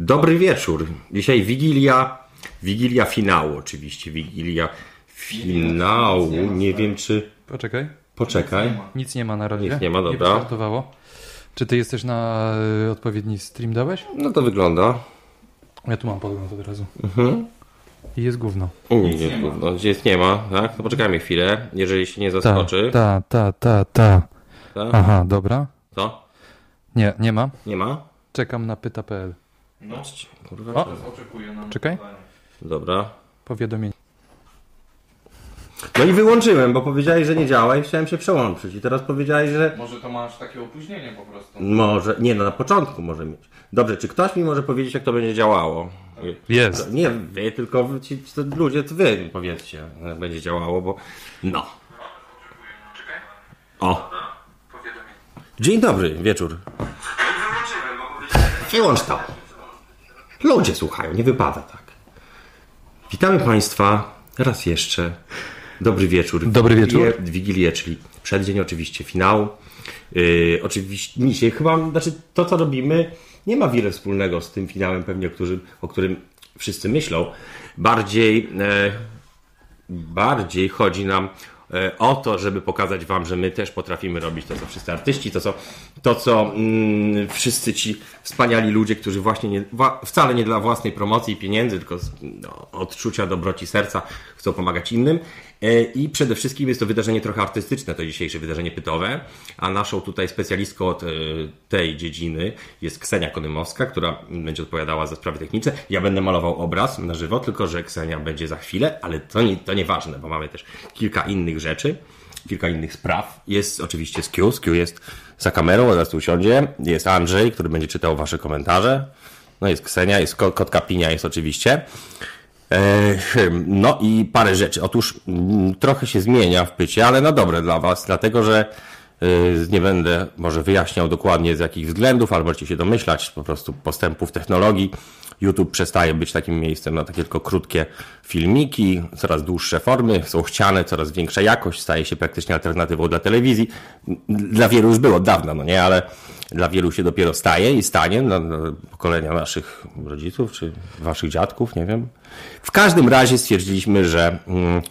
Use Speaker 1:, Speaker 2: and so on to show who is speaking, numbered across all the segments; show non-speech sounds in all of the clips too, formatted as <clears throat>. Speaker 1: Dobry wieczór. Dzisiaj Wigilia, Wigilia finału oczywiście, Wigilia finału. tak. Nie wiem czy...
Speaker 2: Poczekaj,
Speaker 1: Poczekaj.
Speaker 2: nic nie ma na razie.
Speaker 1: Nic nie ma,
Speaker 2: Nie
Speaker 1: dobra.
Speaker 2: wystartowało. Czy ty jesteś na y, odpowiedni stream dałeś?
Speaker 1: No to wygląda.
Speaker 2: Ja tu mam podgląd od razu.
Speaker 1: Mhm.
Speaker 2: I jest gówno.
Speaker 1: U, nic jest gówno. Nic nie ma, tak? To poczekajmy chwilę, jeżeli się nie zaskoczy.
Speaker 2: ta, ta, ta, ta.
Speaker 1: Tak?
Speaker 2: Aha, dobra.
Speaker 1: Co?
Speaker 2: Nie, nie ma.
Speaker 1: Nie ma?
Speaker 2: Czekam na pyta.pl.
Speaker 3: No,
Speaker 1: Kurwa,
Speaker 2: O.
Speaker 1: czemu?
Speaker 3: oczekuję na
Speaker 2: Czekaj.
Speaker 1: Dobra.
Speaker 2: Powiadomienie.
Speaker 1: No i wyłączyłem, bo powiedziałeś, że nie działa i chciałem się przełączyć. I teraz powiedziałeś, że
Speaker 3: Może to masz takie opóźnienie po prostu.
Speaker 1: może... Nie, no na początku może mieć. Dobrze, czy ktoś mi może powiedzieć, jak to będzie działało?
Speaker 2: Jest.
Speaker 1: Nie wy, tylko wy, ci, ci ludzie, to wy mi powiedzcie, jak będzie działało, bo... No. O. Dzień dobry, wieczór. Wyłącz to. Ludzie słuchają, nie wypada tak. Witamy Państwa raz jeszcze. Dobry wieczór.
Speaker 2: Dobry
Speaker 1: Wigilię-
Speaker 2: wieczór.
Speaker 1: Wigilię, czyli przeddzień oczywiście finału. Yy, oczywiście dzisiaj chyba, znaczy to co robimy nie ma wiele wspólnego z tym finałem pewnie, którzy, o którym wszyscy myślą. Bardziej e, bardziej chodzi nam e, o to, żeby pokazać Wam, że my też potrafimy robić to, co wszyscy artyści, to, co, to, co mm, wszyscy ci wspaniali ludzie, którzy właśnie nie, wa, wcale nie dla własnej promocji i pieniędzy, tylko z no, odczucia dobroci serca chcą pomagać innym. E, I przede wszystkim jest to wydarzenie trochę artystyczne, to dzisiejsze wydarzenie pytowe, a naszą tutaj specjalistką od e, tej dziedziny jest Ksenia Konymowska, która będzie odpowiadała za sprawy techniczne. Ja będę malował obraz na żywo, tylko że Ksenia będzie za chwilę, ale to, nie, to nieważne, bo mamy też kilka innych rzeczy, kilka innych spraw. Jest oczywiście Skiu, Skiu jest za kamerą, zaraz tu usiądzie. Jest Andrzej, który będzie czytał wasze komentarze. No jest Ksenia, jest Ko- Kotka Pinia, jest oczywiście. E, hmm, No i parę rzeczy. Otóż mm, trochę się zmienia w pycie, ale na dobre dla Was, dlatego że e, nie będę może wyjaśniał dokładnie z jakich względów, albo możecie się domyślać po prostu postępów technologii. YouTube przestaje być takim miejscem na takie tylko krótkie filmiki, coraz dłuższe formy, są chciane, coraz większa jakość, staje się praktycznie alternatywą dla telewizji. M, Dla wielu już było od dawna, no nie, ale dla wielu się dopiero staje i stanie, dla, dla pokolenia naszych rodziców czy waszych dziadków, nie wiem. W każdym razie stwierdziliśmy, że mm,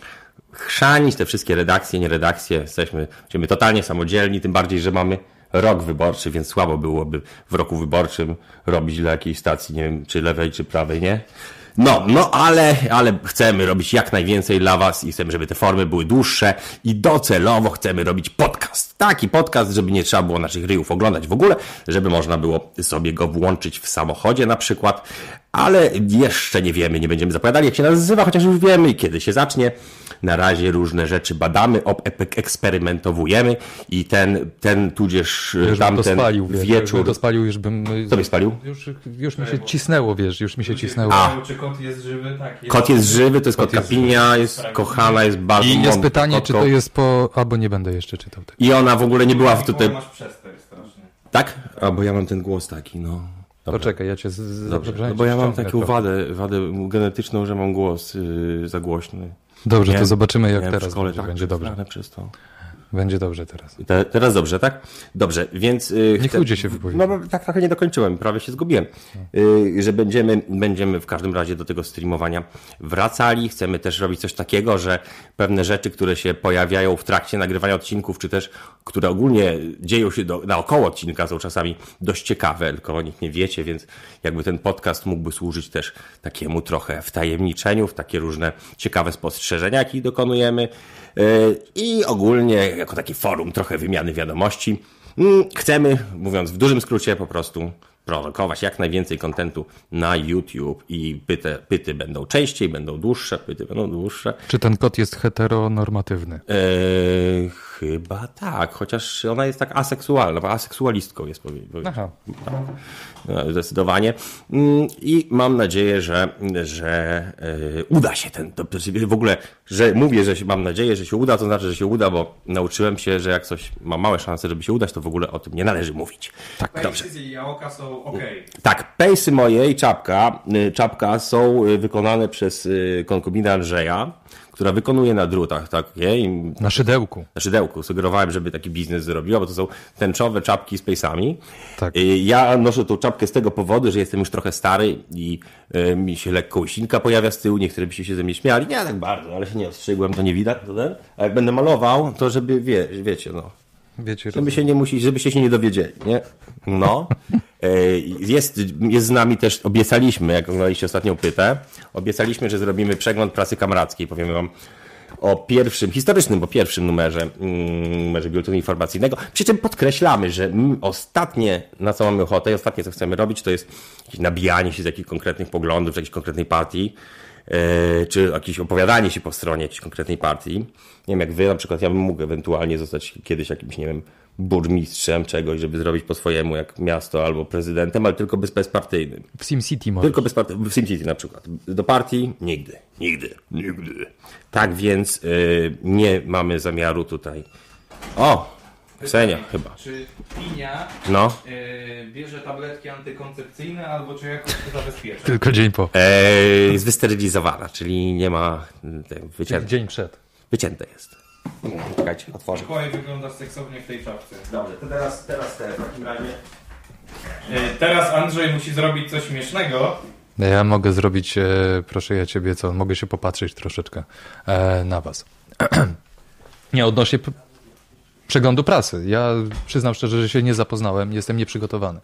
Speaker 1: chrzanić te wszystkie redakcje, nie redakcje, jesteśmy, jesteśmy totalnie samodzielni, tym bardziej, że mamy rok wyborczy, więc słabo byłoby w roku wyborczym robić dla jakiejś stacji, nie wiem, czy lewej, czy prawej, nie? No, no, ale, ale chcemy robić jak najwięcej dla Was i chcemy, żeby te formy były dłuższe i docelowo chcemy robić podcast. Taki podcast, żeby nie trzeba było naszych ryjów oglądać w ogóle, żeby można było sobie go włączyć w samochodzie na przykład, ale jeszcze nie wiemy, nie będziemy zapowiadali, jak się nazywa, chociaż już wiemy, kiedy się zacznie. Na razie różne rzeczy badamy, op- ep- eksperymentowujemy i ten, ten tudzież
Speaker 2: Już bym to
Speaker 1: tamten
Speaker 2: spalił. wiesz, Już bym
Speaker 1: wieczór...
Speaker 2: to spalił, już bym... y,
Speaker 1: Co byś spalił?
Speaker 2: Już, już mi się cisnęło, wiesz, już mi się cisnęło.
Speaker 1: A.
Speaker 3: Czy kot jest żywy? Tak.
Speaker 1: Kot jest żywy, to jest kotka
Speaker 2: jest
Speaker 1: pinia, jest kochana, jest bardzo
Speaker 2: I jest
Speaker 1: mądrą
Speaker 2: pytanie, czy
Speaker 1: kotką.
Speaker 2: to jest po... Albo nie będę jeszcze czytał tego.
Speaker 1: I ona w ogóle nie była w
Speaker 3: Tutaj...
Speaker 1: tutaj...
Speaker 3: Masz przester strasznie.
Speaker 1: Tak? A, bo ja mam ten głos taki, no. Dobra.
Speaker 2: Poczekaj, ja cię z... z-
Speaker 1: Dobrze,
Speaker 2: przepraszam,
Speaker 1: no bo ja mam
Speaker 2: ściągnę
Speaker 1: taką
Speaker 2: to.
Speaker 1: wadę, wadę genetyczną, że mam głos yy, za głośny.
Speaker 2: Dobrze, to
Speaker 1: Nie?
Speaker 2: zobaczymy jak
Speaker 1: Miałem w
Speaker 2: teraz
Speaker 1: szkole,
Speaker 2: będzie.
Speaker 1: tak,
Speaker 2: będzie dobrze.
Speaker 1: przestanę Przez to.
Speaker 2: Będzie dobrze teraz.
Speaker 1: Te, teraz dobrze, tak? Dobrze, więc... Yy,
Speaker 2: Niech ludzie się wypowiedzą.
Speaker 1: No bo tak trochę nie dokończyłem, prawie się zgubiłem. Yy, że będziemy, będziemy w każdym razie do tego streamowania wracali. Chcemy też robić coś takiego, że pewne rzeczy, które się pojawiają w trakcie nagrywania odcinków, czy też które ogólnie dzieją się do, naokoło odcinka, są czasami dość ciekawe, tylko o nich nie wiecie, więc jakby ten podcast mógłby służyć też takiemu trochę wtajemniczeniu, w takie różne ciekawe spostrzeżenia, jakich dokonujemy. Yy, I ogólnie jako takie forum trochę wymiany wiadomości. Mm, Chcemy, mówiąc w dużym skrócie, po prostu prorokować jak najwięcej kontentu na YouTube i pyty, pyty będą częściej, będą dłuższe, pyty będą dłuższe.
Speaker 2: Czy ten kot jest heteronormatywny?
Speaker 1: Eee, chyba tak, chociaż ona jest tak aseksualna, bo aseksualistką jest powie- powie-
Speaker 2: Aha.
Speaker 1: no, Zdecydowanie. Mm, I mam nadzieję, że, że yy, uda się ten. To, to się- w ogóle, że mówię, że się, mam nadzieję, że się uda, to znaczy, że się uda, bo nauczyłem się, że jak coś ma małe szanse, żeby się udać, to w ogóle o tym nie należy mówić. Tak, dobrze.
Speaker 3: Pejsy i jaoka są ok.
Speaker 1: Tak, pejsy moje i czapka, y, czapka są y, wykonane przez y, konkubina Andrzeja. która wykonuje na drutach takie i
Speaker 2: Na szydełku.
Speaker 1: na szydełku. Sugerowałem, żeby taki biznes zrobiła, bo to są tęczowe czapki z pejsami.
Speaker 2: Tak.
Speaker 1: Y, Ja noszę tą czapkę z tego powodu, że jestem już trochę stary i y, mi się lekko usinka pojawia z tyłu. Niektórzy by się ze mnie śmiali. Nie tak bardzo, ale się nie ostrzygłem, to nie widać. To ten. A jak będę malował, to żeby, wie, wiecie, no,
Speaker 2: Wiecie,
Speaker 1: żeby się nie musi, żebyście się nie dowiedzieli, nie? No. E, Jest, jest z nami też, obiecaliśmy, jak oglądaliście ostatnią pytę, obiecaliśmy, że zrobimy przegląd prasy kamrackiej. Powiemy wam o pierwszym, historycznym, bo pierwszym numerze, mm, numerze Biuletynu Informacyjnego. Przy czym podkreślamy, że mm, ostatnie, na co mamy ochotę i ostatnie, co chcemy robić, to jest jakieś nabijanie się z jakichś konkretnych poglądów, z jakiejś konkretnej partii, e, czy jakieś opowiadanie się po stronie jakiejś konkretnej partii. Nie wiem, jak wy, na przykład ja bym mógł ewentualnie zostać kiedyś jakimś, nie wiem, burmistrzem czegoś, żeby zrobić po swojemu jak miasto albo prezydentem, ale tylko bez bezpartyjnym.
Speaker 2: W SimCity może.
Speaker 1: Tylko bez partii, w SimCity na przykład. Do partii nigdy, nigdy, nigdy. Tak więc y, nie mamy zamiaru tutaj. O! Ksenia chyba.
Speaker 3: Czy Inia
Speaker 1: No.
Speaker 3: y, bierze tabletki antykoncepcyjne albo czy jakoś to zabezpiecza?
Speaker 2: Tylko dzień po.
Speaker 1: Eee, jest wysterylizowana, czyli nie ma. y, Wycięte,
Speaker 2: Dzień przed.
Speaker 1: wycięte jest. Czekajcie, otworzę.
Speaker 3: Mikołaj wygląda seksownie w tej czapce.
Speaker 1: Dobrze, to teraz, teraz te w takim razie.
Speaker 3: Y, teraz Andrzej musi zrobić coś śmiesznego.
Speaker 2: Ja mogę zrobić, e, proszę ja ciebie, co? Mogę się popatrzeć troszeczkę e, na was. <clears throat> nie, odnośnie p- przeglądu prasy. Ja przyznam szczerze, że się nie zapoznałem, jestem nieprzygotowany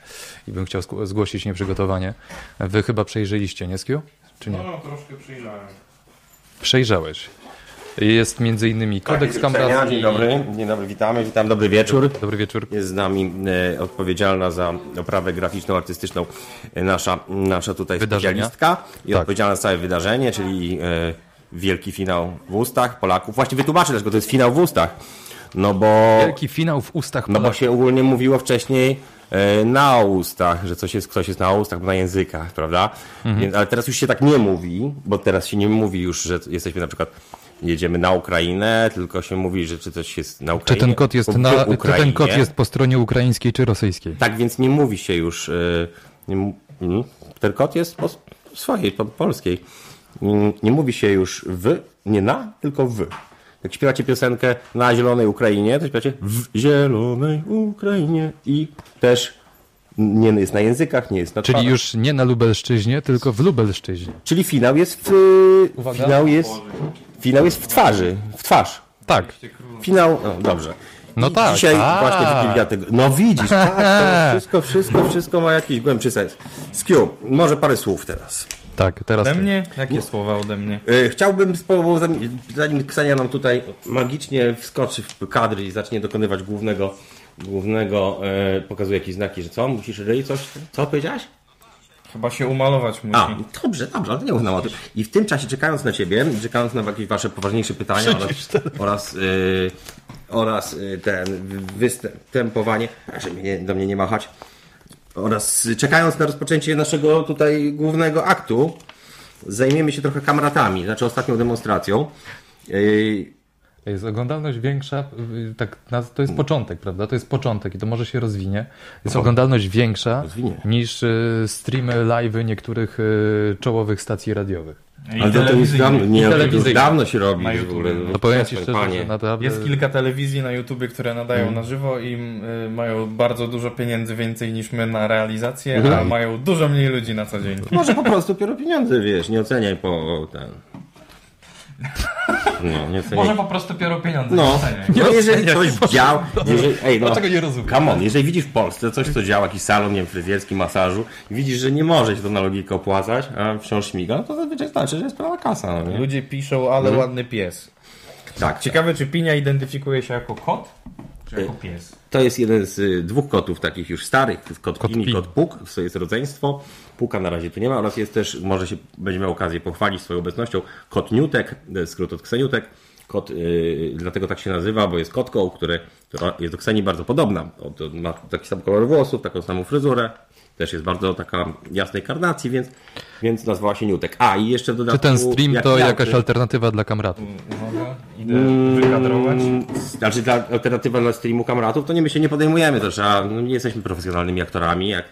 Speaker 2: i bym chciał sku- zgłosić nieprzygotowanie. Wy chyba przejrzeliście, nie Skiu? Czy nie?
Speaker 3: No, no troszkę przyjrzałem.
Speaker 2: Przejrzałeś. Jest między innymi kodeks tak,
Speaker 1: Ksenia, Dzień dobry, dzień dobry, witamy, witam, dobry wieczór.
Speaker 2: Dobry wieczór.
Speaker 1: Jest z nami e, odpowiedzialna za oprawę graficzną, artystyczną e, nasza, nasza tutaj
Speaker 2: Wydarzenia.
Speaker 1: specjalistka i
Speaker 2: Tak.
Speaker 1: odpowiedzialna za całe wydarzenie, czyli e, wielki finał w ustach Polaków. Właśnie wytłumaczę dlaczego to jest finał w ustach. No bo,
Speaker 2: Wielki finał w ustach
Speaker 1: no bo
Speaker 2: Polaków.
Speaker 1: się ogólnie mówiło wcześniej e, na ustach, że coś jest, ktoś jest na ustach, bo na językach, prawda?
Speaker 2: Mhm.
Speaker 1: Więc, ale teraz już się tak nie mówi, bo teraz się nie mówi już, że jesteśmy na przykład jedziemy na Ukrainę, tylko się mówi, że czy coś jest na
Speaker 2: Czy
Speaker 1: Ukrainie.
Speaker 2: ten kod jest,
Speaker 1: lub
Speaker 2: na,
Speaker 1: w
Speaker 2: czy ten kod
Speaker 1: Ukrainie.
Speaker 2: jest po stronie ukraińskiej czy rosyjskiej?
Speaker 1: Tak więc nie mówi się już. y, nie mu- mm, Ten kod jest po s- swojej, po polskiej. Mm, Nie mówi się już w, nie na, tylko w. Jak śpiewacie piosenkę na Zielonej Ukrainie, to śpiewacie w Zielonej Ukrainie i też nie jest na językach, nie jest na
Speaker 2: Czyli
Speaker 1: twarzach.
Speaker 2: już nie na Lubelszczyźnie, tylko w Lubelszczyźnie.
Speaker 1: Czyli finał jest w...
Speaker 2: Uwaga.
Speaker 1: Finał jest, finał jest w twarzy, w twarz.
Speaker 2: Tak.
Speaker 1: Finał, no dobrze.
Speaker 2: No
Speaker 1: I
Speaker 2: tak.
Speaker 1: Dzisiaj
Speaker 2: A.
Speaker 1: właśnie Wikipedia tego. No widzisz, tak, to
Speaker 2: <laughs>
Speaker 1: wszystko, wszystko, wszystko ma jakiś głębszy sens. Skiu, może parę słów teraz.
Speaker 2: Tak, teraz.
Speaker 3: Ode
Speaker 2: ty.
Speaker 3: mnie? Jakie słowa ode mnie?
Speaker 1: E, Chciałbym, z powodu- zanim- zanim Ksenia nam tutaj magicznie wskoczy w kadry i zacznie dokonywać głównego, głównego e, pokazuje jakieś znaki, że co, musisz ryj coś, co powiedziałaś?
Speaker 3: Chyba się umalować musi.
Speaker 1: A, dobrze, dobrze, ale to nie mów nam o tym. I w tym czasie, czekając na Ciebie, czekając na jakieś Wasze poważniejsze pytania oraz, oraz, y, oraz y, ten występowanie, że mnie, nie- do mnie nie machać, oraz y, czekając na rozpoczęcie naszego tutaj głównego aktu, zajmiemy się trochę kamratami, znaczy ostatnią demonstracją. Y,
Speaker 2: Jest oglądalność większa, y, tak, na-
Speaker 1: Mm.
Speaker 2: to jest początek, prawda? To jest początek i to może się rozwinie. Jest oglądalność większa
Speaker 1: Rozwinie.
Speaker 2: niż y, streamy, live'y niektórych y, czołowych stacji radiowych.
Speaker 3: I
Speaker 1: ale to, to już
Speaker 3: telewizyjny.
Speaker 1: dawno, nie, to już
Speaker 2: telewizyjnie.
Speaker 1: dawno się robi
Speaker 3: Na
Speaker 1: już w
Speaker 3: YouTube.
Speaker 1: ogóle.
Speaker 2: No powiem Ci
Speaker 1: Przestań,
Speaker 2: szczerze, że naprawdę...
Speaker 1: E,
Speaker 3: Jest kilka telewizji na YouTubie, które nadają
Speaker 1: Mhm.
Speaker 3: na żywo i y, mają bardzo dużo pieniędzy więcej niż my na realizację,
Speaker 1: Mhm.
Speaker 3: a mają dużo mniej ludzi na co dzień.
Speaker 1: Może po prostu piorą pieniądze, wiesz, nie oceniaj po ten. No, nie oceniaj.
Speaker 3: po prostu biorą pieniądze.
Speaker 1: No, no jeżeli
Speaker 2: oceniaj,
Speaker 1: coś działa, jeżeli, ej, no,
Speaker 2: Dlaczego nie rozumiem?
Speaker 1: come on, jeżeli widzisz w Polsce coś, co działa, jakiś salon, nie wiem, fryzjerski, masażu i widzisz, że nie może się to na logikę opłacać, a wciąż śmiga, no to zazwyczaj znaczy, że jest pełna kasa, no nie?
Speaker 3: Ludzie piszą,
Speaker 1: Mhm.
Speaker 3: ale ładny pies.
Speaker 1: Tak,
Speaker 3: Ciekawe, czy Pinia identyfikuje się jako kot, czy jako
Speaker 1: Y.
Speaker 3: pies?
Speaker 1: to jest jeden z y, dwóch kotów takich już starych, to jest kot,
Speaker 2: Kot
Speaker 1: Pini,
Speaker 2: Pini.
Speaker 1: kot Puk, to jest rodzeństwo, Puka na razie tu nie ma oraz jest też, może się, będzie miał okazję pochwalić swoją obecnością, kot Niutek, y, skrót od Kseniutek, kot, y, dlatego tak się nazywa, bo jest kotką, który, która jest do Kseni bardzo podobna, O, to ma taki sam kolor włosów, taką samą fryzurę, też jest bardzo taka jasnej karnacji, więc, więc nazwała się Niutek. A i jeszcze w dodatku...
Speaker 2: Czy ten stream
Speaker 1: jak Mm.
Speaker 2: to
Speaker 1: ja-
Speaker 2: jakaś alternatywa dla kamratów?
Speaker 3: Uwaga, idę
Speaker 1: Mm.
Speaker 3: wykadrować.
Speaker 1: znaczy dla, alternatywa dla streamu kamratów, to nie my się nie podejmujemy też, a no, nie jesteśmy profesjonalnymi aktorami, jak,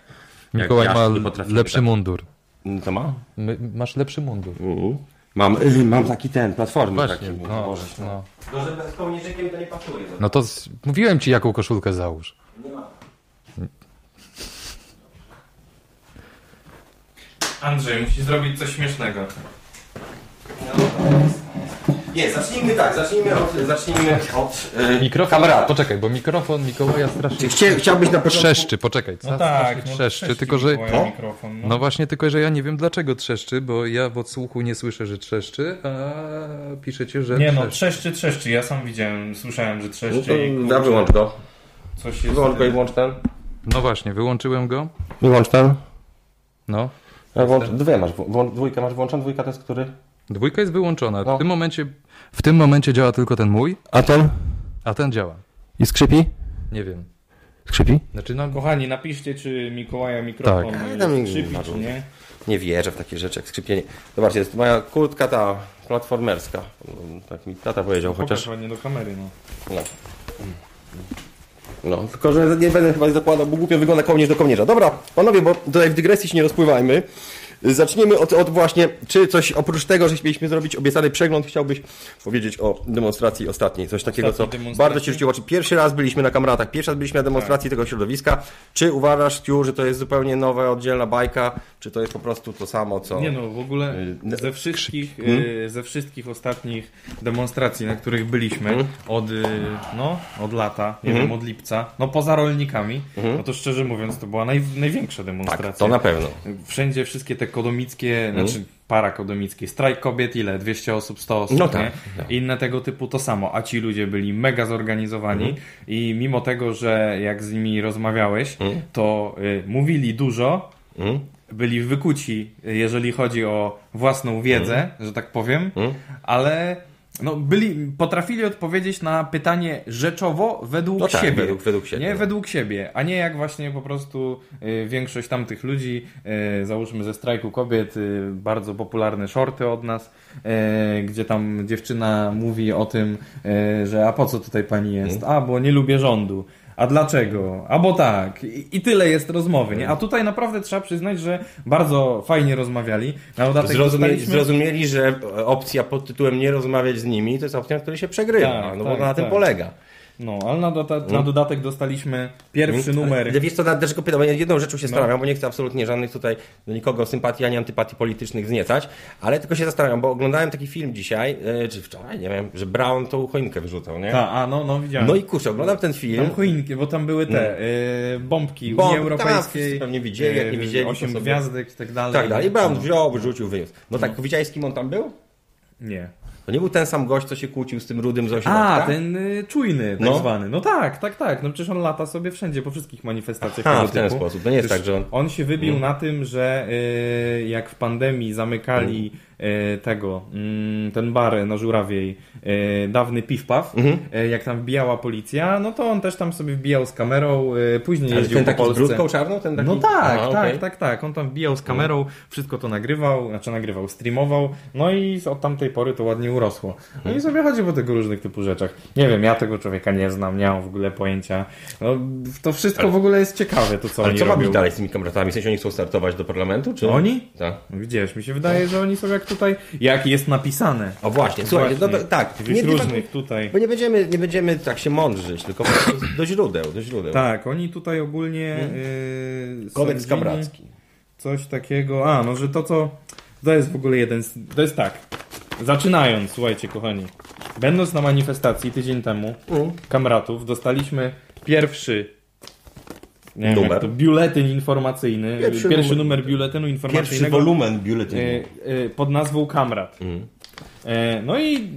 Speaker 1: jak
Speaker 2: Mikołaj
Speaker 1: ja
Speaker 2: ma
Speaker 1: nie potrafimy
Speaker 2: lepszy
Speaker 1: tak-
Speaker 2: mundur.
Speaker 1: To ma?
Speaker 2: My, masz lepszy mundur.
Speaker 1: Mhm. Mam, <clears throat> y, mam taki ten, platformy
Speaker 2: Właśnie,
Speaker 1: taki.
Speaker 2: no,
Speaker 1: Boże.
Speaker 2: no.
Speaker 1: No, że z kołnierzykiem to nie pasuje. No.
Speaker 2: no to z... mówiłem ci, jaką koszulkę załóż.
Speaker 3: Andrzej musi zrobić coś śmiesznego.
Speaker 1: Nie, zacznijmy tak, zacznijmy od... Zacznijmy od y,
Speaker 2: Mikrofon,
Speaker 1: kamrata.
Speaker 2: poczekaj, bo mikrofon Mikołaja strasznie
Speaker 1: Chcia, chciałbyś na początku...
Speaker 2: trzeszczy, poczekaj.
Speaker 3: No
Speaker 2: strasznie
Speaker 3: tak, no,
Speaker 2: trzeszczy, tylko że...
Speaker 3: Mikołaj mikrofon, no.
Speaker 2: No właśnie, tylko że ja nie wiem dlaczego trzeszczy, bo ja w odsłuchu nie słyszę, że trzeszczy, a piszecie, że
Speaker 3: Nie no,
Speaker 2: trzeszczy.
Speaker 3: trzeszczy, trzeszczy. Ja sam widziałem, słyszałem, że
Speaker 1: No
Speaker 3: trzeszczy. i
Speaker 1: to,
Speaker 3: kurczę,
Speaker 1: da, wyłącz go.
Speaker 3: Coś jest...
Speaker 1: Wyłącz go i włącz ten.
Speaker 2: No właśnie, wyłączyłem go.
Speaker 1: Wyłącz ten.
Speaker 2: No.
Speaker 1: A, Włącz, dwie masz, włą- dwójkę masz włączoną, dwójka to jest który?
Speaker 2: Dwójka jest wyłączona. W,
Speaker 1: No.
Speaker 2: tym momencie, w tym momencie działa tylko ten mój,
Speaker 1: A ten?
Speaker 2: a ten działa.
Speaker 1: I skrzypi?
Speaker 2: Nie wiem.
Speaker 1: Skrzypi?
Speaker 2: Znaczy, no,
Speaker 3: Kochani, napiszcie, czy Mikołaja mikrofon
Speaker 1: A,
Speaker 3: tak.
Speaker 1: tam nie
Speaker 3: skrzypi,
Speaker 1: ma
Speaker 3: czy nie.
Speaker 1: Nie wierzę w takie rzeczy jak skrzypienie. Zobaczcie, jest moja kurtka ta platformerska. Tak mi tata powiedział,
Speaker 3: Chociaż...
Speaker 1: chociaż...
Speaker 3: Pokaż ładnie do kamery, no.
Speaker 1: No. No, tylko że nie będę chyba zakładał, bo głupio wygląda kołnierz do kołnierza. Dobra, panowie, bo tutaj w dygresji się nie rozpływajmy. Zaczniemy od, od właśnie, czy coś oprócz tego, że mieliśmy zrobić obiecany przegląd, chciałbyś powiedzieć o demonstracji ostatniej, coś takiego, co
Speaker 3: Ostatniej demonstracji?
Speaker 1: bardzo ci rzuciło w oczy. Pierwszy raz byliśmy na kamratach, pierwszy raz byliśmy na demonstracji tego środowiska. Czy uważasz, Tiu, że to jest zupełnie nowa, oddzielna bajka, czy to jest po prostu to samo, co...
Speaker 3: Nie no, w ogóle
Speaker 1: Y, Hmm?
Speaker 3: ze wszystkich, y, ze wszystkich ostatnich demonstracji, na których byliśmy
Speaker 1: Hmm?
Speaker 3: od, y, no, od lata, nie wiem, od lipca, no poza rolnikami, no to szczerze mówiąc, to była naj, największa demonstracja.
Speaker 1: Hmm? tak, to na pewno.
Speaker 3: Wszędzie wszystkie te kodomickie,
Speaker 1: Mhm.
Speaker 3: znaczy parakodomickie, strajk kobiet ile? 200 osób, 100 osób,
Speaker 1: No
Speaker 3: no
Speaker 1: tak,
Speaker 3: nie? Inne tego typu to samo, a ci ludzie byli mega zorganizowani
Speaker 1: Mhm.
Speaker 3: i mimo tego, że jak z nimi rozmawiałeś,
Speaker 1: Mhm.
Speaker 3: to y, mówili dużo,
Speaker 1: Mm?
Speaker 3: byli wykuci, jeżeli chodzi o własną wiedzę,
Speaker 1: Mhm.
Speaker 3: że tak powiem, ale no, byli, potrafili odpowiedzieć na pytanie rzeczowo według
Speaker 1: No tak,
Speaker 3: siebie.
Speaker 1: według- według siebie,
Speaker 3: Nie
Speaker 1: no.
Speaker 3: E, według siebie, a nie jak właśnie po prostu y, większość tamtych ludzi, y, załóżmy ze strajku kobiet, y, bardzo popularne shorty od nas, y, gdzie tam dziewczyna mówi o tym, y, że a po co tutaj pani jest?
Speaker 1: Mhm.
Speaker 3: A, bo nie lubię rządu. A dlaczego? A bo tak. I, I tyle jest rozmowy, nie? A
Speaker 1: Mhm.
Speaker 3: tutaj naprawdę trzeba przyznać, że bardzo fajnie rozmawiali. Na dodatek
Speaker 1: Zrozumieli,
Speaker 3: dostaliśmy-
Speaker 1: zrozumieli, że opcja pod tytułem nie rozmawiać z nimi to jest opcja, na której się przegrywa,
Speaker 3: Tak,
Speaker 1: no bo
Speaker 3: tak,
Speaker 1: na tym
Speaker 3: tak.
Speaker 1: polega.
Speaker 3: No, ale na, doda- na dodatek dostaliśmy pierwszy numer.
Speaker 1: Mhm. Ale Wiesz co, dlaczego pytam? Ja jedną rzeczą się zastanawiam, bo nie chcę absolutnie żadnych tutaj do nikogo sympatii ani antypatii politycznych zniecać, ale tylko się zastanawiam, bo oglądałem taki film dzisiaj, e, czy wczoraj, nie wiem, że Brown tą choinkę wyrzucał, nie?
Speaker 3: Ta, a, no, no widziałem.
Speaker 1: No i kurczę, oglądam ten film,
Speaker 3: Tam choinki, bo tam były te y, bombki
Speaker 1: Bomb-
Speaker 3: Unii
Speaker 1: tak,
Speaker 3: Europejskiej.
Speaker 1: wszyscy pewnie widzieli, jak nie
Speaker 3: y,
Speaker 1: widzieli, to
Speaker 3: Osiem
Speaker 1: sobie-
Speaker 3: gwiazdek i tak dalej.
Speaker 1: tak dalej, Brown
Speaker 3: No.
Speaker 1: wziął, wyrzucił, wyniósł. No tak, widziałeś z kim on tam był?
Speaker 3: Nie.
Speaker 1: To nie był ten sam gość, co się kłócił z tym rudym z ośrodka?
Speaker 3: A, ten y, czujny tak
Speaker 1: No.
Speaker 3: zwany. No tak, tak, tak. No przecież on lata sobie wszędzie po wszystkich manifestacjach
Speaker 1: Aha,
Speaker 3: tego
Speaker 1: w ten
Speaker 3: typu.
Speaker 1: sposób. To nie jest
Speaker 3: Przecież
Speaker 1: tak, że on-
Speaker 3: On się wybił na tym, że y, jak w pandemii zamykali
Speaker 1: Mhm.
Speaker 3: y, tego, mm, ten bar na Żurawiej, y, dawny piwpaw,
Speaker 1: Mhm.
Speaker 3: y, jak tam wbijała policja, no to on też tam sobie wbijał z kamerą, y, później
Speaker 1: Ale
Speaker 3: jeździł
Speaker 1: ten
Speaker 3: po
Speaker 1: taki z
Speaker 3: Polsce.
Speaker 1: brudką czarną? Ten taki...
Speaker 3: No tak,
Speaker 1: Aha,
Speaker 3: tak,
Speaker 1: okej.
Speaker 3: tak, tak. On tam wbijał z kamerą, wszystko to nagrywał, znaczy nagrywał, streamował, no i od tamtej pory to ładnie urosło. No i sobie chodzi po tego różnych typu rzeczach. Nie wiem, ja tego człowieka nie znam, nie mam w ogóle pojęcia. No, to wszystko w ogóle jest ciekawe, to co
Speaker 1: Ale
Speaker 3: oni
Speaker 1: co ma
Speaker 3: robią.
Speaker 1: być dalej z tymi kamratami? W sensie oni chcą startować do parlamentu? Czy...
Speaker 3: Oni?
Speaker 1: Tak.
Speaker 3: Widziałeś, mi się wydaje, że oni są jak tutaj, jak jest napisane.
Speaker 1: O właśnie, słuchaj, no to, tak.
Speaker 3: Jakichś
Speaker 1: dywan-
Speaker 3: różnych tutaj.
Speaker 1: Bo nie będziemy, nie będziemy tak się mądrzyć, tylko po prostu do źródeł, do źródeł.
Speaker 3: Tak, oni tutaj ogólnie... Yy,
Speaker 1: Hmm? Kodeks
Speaker 3: sądzili-
Speaker 1: kamracki.
Speaker 3: coś takiego. A, no że to co. To jest w ogóle jeden. Z... To jest tak. Zaczynając, słuchajcie, kochani. Będąc na manifestacji tydzień temu,
Speaker 1: Mm.
Speaker 3: kamratów, dostaliśmy pierwszy. Nie wiem,
Speaker 1: Numer.
Speaker 3: Jak to, biuletyn informacyjny.
Speaker 1: Pierwszy
Speaker 3: Pierwszy,
Speaker 1: numer.
Speaker 3: numer, biuletynu
Speaker 1: Pierwszy
Speaker 3: informacyjnego
Speaker 1: wolumen biuletynu.
Speaker 3: e, e, pod nazwą Kamrat. E, No i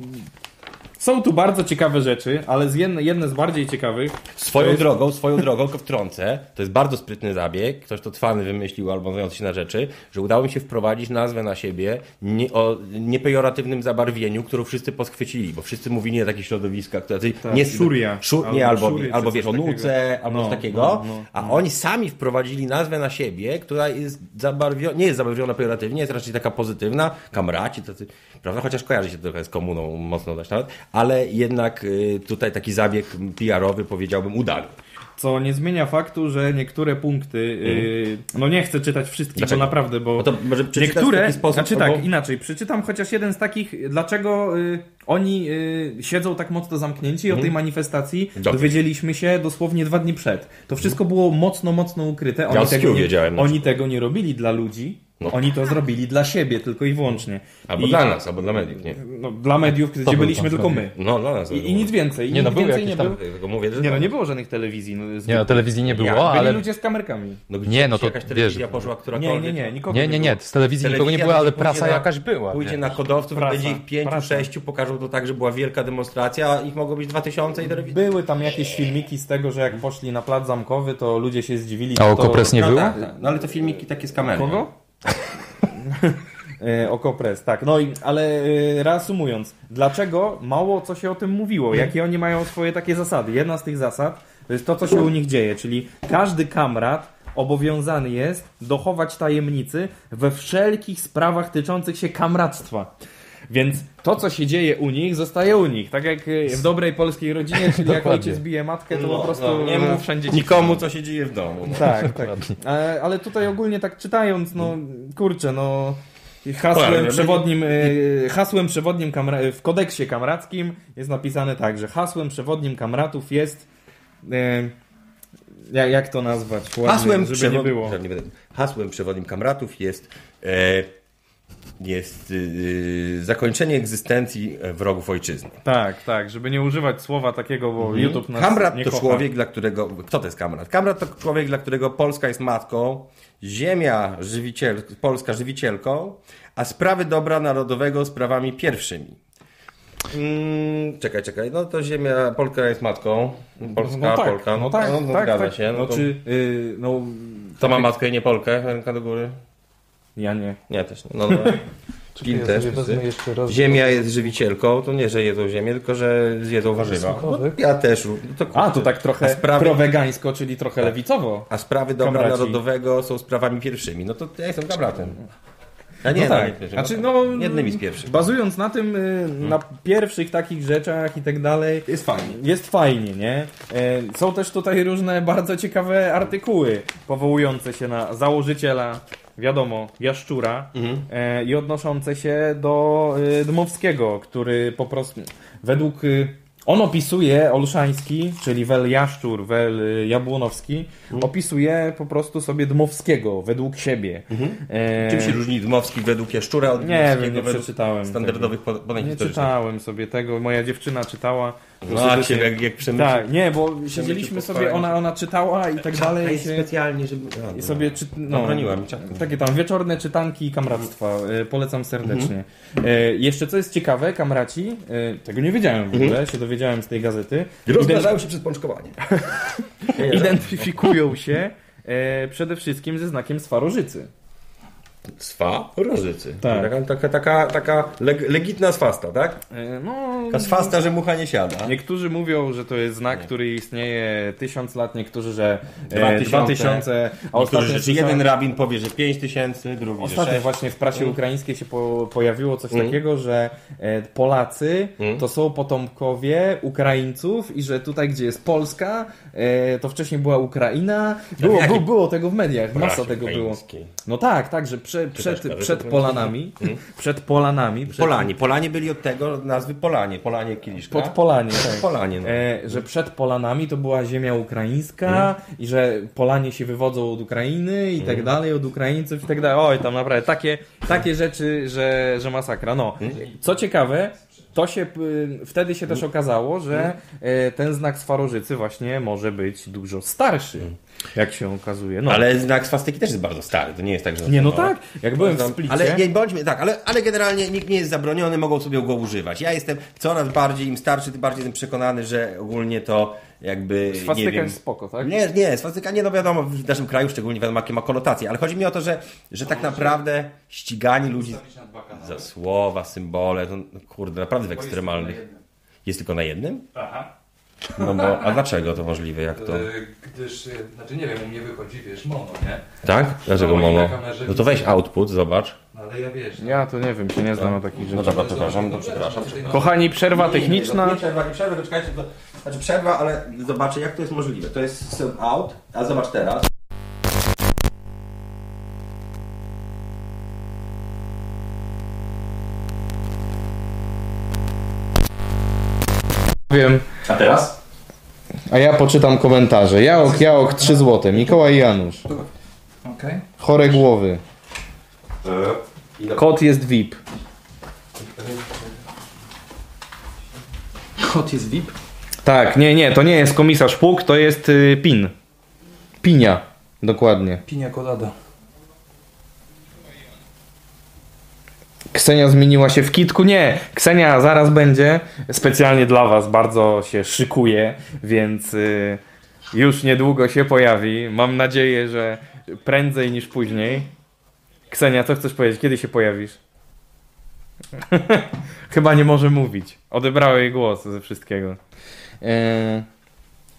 Speaker 3: są tu bardzo ciekawe rzeczy, ale z jedne, jedne z bardziej ciekawych.
Speaker 1: Swoją
Speaker 3: to jest-
Speaker 1: drogą, swoją drogą, tylko wtrącę, to jest bardzo sprytny zabieg, ktoś to twany wymyślił albo znający się na rzeczy, że udało mi się wprowadzić nazwę na siebie nie, o niepejoratywnym zabarwieniu, którą wszyscy poschwycili, bo wszyscy mówili na takie środowiska, które...
Speaker 3: Tak,
Speaker 1: nie
Speaker 3: szuria.
Speaker 1: Szu, nie,
Speaker 3: Albo
Speaker 1: albo,
Speaker 3: szury,
Speaker 1: albo
Speaker 3: czy
Speaker 1: wiesz, o
Speaker 3: coś
Speaker 1: nuce,
Speaker 3: takiego.
Speaker 1: albo
Speaker 3: No,
Speaker 1: coś takiego,
Speaker 3: no, no,
Speaker 1: a oni sami wprowadzili nazwę na siebie, która jest zabarwio- nie jest zabarwiona pejoratywnie, jest raczej taka pozytywna, kamraci, tacy, prawda, chociaż kojarzy się to trochę z komuną, mocno dać nawet, ale jednak y, tutaj taki zabieg PR-owy, powiedziałbym, udany.
Speaker 3: Co nie zmienia faktu, że niektóre punkty, y, no nie chcę czytać wszystkich,
Speaker 1: Mhm. Dlaczego?
Speaker 3: bo naprawdę, bo
Speaker 1: No to może przeczytasz
Speaker 3: niektóre,
Speaker 1: w taki sposób,
Speaker 3: znaczy
Speaker 1: albo-
Speaker 3: tak, inaczej, przeczytam chociaż jeden z takich, dlaczego y, oni y, siedzą tak mocno zamknięci o tej manifestacji,
Speaker 1: Mhm. Dobrze.
Speaker 3: dowiedzieliśmy się dosłownie dwa dni przed. To wszystko było mocno, mocno ukryte,
Speaker 1: Ja
Speaker 3: oni,
Speaker 1: z
Speaker 3: tego
Speaker 1: Q
Speaker 3: nie,
Speaker 1: wiedziałem na
Speaker 3: oni tego nie robili dla ludzi,
Speaker 1: No.
Speaker 3: oni to zrobili dla siebie tylko i wyłącznie.
Speaker 1: Albo
Speaker 3: I,
Speaker 1: dla nas, albo dla mediów, nie?
Speaker 3: No, dla mediów, gdzie
Speaker 2: był
Speaker 3: byliśmy
Speaker 2: pan
Speaker 3: tylko
Speaker 2: premier.
Speaker 3: my.
Speaker 1: No, dla nas.
Speaker 3: I, I nic więcej. I
Speaker 2: Nie, no,
Speaker 3: nic
Speaker 2: był
Speaker 3: więcej
Speaker 2: jakiś
Speaker 3: nie
Speaker 2: tam-
Speaker 3: było.
Speaker 1: Tylko mówię, że
Speaker 3: Nie, no nie było żadnych telewizji. No,
Speaker 2: Nie, no,
Speaker 3: zwykłych.
Speaker 2: telewizji nie było,
Speaker 1: Ja- byli
Speaker 2: ale...
Speaker 3: ludzie z kamerkami.
Speaker 1: No,
Speaker 2: Nie, no
Speaker 1: gdzieś
Speaker 2: to
Speaker 1: jakaś telewizja
Speaker 2: wiesz-
Speaker 1: poszła, która
Speaker 3: Nie, nie, nie, nikogo
Speaker 2: Nie, nie, nie, z telewizji nikogo nie
Speaker 1: Telewizja
Speaker 2: było, ale
Speaker 1: pójdzie
Speaker 2: prasa
Speaker 1: na-
Speaker 2: jakaś była.
Speaker 1: Pójdzie
Speaker 2: nie?
Speaker 1: na kodowców,
Speaker 3: Prasa,
Speaker 1: będzie ich pięciu,
Speaker 3: prasa.
Speaker 1: sześciu, pokażą to tak, że była wielka demonstracja, a ich mogło być dwa tysiące i telewizja.
Speaker 3: Były tam jakieś filmiki z tego, że jak poszli na plac zamkowy, to ludzie się zdziwili.
Speaker 2: A
Speaker 3: że
Speaker 2: Okopres
Speaker 3: to...
Speaker 2: nie
Speaker 1: no,
Speaker 2: było?
Speaker 1: tak, tak. no ale to filmiki takie z kamery.
Speaker 3: Kogo? E, Okopres, tak. No i, ale e, reasumując, dlaczego mało co się o tym mówiło? Jakie oni mają swoje takie zasady? Jedna z tych zasad to jest to, co się u nich dzieje, czyli każdy kamrat obowiązany jest dochować tajemnicy we wszelkich sprawach tyczących się kamractwa. Więc to, co się dzieje u nich, zostaje u nich. Tak jak e, w dobrej polskiej rodzinie, czyli jak
Speaker 2: Dokładnie.
Speaker 3: ojciec bije matkę, to
Speaker 1: No,
Speaker 3: po prostu
Speaker 1: no, nie mów
Speaker 3: wszędzie ci
Speaker 1: Nikomu, co się dzieje w domu. No.
Speaker 3: tak, tak. E, Ale tutaj ogólnie tak czytając, no kurczę, no
Speaker 1: Ale-
Speaker 3: hasłem przewodnim, e, hasłem przewodnim kamra- e, w kodeksie kamrackim jest napisane tak, że hasłem przewodnim kamratów jest e, jak, jak to nazwać? Ładnie,
Speaker 1: Hasłem,
Speaker 3: żeby
Speaker 1: przewod...
Speaker 3: nie było.
Speaker 1: nie będę- Hasłem przewodnim kamratów jest, e, jest y, y, zakończenie egzystencji e, wrogów ojczyzny.
Speaker 3: Tak, tak, żeby nie używać słowa takiego,
Speaker 4: Mhm.
Speaker 3: bo YouTube nas
Speaker 1: Mhm. Kamrat
Speaker 3: nie
Speaker 1: to
Speaker 3: kocha.
Speaker 1: człowiek, dla którego. Kto to jest kamrat? Kamrat to człowiek, dla którego Polska jest matką, ziemia żywiciel, Polska żywicielką, a sprawy dobra narodowego sprawami pierwszymi. Mm, czekaj, czekaj, no to ziemia, Polka jest matką, Polska,
Speaker 3: no tak,
Speaker 1: Polka,
Speaker 3: no tak,
Speaker 1: no, no
Speaker 3: tak,
Speaker 1: zgadza
Speaker 3: tak.
Speaker 1: się, no,
Speaker 3: no,
Speaker 1: to,
Speaker 3: czy, y, no,
Speaker 1: to ma matkę i nie Polkę, ręka do góry?
Speaker 3: ja nie.
Speaker 1: Nie, też nie, no,
Speaker 2: <laughs>
Speaker 1: no. Kim
Speaker 2: Ja
Speaker 1: też,
Speaker 2: sobie
Speaker 1: wszyscy.
Speaker 2: wezmę jeszcze raz-
Speaker 1: Ziemia jest żywicielką, to nie, że jedzą ziemię, tylko że jedzą warzywa. No,
Speaker 2: Smakowy.
Speaker 1: ja też. No, to,
Speaker 3: A, to tak
Speaker 1: A
Speaker 3: trochę
Speaker 1: sprawy-
Speaker 3: prowegańsko, czyli trochę
Speaker 1: Tak.
Speaker 3: lewicowo.
Speaker 1: A sprawy dobra
Speaker 3: Kamraci.
Speaker 1: narodowego są sprawami pierwszymi. No to ja jestem kamratem. A nie,
Speaker 3: No
Speaker 1: no,
Speaker 3: tak.
Speaker 1: nie pierwszym.
Speaker 3: Znaczy, no,
Speaker 1: Jednymi z pierwszych.
Speaker 3: Bazując na tym, y, na
Speaker 1: Mhm.
Speaker 3: pierwszych takich rzeczach i tak dalej. Jest fajnie. Jest fajnie, nie? E, Są też tutaj różne bardzo ciekawe artykuły powołujące się na założyciela, wiadomo, Jaszczura
Speaker 1: Mhm.
Speaker 3: e, i odnoszące się do y, Dmowskiego, który po prostu według... y, On opisuje Olszański, czyli Wel Jaszczur, Wel y, Jabłonowski,
Speaker 1: Mhm.
Speaker 3: opisuje po prostu sobie Dmowskiego według siebie. E,
Speaker 1: Mhm. Czym się różni Dmowski według Jaszczura od
Speaker 3: nie wiem,
Speaker 1: Dmowskiego
Speaker 3: nie
Speaker 1: według
Speaker 3: przeczytałem.
Speaker 1: standardowych po- podań
Speaker 3: tego. Nie
Speaker 1: historycznych?
Speaker 3: czytałem sobie tego, moja dziewczyna czytała.
Speaker 1: No, a cię jak, jak przemyśl...
Speaker 3: Tak, nie, bo siedzieliśmy sobie,
Speaker 1: podpałem.
Speaker 3: ona, ona czytała i tak dalej. I, się,
Speaker 1: specjalnie, żeby...
Speaker 3: i sobie czy, no,
Speaker 1: Zabroniła mi czapki.
Speaker 3: Takie tam wieczorne czytanki i kamractwa. E, Polecam serdecznie. E, jeszcze co jest ciekawe, kamraci, e, tego nie wiedziałem w ogóle, się dowiedziałem z tej gazety.
Speaker 1: Rozdarzały się przez pączkowanie.
Speaker 3: <laughs> Identyfikują się e, przede wszystkim ze znakiem Swarożycy.
Speaker 1: Swa? Rożycy.
Speaker 3: Tak.
Speaker 1: Taka, taka, taka, taka leg, legitna swasta, tak?
Speaker 3: E, no,
Speaker 1: Taka swasta, że mucha nie siada.
Speaker 3: Niektórzy mówią, że to jest znak, który istnieje tysiąc lat, niektórzy, że
Speaker 1: Dwa
Speaker 3: e, dwa
Speaker 1: tysiące.
Speaker 3: tysiące, a
Speaker 1: Niektórzy,
Speaker 3: ostatnio
Speaker 1: że
Speaker 3: słyszałem-
Speaker 1: jeden rabin powie, że pięć tysięcy, drugi, że
Speaker 3: tak? Ostatnio
Speaker 1: sześć. Mm.
Speaker 3: właśnie w prasie ukraińskiej się po, pojawiło coś takiego, że e, Polacy
Speaker 1: Mm.
Speaker 3: to są potomkowie Ukraińców i że tutaj, gdzie jest Polska, e, to wcześniej była Ukraina. Było,
Speaker 1: jakiej-
Speaker 3: było, było tego w mediach, masa
Speaker 1: Prasie
Speaker 3: tego było.
Speaker 1: ukraińskiej.
Speaker 3: No tak, tak, że prze, przed,
Speaker 1: gazety
Speaker 3: przed
Speaker 1: ukraińskie?
Speaker 3: Polanami, przed Polanami, przed,
Speaker 1: Mm. Polanie. Polanie byli od tego nazwy Polanie. Polanie kieliszka.
Speaker 3: pod Polanie, tak.
Speaker 1: Polanie, no. Mhm.
Speaker 3: E, że przed Polanami to była ziemia ukraińska i że Polanie się wywodzą od Ukrainy i tak dalej, od Ukraińców i tak dalej. Oj, tam naprawdę takie, takie rzeczy, że, że masakra. No,
Speaker 1: Mhm.
Speaker 3: co ciekawe, to się y, wtedy się też okazało, że
Speaker 1: Mhm.
Speaker 3: e, ten znak Swarożycy właśnie może być dużo starszy, jak się okazuje. No.
Speaker 1: Mhm. Ale znak swastyki też jest bardzo stary, to Tak. nie jest tak, że...
Speaker 3: Nie, no tak, jak byłem w
Speaker 1: Znam-
Speaker 3: Splicie...
Speaker 1: Ale nie bądźmy, tak, ale, ale generalnie nikt nie jest zabroniony, mogą sobie go używać. Ja jestem coraz bardziej, im starszy, tym bardziej jestem przekonany, że ogólnie to jakby,
Speaker 3: Swastyka
Speaker 1: nie wiem...
Speaker 3: jest spoko, tak?
Speaker 1: Nie, nie, swastyka nie, no wiadomo, w naszym kraju szczególnie wiadomo, jakie ma konotacje, ale chodzi mi o to, że, że tak naprawdę ścigani ludzi za słowa, symbole, to, no, kurde, naprawdę w ekstremalnych... Jest tylko na jednym?
Speaker 5: Aha.
Speaker 1: No bo, a dlaczego to możliwe, jak
Speaker 5: <laughs>
Speaker 1: to...
Speaker 5: Y, Gdyż, y, znaczy nie wiem, u mnie wychodzi, wiesz, mono, nie?
Speaker 1: Tak? Dlaczego
Speaker 5: No, oni na
Speaker 1: mono?
Speaker 5: kamerze
Speaker 1: No to weź output, zobacz.
Speaker 5: No, ale ale ja wiesz. no.
Speaker 3: Ja to nie wiem, się nie znam o takich
Speaker 1: No
Speaker 3: rzeczach.
Speaker 1: dobra, przepraszam, no przepraszam.
Speaker 5: Tutaj na-
Speaker 3: Kochani, przerwa techniczna.
Speaker 1: Nie, nie, nie przerwa, nie przerwa, czekajcie, bo, znaczy przerwa, ale zobaczę jak to jest możliwe. To jest sub out, a zobacz teraz.
Speaker 3: Wiem.
Speaker 1: A teraz?
Speaker 3: A ja poczytam komentarze. Jaok, Jaok, 3 złote. Mikołaj Janusz.
Speaker 5: Okej.
Speaker 3: Chore głowy.
Speaker 5: E,
Speaker 3: Kot jest VIP.
Speaker 5: Kot jest VIP.
Speaker 3: Tak, nie, nie, to nie jest komisarz Puk, to jest y, PIN. Pinia. Dokładnie.
Speaker 5: Pinia kolada.
Speaker 3: Ksenia zmieniła się w kitku? Nie, Ksenia zaraz będzie. Specjalnie dla Was bardzo się szykuje, więc y, już niedługo się pojawi. Mam nadzieję, że prędzej niż później. Ksenia, co chcesz powiedzieć? Kiedy się pojawisz? <laughs> Chyba nie może mówić. Odebrały jej głos ze wszystkiego. E,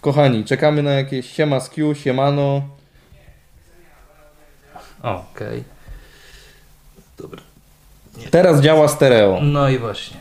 Speaker 3: kochani, czekamy na jakieś siema z Q, siemano.
Speaker 5: Okej.
Speaker 3: Teraz działa stereo.
Speaker 5: No i właśnie.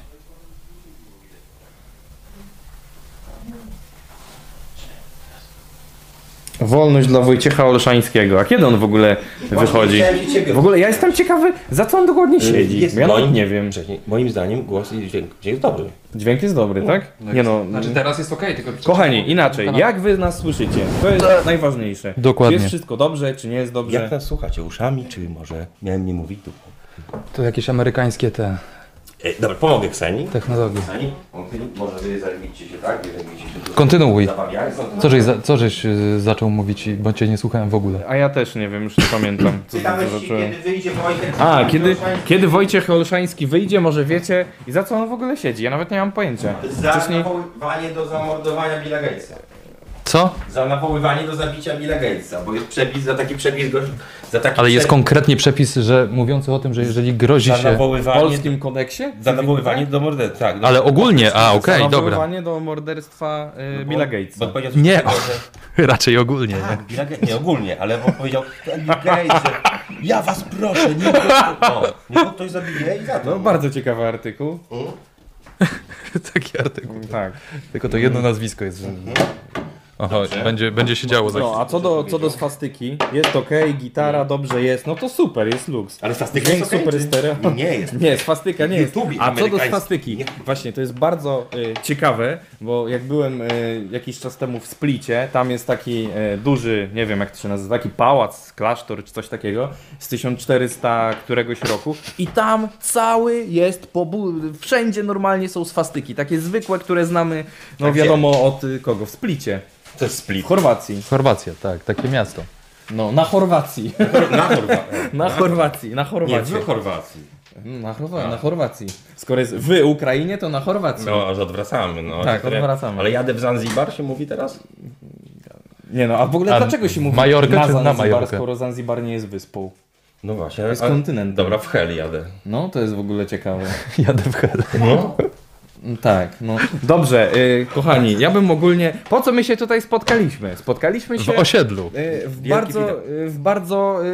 Speaker 3: Wolność dla Wojciecha Olszańskiego. A kiedy on w ogóle wychodzi?
Speaker 1: Chciałem się ciebie
Speaker 3: W ogóle ja jestem ciekawy, za co on dokładnie siedzi.
Speaker 1: Jest
Speaker 3: ja nawet
Speaker 1: moim-
Speaker 3: nie wiem.
Speaker 1: Wcześniej, moim zdaniem głos i dźwięk dźwięk jest dobry.
Speaker 3: Dźwięk jest dobry, tak? Nie no.
Speaker 6: Znaczy teraz jest okej, tylko...
Speaker 3: Kochani, inaczej, jak wy nas słyszycie? To jest najważniejsze. Czy
Speaker 2: Dokładnie.
Speaker 3: jest wszystko dobrze, czy nie jest
Speaker 1: Jak
Speaker 3: dobrze?
Speaker 1: nas słuchacie? Uszami, czy może miałem nie mówić dupą?
Speaker 2: To jakieś amerykańskie te
Speaker 1: E, dobra, pomogę Kseni.
Speaker 2: technologie.
Speaker 1: Kseni, on- może wy zajmijcie się tak, wy zajmijcie się tu-
Speaker 2: Kontynuuj.
Speaker 1: zabawiając. No to-
Speaker 2: Co żeś, za, co żeś y, zaczął mówić, i- bo cię nie słuchałem w ogóle.
Speaker 3: A ja też nie wiem, już nie pamiętam. Co,
Speaker 1: Ciekawe,
Speaker 3: co zacząłem.
Speaker 1: kiedy wyjdzie Wojtek.
Speaker 3: A, kiedy, kiedy Wojciech Olszański wyjdzie, może wiecie, i za co on w ogóle siedzi? Ja nawet nie mam pojęcia.
Speaker 1: Za
Speaker 3: Wcześniej...
Speaker 1: nawoływanie do zamordowania Billa Gatesa.
Speaker 2: Co?
Speaker 1: Za nawoływanie do zabicia Billa Gatesa, bo jest przepis, za taki przepis go... Za taki
Speaker 2: Ale jest
Speaker 1: przepis-
Speaker 2: konkretnie przepis, że mówiący o tym, że jeżeli grozi
Speaker 1: Za
Speaker 2: się...
Speaker 3: W
Speaker 1: nawoływanie...
Speaker 3: polskim kodeksie?
Speaker 1: Za nawoływanie do mordercy, tak. do-
Speaker 2: Ale ogólnie, a okej,
Speaker 3: Za
Speaker 2: dobra.
Speaker 3: nawoływanie do morderstwa y, Billa Gatesa.
Speaker 1: Bo powiedział coś
Speaker 2: Nie,
Speaker 1: takiego,
Speaker 2: o, <laughs>
Speaker 1: że-
Speaker 2: raczej ogólnie. Nie?
Speaker 1: Tak, Bill Gates- nie ogólnie, ale bo powiedział Bill Gates, że ja was proszę, nie go, no, nie go ktoś zabije i za to.
Speaker 3: No, bardzo ciekawy artykuł.
Speaker 2: <laughs> Taki artykuł. Mhm.
Speaker 3: Tak.
Speaker 2: Tylko to jedno nazwisko jest. Oho, będzie, będzie się działo za
Speaker 3: No,
Speaker 2: chwilę.
Speaker 3: a co do, co do swastyki, jest ok, gitara dobrze jest, no to super, jest luks.
Speaker 1: Ale stastyka
Speaker 3: Dźwięk
Speaker 1: jest okej,
Speaker 3: super
Speaker 1: czy-
Speaker 3: stereo.
Speaker 1: Nie jest.
Speaker 3: Nie, swastyka nie jest.
Speaker 1: YouTube
Speaker 3: A co do
Speaker 1: amerykański.
Speaker 3: swastyki?
Speaker 1: Nie.
Speaker 3: Właśnie, to jest bardzo y, ciekawe, bo jak byłem y, jakiś czas temu w Splicie, tam jest taki y, duży, nie wiem jak to się nazywa, taki pałac, klasztor czy coś takiego z 1400 któregoś roku i tam cały jest, pobu- wszędzie normalnie są swastyki, takie zwykłe, które znamy, no
Speaker 1: gdzie?
Speaker 3: wiadomo od y, kogo, w Splicie,
Speaker 1: Tak, To jest split.
Speaker 3: w Chorwacji.
Speaker 2: Chorwacja, tak, takie miasto.
Speaker 3: No, na Chorwacji.
Speaker 1: Na Chorwacji.
Speaker 3: <laughs> Na Chorwacji, na
Speaker 1: Nie, no,
Speaker 3: Chorwacji.
Speaker 1: w Chorwacji.
Speaker 3: Mm, Na,
Speaker 2: Tak.
Speaker 3: Chorwa- na Chorwacji. Skoro jest w Ukrainie, to na Chorwacji.
Speaker 1: No, aż odwracamy. No.
Speaker 3: Tak,
Speaker 1: Które-
Speaker 3: odwracamy.
Speaker 1: Ale jadę w Zanzibar, się mówi teraz?
Speaker 3: Nie no, a w ogóle
Speaker 2: A
Speaker 3: dlaczego się mówi
Speaker 2: Majorkę
Speaker 3: na
Speaker 2: czy na
Speaker 3: Zanzibar,
Speaker 2: Majorkę?
Speaker 3: skoro Zanzibar nie jest wyspą?
Speaker 1: No właśnie.
Speaker 3: jest
Speaker 1: a-
Speaker 3: kontynentem.
Speaker 1: Dobra, w Hel jadę.
Speaker 3: No, to jest w ogóle ciekawe.
Speaker 2: <laughs> Jadę w Hel.
Speaker 1: No.
Speaker 3: Tak, no. Dobrze, y, kochani, ja bym ogólnie... Po co my się tutaj spotkaliśmy? Spotkaliśmy
Speaker 2: W
Speaker 3: się...
Speaker 2: No, osiedlu.
Speaker 3: Y, w
Speaker 1: Wielki
Speaker 3: bardzo, y, w bardzo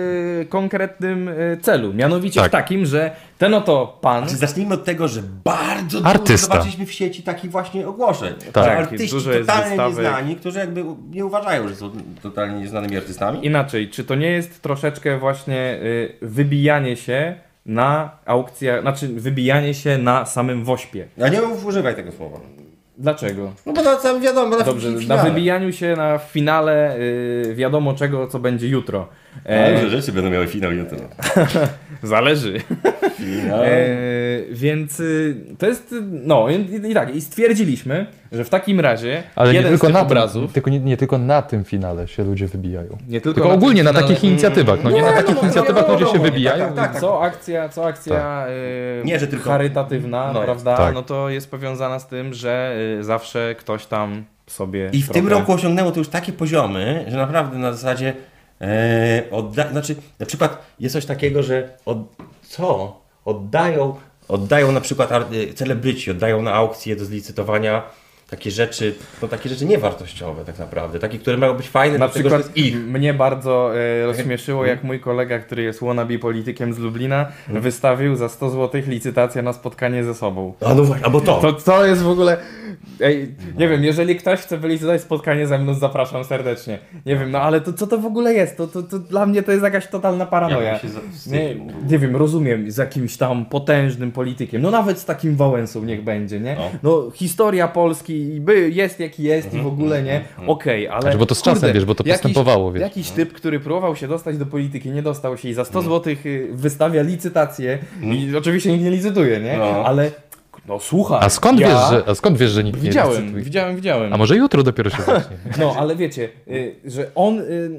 Speaker 3: y, konkretnym y, celu, mianowicie
Speaker 2: Tak.
Speaker 3: w takim, że ten oto pan,
Speaker 1: Znaczy, zacznijmy od tego, że bardzo dużo
Speaker 2: Artysta.
Speaker 1: zobaczyliśmy w sieci takich właśnie ogłoszeń.
Speaker 2: Tak.
Speaker 1: Że artyści
Speaker 3: Dużo jest
Speaker 1: totalnie
Speaker 3: wystawek.
Speaker 1: nieznani, którzy jakby nie uważają, że są totalnie nieznanymi artystami.
Speaker 3: inaczej, czy to nie jest troszeczkę właśnie y, wybijanie się na aukcjach, znaczy wybijanie się na samym wośpie?
Speaker 1: Ja nie używaj tego słowa.
Speaker 3: Dlaczego?
Speaker 1: No bo na całym wiadomo, na
Speaker 3: Dobrze,
Speaker 1: w
Speaker 3: na wybijaniu się na finale y, wiadomo czego, co będzie jutro.
Speaker 2: Tak.
Speaker 3: E,
Speaker 1: Ale rzeczy będą miały finał jutro.
Speaker 3: zależy.
Speaker 1: Finał.
Speaker 3: E, więc y, to jest, y, no i, i tak, i stwierdziliśmy, że w takim razie
Speaker 2: Ale nie
Speaker 3: jeden
Speaker 2: tylko,
Speaker 3: z tych
Speaker 2: na tym,
Speaker 3: obrazów,
Speaker 2: tylko nie, nie tylko na tym finale się ludzie wybijają.
Speaker 3: nie
Speaker 2: Tylko
Speaker 3: na tym
Speaker 2: ogólnie na
Speaker 3: finale-
Speaker 2: takich inicjatywach. No nie na takich inicjatywach ludzie się wybijają.
Speaker 1: Tak, tak.
Speaker 3: Co akcja, co akcja y,
Speaker 1: Nie, że tylko-
Speaker 3: charytatywna,
Speaker 1: No,
Speaker 3: prawda?
Speaker 2: tak.
Speaker 3: No to jest powiązana z tym, że y, zawsze ktoś tam sobie.
Speaker 1: I w tym
Speaker 3: trochę-
Speaker 1: roku osiągnęło to już takie poziomy, że naprawdę na zasadzie e, odda- znaczy na przykład jest coś takiego, że od, co? e, Oddają, oddają na przykład ar- y, celebryci, oddają na aukcję do zlicytowania
Speaker 4: takie rzeczy, no takie rzeczy niewartościowe tak naprawdę, takie, które mają być fajne,
Speaker 3: Na
Speaker 4: dlatego, że
Speaker 3: przykład
Speaker 4: jest ich.
Speaker 3: mnie bardzo e, rozśmieszyło, jak mój kolega, który jest wannabe politykiem z Lublina, wystawił za 100 zł licytację na spotkanie ze sobą.
Speaker 4: A no właśnie, albo to.
Speaker 3: To co jest w ogóle... Ej, nie wiem, jeżeli ktoś chce wylicytować spotkanie ze mną, zapraszam serdecznie. Nie wiem, no ale to co to w ogóle jest? To, to, to dla mnie to jest jakaś totalna paranoja.
Speaker 7: Jakby się za-
Speaker 3: Nie,
Speaker 7: wstydził.
Speaker 3: nie wiem, rozumiem, z jakimś tam potężnym politykiem, no nawet z takim Wałęsą niech będzie, nie?
Speaker 4: No.
Speaker 3: No, historia Polski i by, jest jaki jest
Speaker 4: Mhm,
Speaker 3: i w ogóle, nie? Okej, ale...
Speaker 2: Znaczy, bo to z czasem, wiesz, bo to postępowało, wiesz.
Speaker 4: No.
Speaker 3: Jakiś typ, który próbował się dostać do polityki, nie dostał się i za
Speaker 4: Mhm.
Speaker 3: 100 zł wystawia licytację i oczywiście nikt nie licytuje, nie?
Speaker 4: No.
Speaker 3: Ale, no słuchaj,
Speaker 2: A skąd,
Speaker 3: ja...
Speaker 2: wiesz, że, a skąd wiesz, że nikt nie
Speaker 3: Widziałem,
Speaker 2: licytuje?
Speaker 3: widziałem, widziałem.
Speaker 2: A może jutro dopiero
Speaker 3: <laughs>
Speaker 2: się zacznie.
Speaker 3: No, ale wiecie, y, że on. y,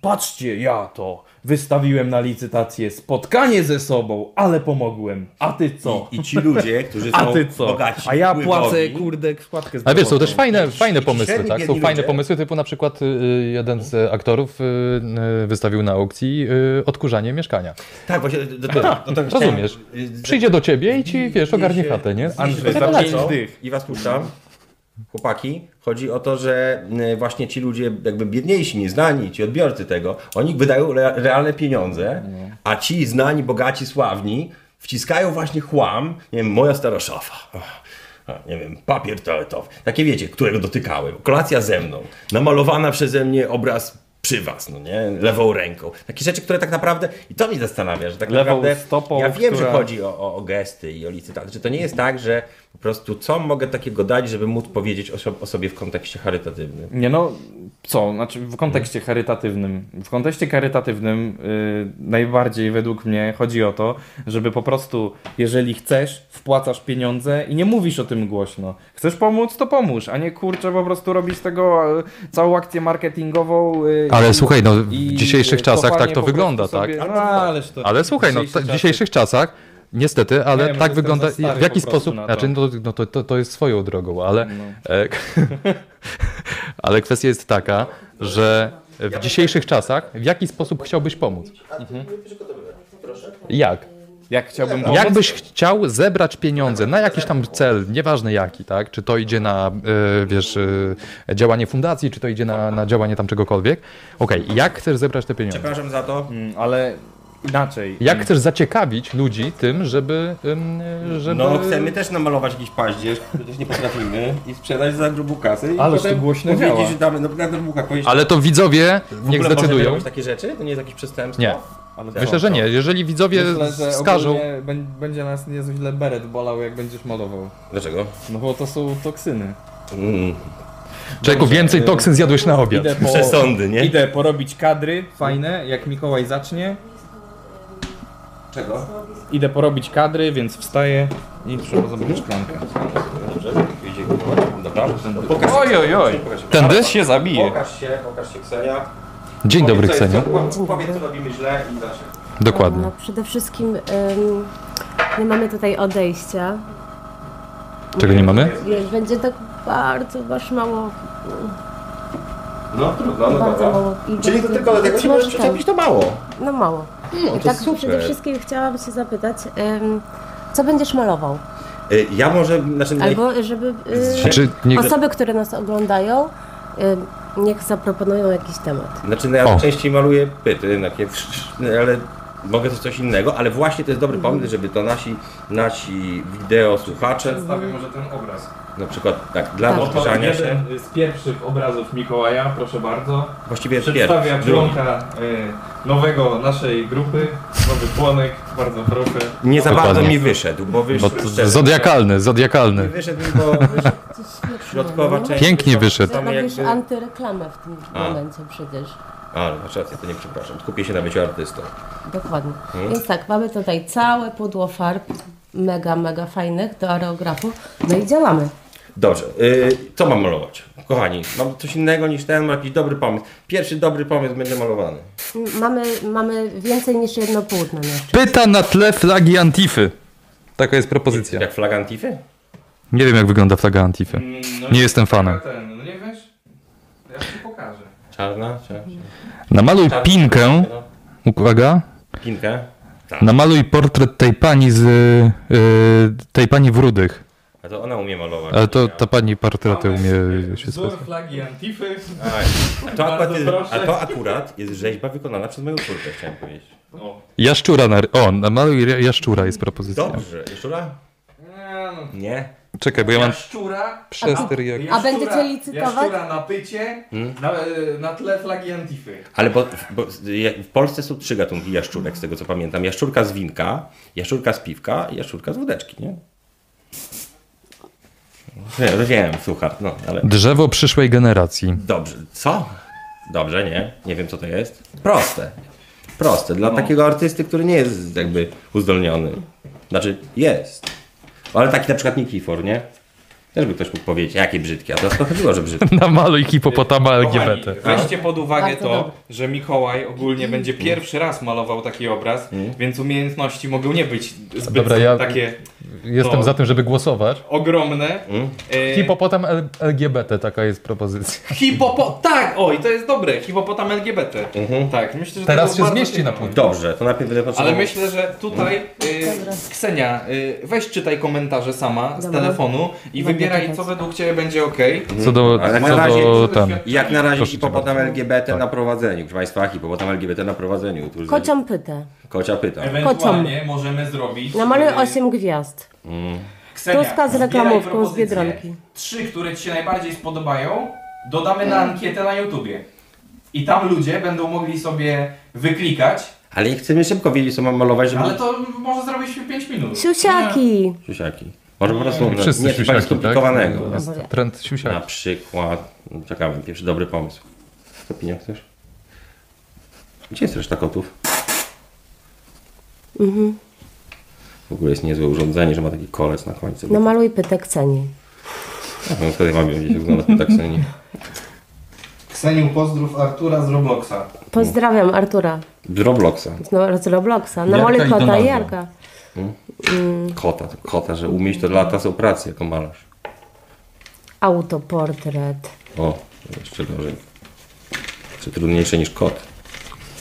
Speaker 3: Patrzcie, ja to wystawiłem na licytację spotkanie ze sobą, ale pomogłem. A ty co?
Speaker 4: I, I ci ludzie, którzy
Speaker 3: <laughs> A
Speaker 4: są
Speaker 3: ty co?
Speaker 4: bogaci,
Speaker 3: A ja płacę,
Speaker 4: wpływowi,
Speaker 3: kurde, składkę z
Speaker 2: A wiesz, są też
Speaker 3: powrotem.
Speaker 2: fajne, fajne pomysły,
Speaker 4: średni
Speaker 2: tak? Są
Speaker 4: biedni
Speaker 2: fajne
Speaker 4: ludzie.
Speaker 2: pomysły, typu na przykład y, y, jeden z e, aktorów y, y, wystawił na aukcji y, odkurzanie mieszkania.
Speaker 4: Tak, właśnie, do, do, do, do, do,
Speaker 2: Rozumiesz?
Speaker 3: y,
Speaker 2: Przyjdzie do ciebie i ci, wiesz, ogarnie chatę, nie?
Speaker 4: Andrzej,
Speaker 3: za
Speaker 4: za
Speaker 3: pięć dych.
Speaker 4: I was puszczam. Chłopaki, chodzi o to, że y, właśnie ci ludzie jakby biedniejsi, nieznani, ci odbiorcy tego, oni wydają re realne pieniądze, a ci znani, bogaci, sławni wciskają właśnie chłam, nie wiem, moja stara szafa, ach, a, nie wiem, papier toaletowy, takie wiecie, którego dotykałem, kolacja ze mną, namalowana przeze mnie obraz przy was, no nie, lewą ręką. Takie rzeczy, które tak naprawdę, i to mnie zastanawia, że tak
Speaker 3: Lewą
Speaker 4: naprawdę,
Speaker 3: stopą,
Speaker 4: ja wiem,
Speaker 3: która-
Speaker 4: że chodzi chodzi o, o, o gesty i o licytacje. Czy to nie jest tak, że po prostu co mogę takiego dać, żeby móc powiedzieć o, sob- o sobie w kontekście charytatywnym?
Speaker 3: Nie no, co? Znaczy w kontekście charytatywnym. W kontekście charytatywnym y, najbardziej według mnie chodzi o to, żeby po prostu, jeżeli chcesz, wpłacasz pieniądze i nie mówisz o tym głośno. Chcesz pomóc, to pomóż, a nie kurczę po prostu robić z tego y, całą akcję marketingową. y,
Speaker 2: Ale
Speaker 3: i-
Speaker 2: słuchaj, no w
Speaker 3: i,
Speaker 2: dzisiejszych
Speaker 3: y,
Speaker 2: czasach
Speaker 3: cofanie
Speaker 2: tak to
Speaker 3: po
Speaker 2: wygląda,
Speaker 3: prostu
Speaker 2: tak?
Speaker 3: sobie- No, ależ to
Speaker 2: Ale słuchaj, no ta- w dzisiejszych czasach, niestety, ale
Speaker 3: wiem,
Speaker 2: tak
Speaker 3: jestem
Speaker 2: wygląda,
Speaker 3: za stary
Speaker 2: w jaki
Speaker 3: po prostu
Speaker 2: sposób,
Speaker 3: na to. No.
Speaker 2: znaczy no, no to, to, to jest swoją drogą, ale, e, <laughs> ale kwestia jest taka, że w dzisiejszych czasach w jaki sposób chciałbyś pomóc?
Speaker 3: Mhm.
Speaker 2: Jak?
Speaker 3: Jak chciałbym pomóc?
Speaker 2: Jak byś chciał zebrać pieniądze na jakiś tam cel, nieważne jaki, tak? Czy to idzie na, e, wiesz, e, działanie fundacji, czy to idzie na, na działanie tam czegokolwiek. Okej, jak chcesz zebrać te pieniądze?
Speaker 4: Przepraszam za to.
Speaker 3: Mm, Ale inaczej.
Speaker 2: Jak chcesz zaciekawić ludzi tym, żeby. ym, y, żeby...
Speaker 4: No, chcemy też namalować jakiś paździerz, też nie potrafimy i sprzedać za grubą kasę i
Speaker 3: Ależ
Speaker 4: potem
Speaker 3: to głośno
Speaker 4: powiedzieć,
Speaker 3: działa.
Speaker 4: że damy, no na grubą kasę.
Speaker 2: Ale to widzowie niech zdecydują.
Speaker 4: robić takie rzeczy? To nie jest jakieś przestępstwo?
Speaker 2: Nie.
Speaker 3: Ale co?
Speaker 2: Myślę, że nie. Jeżeli widzowie
Speaker 3: Myślę, że
Speaker 2: wskażą.
Speaker 3: ogólnie bę- będzie nas niezwykle beret bolał, jak będziesz malował.
Speaker 4: Dlaczego?
Speaker 3: No bo to są toksyny.
Speaker 4: Mm.
Speaker 2: Człowieku, więcej toksyn zjadłeś na obiad.
Speaker 3: Idę po,
Speaker 4: Przesądy, nie?
Speaker 3: Idę porobić kadry fajne, jak Mikołaj zacznie.
Speaker 4: Czego?
Speaker 3: Idę porobić kadry, więc wstaję i trzeba zrobić szklankę.
Speaker 4: Dobrze, idzie głowa. Dobra, no, pokaż,
Speaker 3: Oj, oj, oj.
Speaker 4: pokaż się.
Speaker 2: Tędy?
Speaker 3: Się zabije.
Speaker 4: Pokaż się, pokaż się Ksenia.
Speaker 2: Dzień dobry,
Speaker 4: Powiedz, co jest-
Speaker 2: Kseniu.
Speaker 4: co- Powiedz, co robimy źle i zacznij.
Speaker 2: Dokładnie.
Speaker 6: No, przede wszystkim ym, nie mamy tutaj odejścia.
Speaker 2: Czego nie mamy?
Speaker 6: Wiesz, Będzie tak bardzo, bardzo mało.
Speaker 4: No trudno, no
Speaker 6: Bardzo mało.
Speaker 4: dobra.
Speaker 6: I
Speaker 4: Czyli to
Speaker 6: bardzo-
Speaker 4: tylko do tego
Speaker 6: tak
Speaker 4: się możesz
Speaker 6: troszkę.
Speaker 4: przyczepić, to mało.
Speaker 6: No mało. I
Speaker 4: to
Speaker 6: tak
Speaker 4: super.
Speaker 6: przede wszystkim chciałam się zapytać, ym, co będziesz malował?
Speaker 4: Y, Ja może, znaczy, naj-
Speaker 6: Albo żeby y,
Speaker 2: Znaczy, nie...
Speaker 6: osoby, które nas oglądają, ym, niech zaproponują jakiś temat.
Speaker 4: znaczy no ja
Speaker 2: O.
Speaker 4: częściej maluję pyty, takie, wsz- wsz- ale mogę też coś innego, ale właśnie to jest dobry
Speaker 6: Mhm.
Speaker 4: pomysł, żeby to nasi, nasi wideo słuchacze,
Speaker 3: Przedstawię może ten obraz.
Speaker 4: na przykład tak, dla
Speaker 6: Tak.
Speaker 4: rozgrzania się,
Speaker 3: z pierwszych obrazów Mikołaja, proszę bardzo.
Speaker 4: właściwie
Speaker 3: Przedstawia
Speaker 4: pierwszy, drugi.
Speaker 3: członka y, nowego naszej grupy, nowy członek, bardzo proszę.
Speaker 4: Nie za bardzo
Speaker 2: Dokładnie.
Speaker 4: mi wyszedł, bo
Speaker 2: Bo
Speaker 4: wyszedł,
Speaker 2: to zodiakalny,
Speaker 4: nie
Speaker 2: zodiakalny.
Speaker 4: wyszedł mi, bo wyszedł środkowa
Speaker 6: no.
Speaker 4: część.
Speaker 2: Pięknie
Speaker 4: to-
Speaker 2: wyszedł.
Speaker 4: tam
Speaker 6: Robisz
Speaker 4: jakby-
Speaker 6: antyreklamę w tym
Speaker 4: A.
Speaker 6: momencie przecież.
Speaker 4: A, no, masz rację, to nie przepraszam, skupię się na byciu artystą.
Speaker 6: Dokładnie. Więc tak, mamy tutaj całe pudło farb, mega, mega fajnych do aerografu. No i działamy.
Speaker 4: Dobrze, y, co mam malować? Kochani, mam coś innego niż ten, mam jakiś dobry pomysł. Pierwszy dobry pomysł będzie malowany.
Speaker 6: M- Mamy, mamy więcej niż jedno płótno jeszcze.
Speaker 2: Pyta na tle flagi Antify. Taka jest propozycja.
Speaker 4: Jak flag Antify?
Speaker 2: Nie wiem, jak wygląda flaga Antify.
Speaker 4: Mm, no
Speaker 2: Nie jestem fanem.
Speaker 3: Ten, no nie wiesz? Ja ci pokażę.
Speaker 4: Czarna? Czarna.
Speaker 3: Tak.
Speaker 2: Namaluj
Speaker 4: Tak,
Speaker 2: pinkę.
Speaker 4: no.
Speaker 2: Uwaga.
Speaker 4: Pinkę?
Speaker 2: Namaluj portret tej pani z. y, tej pani w rudych.
Speaker 4: A
Speaker 1: A to ona umie malować.
Speaker 2: Ale to ta pani portrety
Speaker 3: Mamy,
Speaker 2: umie
Speaker 3: e,
Speaker 2: się
Speaker 3: wzór
Speaker 2: spotkać.
Speaker 3: flagi Antify.
Speaker 1: Aj, A to, akurat
Speaker 3: Bardzo
Speaker 1: jest, a
Speaker 3: proszę.
Speaker 1: to akurat jest rzeźba wykonana przez mojego córkę, chciałem powiedzieć.
Speaker 3: O.
Speaker 2: Jaszczura na... ry- O, namaluj ja- jaszczura jest propozycja.
Speaker 1: Dobrze, jeszcze raz?
Speaker 3: Nie, no.
Speaker 1: Nie.
Speaker 2: Czekaj, bo ja mam
Speaker 3: Szczura.
Speaker 2: przester jak...
Speaker 6: A będziecie licytować?
Speaker 3: Jaszczura na pycie
Speaker 4: Hmm?
Speaker 3: na, e, na tle flagi Antify.
Speaker 1: Ale bo, bo je- w Polsce są trzy gatunki jaszczurek, z tego co pamiętam. Jaszczurka z winka, jaszczurka z piwka i jaszczurka z wódeczki, nie? No, Wiem, wiem, słuchaj, no ale...
Speaker 2: Drzewo przyszłej generacji. <laughs>
Speaker 1: Dobrze, co? Dobrze, nie? Nie wiem, co to jest. Proste. Proste.
Speaker 3: No.
Speaker 1: Dla takiego artysty, który nie jest jakby uzdolniony. Znaczy, jest. Ale taki na przykład Nikifor, nie? Też by ktoś mógł powiedzieć, jakie brzydkie. A teraz trochę było, że
Speaker 3: <laughs>
Speaker 1: brzydkie.
Speaker 2: Namaluj hipopotama LGBT.
Speaker 3: Kochani, weźcie pod uwagę
Speaker 6: Bardzo
Speaker 3: to,
Speaker 6: Mm. dobre.
Speaker 3: że Mikołaj ogólnie będzie pierwszy raz malował taki obraz, więc umiejętności mogą nie być zbyt
Speaker 2: Mm. Dobra, ja-
Speaker 3: takie
Speaker 2: Jestem
Speaker 3: To-
Speaker 2: za tym, żeby głosować.
Speaker 3: ogromne.
Speaker 2: Mm.
Speaker 3: E,
Speaker 2: Hipopotam L- LGBT, taka jest propozycja.
Speaker 3: hipopo- tak, oj, to jest dobre, hipopotam LGBT.
Speaker 2: Mhm.
Speaker 3: Tak, myślę, że to
Speaker 2: Teraz
Speaker 3: było
Speaker 2: się
Speaker 3: bardzo
Speaker 2: zmieści na
Speaker 3: ciekawe.
Speaker 2: punkt.
Speaker 1: Dobrze, to najpierw będę
Speaker 3: Ale
Speaker 1: potrzebował-
Speaker 3: myślę, że tutaj
Speaker 2: Mhm.
Speaker 3: y,
Speaker 6: Dobra.
Speaker 3: Ksenia, y, weź czytaj komentarze sama z
Speaker 6: Dobra.
Speaker 3: telefonu i
Speaker 6: Dobra,
Speaker 3: wybieraj
Speaker 6: tak.
Speaker 3: co według Ciebie będzie ok.
Speaker 2: Co do,
Speaker 1: Ale na
Speaker 2: co
Speaker 1: razie-
Speaker 2: do ten.
Speaker 1: Jak na razie
Speaker 2: Proszę cię
Speaker 1: hipopotam
Speaker 2: bardzo. Tak.
Speaker 1: LGBT na prowadzeniu, proszę Państwa, hipopotam LGBT na prowadzeniu. Tu już-
Speaker 6: Kocią pytę.
Speaker 1: Kocia pyta.
Speaker 3: Ewentualnie możemy zrobić.
Speaker 6: Namaluj
Speaker 3: y,
Speaker 6: 8 gwiazd.
Speaker 3: Ksenia,
Speaker 6: Tuska z
Speaker 3: zbieraj
Speaker 6: reklamówką z
Speaker 3: propozycje.
Speaker 6: Biedronki.
Speaker 3: Trzy, które Ci się najbardziej spodobają, dodamy na ankietę na YouTubie. I tam ludzie będą mogli sobie wyklikać,
Speaker 1: Ale chcemy szybko wiedzieć, co mam malować, żeby...
Speaker 3: ale to może zrobić 5 minut.
Speaker 6: Siusiaki!
Speaker 1: Siusiaki. Może po prostu nie,
Speaker 2: Wszyscy
Speaker 1: nie
Speaker 2: siusiaki,
Speaker 1: siusiaki, skomplikowanego.
Speaker 2: tak? Jest trend
Speaker 1: Na
Speaker 2: siusiaki.
Speaker 1: przykład, czekamy, pierwszy dobry pomysł. Stopinia chcesz? Gdzie jest reszta kotów? Mhm. W ogóle jest niezłe urządzenie, że ma taki kolec na końcu. No,
Speaker 6: Namaluj pytę Kseni.
Speaker 1: no, wtedy mam gdzieś wyglądać na taksenie.
Speaker 3: Kseniu, pozdrów Artura z Robloxa.
Speaker 6: Pozdrawiam Artura
Speaker 1: Z Robloxa.
Speaker 6: no, z Robloxa. Namaluj
Speaker 5: Jarka i
Speaker 6: kota i
Speaker 5: Donalda.
Speaker 6: Jarka.
Speaker 1: Kota, kota, że umieść to lata są pracy jako malarz.
Speaker 6: Autoportret.
Speaker 1: O, jeszcze gorzej. Czy trudniejsze niż kot.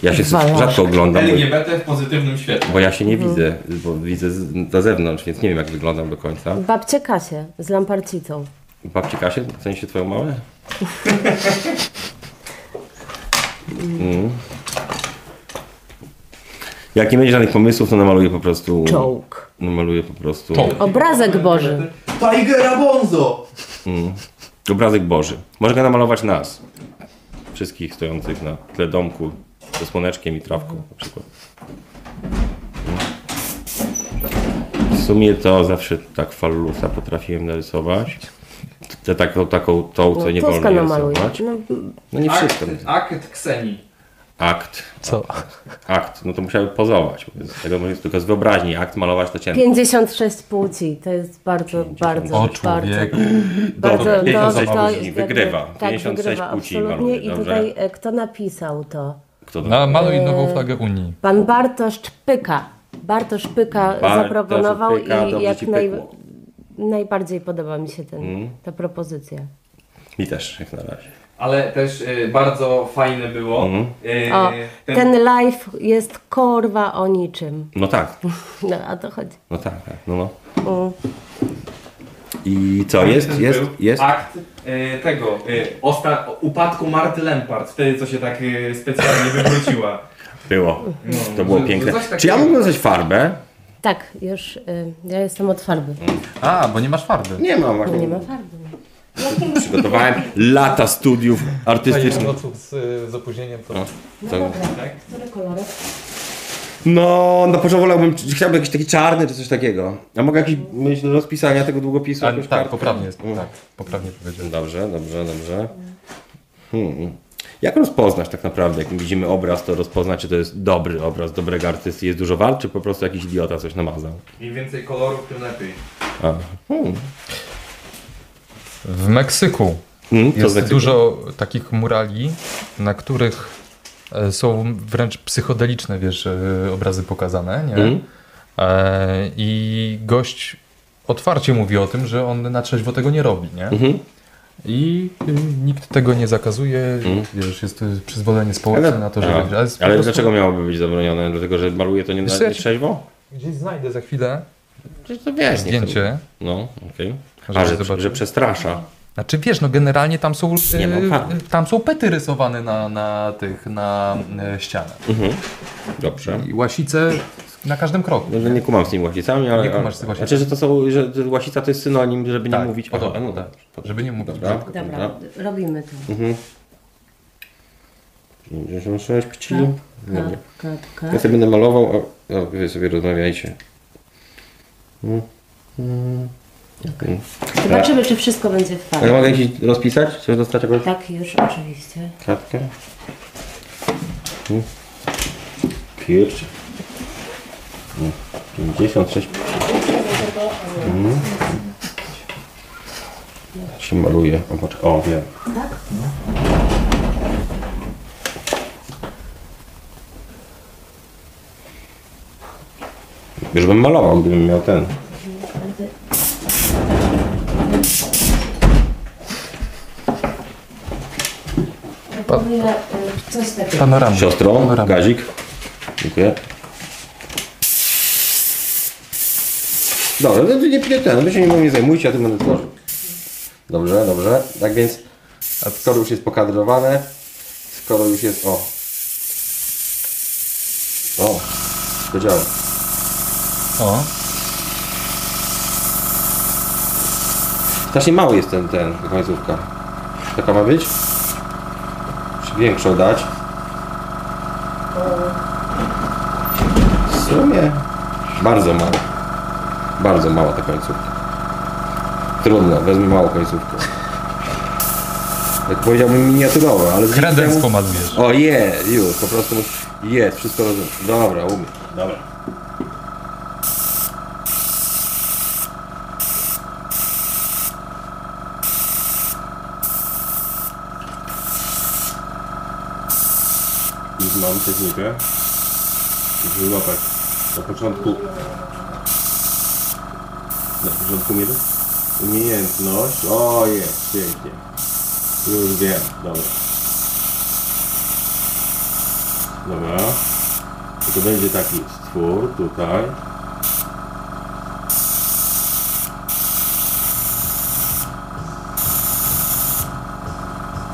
Speaker 1: Ja się
Speaker 6: Walaszka.
Speaker 1: rzadko oglądam, bo,
Speaker 3: LGBT w pozytywnym świetle.
Speaker 1: bo ja się nie widzę, bo widzę z, na zewnątrz, więc nie wiem jak wyglądam do końca.
Speaker 6: Babcie Kasię z lamparcicą.
Speaker 1: Babci Kasię, w sensie twoją mamę? Mm. Jak nie będzie żadnych pomysłów, to namaluję po prostu...
Speaker 6: Czołg.
Speaker 1: Namaluję po prostu...
Speaker 6: Obrazek Boży.
Speaker 3: Tigera Bonzo!
Speaker 1: Obrazek Boży. Może go namalować nas. Wszystkich stojących na tle domku ze słoneczkiem i trawką na przykład. W sumie to zawsze tak fallusa potrafiłem narysować. Te taką, taką tą, co nie
Speaker 6: Tuska
Speaker 1: wolno
Speaker 6: namaluj.
Speaker 1: rysować.
Speaker 6: No,
Speaker 1: No nie
Speaker 3: Akt,
Speaker 1: wszystko.
Speaker 3: akt Kseni.
Speaker 1: Akt.
Speaker 2: Co?
Speaker 1: Akt. No to musiałem pozować. bo Z tego może tylko z wyobraźni. Akt malować to ciężko.
Speaker 6: 56 płci. To jest bardzo, bardzo,
Speaker 2: O
Speaker 6: bardzo,
Speaker 2: człowiek.
Speaker 6: bardzo...
Speaker 1: Dobra,
Speaker 6: to-
Speaker 1: 56
Speaker 6: to
Speaker 1: płci.
Speaker 6: jest
Speaker 1: Wygrywa.
Speaker 6: jakby- tak
Speaker 1: 56
Speaker 6: wygrywa,
Speaker 1: płci
Speaker 6: absolutnie.
Speaker 1: maluje,
Speaker 6: I
Speaker 1: dobrze.
Speaker 6: tutaj e, kto napisał to?
Speaker 1: Kto
Speaker 2: No.
Speaker 1: to?
Speaker 2: Namaluj nową flagę Unii.
Speaker 6: Pan Bartosz Pyka. Bartosz Pyka
Speaker 1: Bartosz
Speaker 6: zaproponował
Speaker 1: Pyka,
Speaker 6: i
Speaker 1: dobrze
Speaker 6: jak
Speaker 1: ci
Speaker 6: naj,
Speaker 1: pykło. Mhm.
Speaker 6: najbardziej podoba mi się ten, ta propozycja.
Speaker 1: Mi też, jak na razie.
Speaker 3: Ale też y, bardzo fajne było.
Speaker 1: Mhm.
Speaker 3: Y,
Speaker 6: O,
Speaker 3: ten,
Speaker 6: ten live jest korwa o niczym.
Speaker 1: No tak.
Speaker 6: No, a to chodzi.
Speaker 1: No tak, tak. No, no. I co?
Speaker 2: Tak,
Speaker 1: Jest,
Speaker 3: ten
Speaker 1: jest,
Speaker 3: był
Speaker 1: jest.
Speaker 3: Akt y, tego y, osta- upadku Marty Lempart, wtedy co się tak y, specjalnie wywróciła.
Speaker 1: Było.
Speaker 2: No,
Speaker 1: To było
Speaker 3: że-
Speaker 1: piękne.
Speaker 3: że coś takiego-
Speaker 1: Czy ja mogę coś farbę?
Speaker 6: Tak, już y, ja jestem od farby.
Speaker 1: Mhm.
Speaker 2: A, bo nie masz farby.
Speaker 1: Nie mam. akurat.
Speaker 6: Nie ma farby.
Speaker 1: Przygotowałem lata studiów artystycznych.
Speaker 2: z, z opóźnieniem to...
Speaker 1: To-
Speaker 6: Które kolory?
Speaker 1: No, na początku wolałbym, czy- chciałbym jakiś taki czarny czy coś takiego. A mogę jakiś myśl do rozpisania tego długopisu?
Speaker 2: A,
Speaker 1: jakąś
Speaker 2: tak,
Speaker 1: kartkę?
Speaker 2: poprawnie jest. Tak, poprawnie powiedziałem.
Speaker 1: Dobrze, dobrze, dobrze. Hmm. Jak rozpoznać tak naprawdę, jak widzimy obraz, to rozpoznać, czy to jest dobry obraz dobrego artysty, jest dużo wart, czy po prostu jakiś idiota coś namazał?
Speaker 3: Im więcej kolorów, tym lepiej.
Speaker 1: A. Hmm.
Speaker 2: W Meksyku
Speaker 1: Hmm, co
Speaker 2: jest
Speaker 1: znaczy-
Speaker 2: dużo takich murali, na których e, są wręcz psychodeliczne, wiesz, e, obrazy pokazane, nie?
Speaker 1: Mhm.
Speaker 2: E, I gość otwarcie mówi o tym, że on na trzeźwo tego nie robi, nie?
Speaker 1: Mhm.
Speaker 2: I y, nikt tego nie zakazuje, wiesz, jest y, przyzwolenie społeczne na to, żeby...
Speaker 1: Mhm. A,
Speaker 2: ale jest po
Speaker 1: ale
Speaker 2: prostu-
Speaker 1: dlaczego miałoby być zabronione? Dlatego, że maluje to nie
Speaker 2: Wiesz
Speaker 1: na
Speaker 2: co, ja
Speaker 1: nie
Speaker 2: ci-
Speaker 1: trzeźwo?
Speaker 2: Gdzieś znajdę za chwilę.
Speaker 1: Przecież to wiesz, nie chcę-
Speaker 2: zdjęcie.
Speaker 1: No, okej.
Speaker 2: Żeby
Speaker 1: A, że,
Speaker 2: zobaczyć.
Speaker 1: że przestrasza.
Speaker 2: Znaczy wiesz, no generalnie tam są,
Speaker 1: Nie ma
Speaker 2: e,
Speaker 1: farby.
Speaker 2: tam są pety rysowane na, na tych, na e, ścianach.
Speaker 1: Dobrze.
Speaker 2: I łasice na każdym kroku.
Speaker 1: No, że nie kumam z tymi łasicami, ale...
Speaker 2: Nie kumasz z tymi łasicami.
Speaker 1: Znaczy, że to są, że że łasica to jest synonim, żeby nie
Speaker 2: Tak,
Speaker 1: mówić...
Speaker 2: podobno,
Speaker 1: Aha, no
Speaker 2: tak.
Speaker 1: dobrze.
Speaker 2: Żeby nie mówić
Speaker 1: Dobra.
Speaker 2: brzydko.
Speaker 6: Dobra,
Speaker 1: Dobra.
Speaker 6: robimy to.
Speaker 1: 56 pci. Dobra.
Speaker 6: Kap, kap, kap.
Speaker 1: Ja sobie będę malował, a, a wy sobie rozmawiajcie. Mm.
Speaker 6: Zobaczymy, czy wszystko będzie w
Speaker 1: Ale
Speaker 6: fajnie.
Speaker 1: mogę ci rozpisać? Chcesz dostać jakąś
Speaker 6: Tak, już oczywiście.
Speaker 1: kartkę? Pierwszy. 56 pci. Mhm. Się maluje. O, poczekaj. o wiem. Już bym malował, gdybym miał ten.
Speaker 6: Proponuję y, coś takiego.
Speaker 2: Panorama.
Speaker 1: Siostro, Gazik. Dziękuję. Dobra, no to nie piję ten, wy się nim nie zajmujcie, ja tu będę tworzył. Dobrze, dobrze. Tak więc, a skoro już jest pokadrowane, skoro już jest, o. O, to działa.
Speaker 2: O,
Speaker 1: Strasznie mały jest ten, ten, ta końcówka. Taka ma być? Czy większą dać? W sumie bardzo mało. Bardzo mała ta końcówka. Trudno, wezmę małą końcówkę. Jak powiedziałbym miniaturowe, ale... z drugiej
Speaker 2: kredens
Speaker 1: strony-
Speaker 2: pomalujesz.
Speaker 1: O je, już, po prostu jest, wszystko rozumiem. Dobra, umiem. Dobra. Już mam technikę. Żeby łapać. Na początku... Na początku mieli? Umiejętność. O jest, pięknie. Już wiem, dobra. Dobra. I To będzie taki stwór tutaj.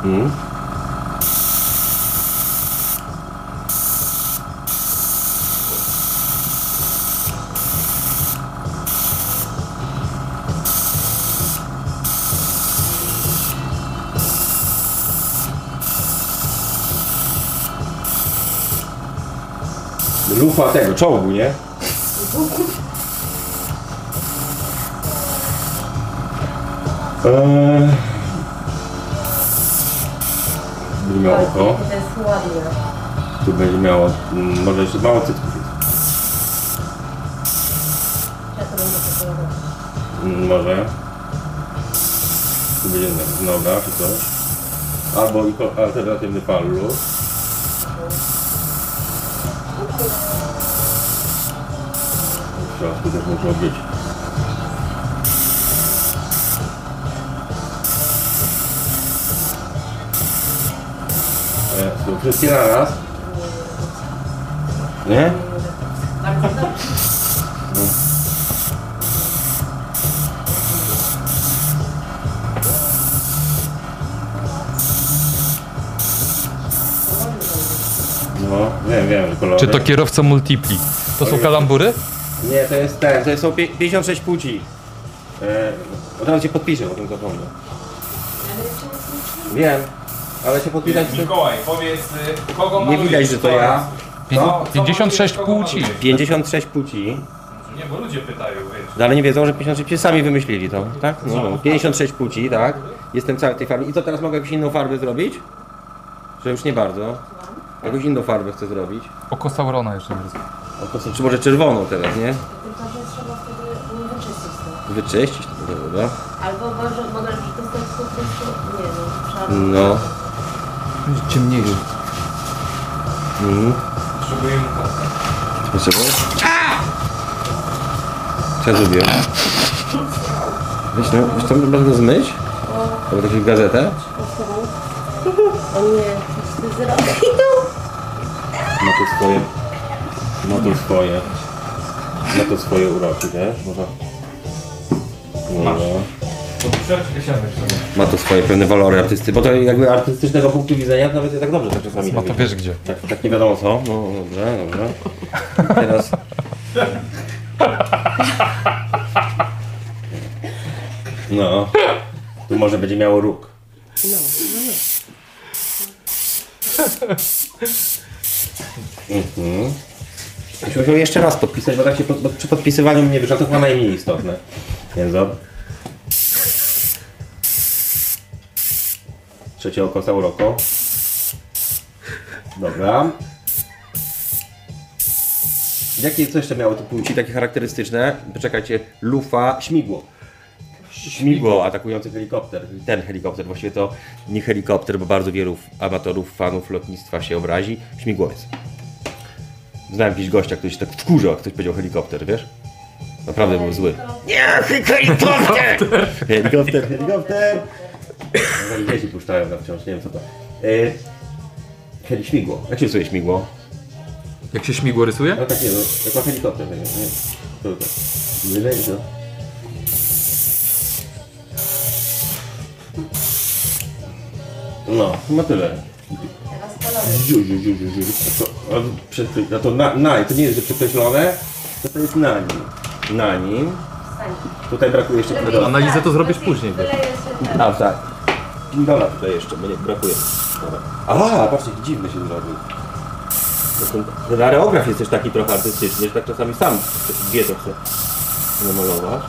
Speaker 1: Mm. Lufa tego, czołgu, nie? Eee. Będzie miało oko.
Speaker 6: To jest ładne.
Speaker 1: Tu będzie miało, mm, może jeszcze mało cytków jest.
Speaker 6: Ja to będę próbować.
Speaker 1: Mm, Może. Tu będzie no- noga czy coś. Albo i ko- alternatywny palus. W środku też może być. E, tu Wszystkie na raz. Nie? No, wiem, wiem, że kolory.
Speaker 2: Czy to kierowca multipli? To są kalambury?
Speaker 1: Nie, to jest ten, to są pie- 56 płci. E, od razu się podpiszę, potem zapomnę. Wiem, ale się podpisać...
Speaker 3: Mikołaj, powiedz, y, kogo
Speaker 1: Nie widać, że to ja.
Speaker 2: Pię- 56 płci.
Speaker 1: 56 płci,
Speaker 3: Nie, bo ludzie pytają, wiesz.
Speaker 1: no ale nie wiedzą, że 56 płci sami wymyślili to, tak? No, 56 płci, tak? Jestem cały w tej farbie. I co teraz mogę jakąś inną farbę zrobić? Że już nie bardzo. Jakąś inną farbę chcę zrobić.
Speaker 2: Oko Saurona jeszcze nie rozumiem.
Speaker 1: O, to są- czy może czerwoną teraz, nie? Wyczyścić to, dobra?
Speaker 6: Albo może mogę dostać po prostu, nie wiem, czarny.
Speaker 1: No.
Speaker 2: Ciemniejszy.
Speaker 1: Mhm.
Speaker 3: Potrzebujemy
Speaker 1: Potrzebujesz? Co ja zrobiłem? Wiesz, no, wiesz to można to zmyć? Albo jakąś gazetę?
Speaker 6: O nie, coś ty zrobił.
Speaker 1: Ma tu swoje. Ma tu swoje. ma to swoje uroki, nie? Można... Masz. Ma to swoje pewne walory artysty, bo to jakby artystycznego punktu widzenia nawet nie tak dobrze to czasami
Speaker 2: No
Speaker 1: nie
Speaker 2: to
Speaker 1: widzi.
Speaker 2: wiesz gdzie.
Speaker 1: tak, tak nie wiadomo co. No dobrze, dobrze. Teraz... No. Tu może będzie miało róg. Mhm. Musiał się jeszcze raz podpisać, bo tak się pod, bo przy podpisywaniu mnie wyszło, to chyba najmniej istotne. Więc dobra. Trzecie oko, sauroko. Dobra. Jakie co jeszcze miało te płci takie charakterystyczne? Poczekajcie, lufa, śmigło. Śmigło atakujący helikopter. Ten helikopter, właściwie to nie helikopter, bo bardzo wielu amatorów, fanów lotnictwa się obrazi. Śmigłowiec. Znałem jakiegoś gościa, który się tak wkurzył, jak ktoś powiedział helikopter, wiesz? Naprawdę był zły. Nie, helikopter! Helikopter, helikopter! No, Dzieci puszczają tam wciąż, nie wiem co to. Yy, Heli śmigło. Jak się rysuje śmigło?
Speaker 2: Jak się śmigło rysuje?
Speaker 1: No tak nie, no, jak ma helikopter tego, nie? To, to. Wyżej to. No, chyba tyle. Ziu, ziu, ziu, ziu, ziu. A to, a przekre- a to na, na, to nie jest, że przekreślone, to to jest na nim. Na nim. Tutaj brakuje jeszcze pindola.
Speaker 2: Analizę to zrobisz
Speaker 1: tak,
Speaker 2: później. wiesz.
Speaker 1: A, tak. Pindola tutaj jeszcze, bo nie, brakuje. Dobra. A, patrzcie, jaki dziwny się zrobił. To ten, ten areograf jest też taki trochę artystyczny, że tak czasami sam wie, co chce namalować.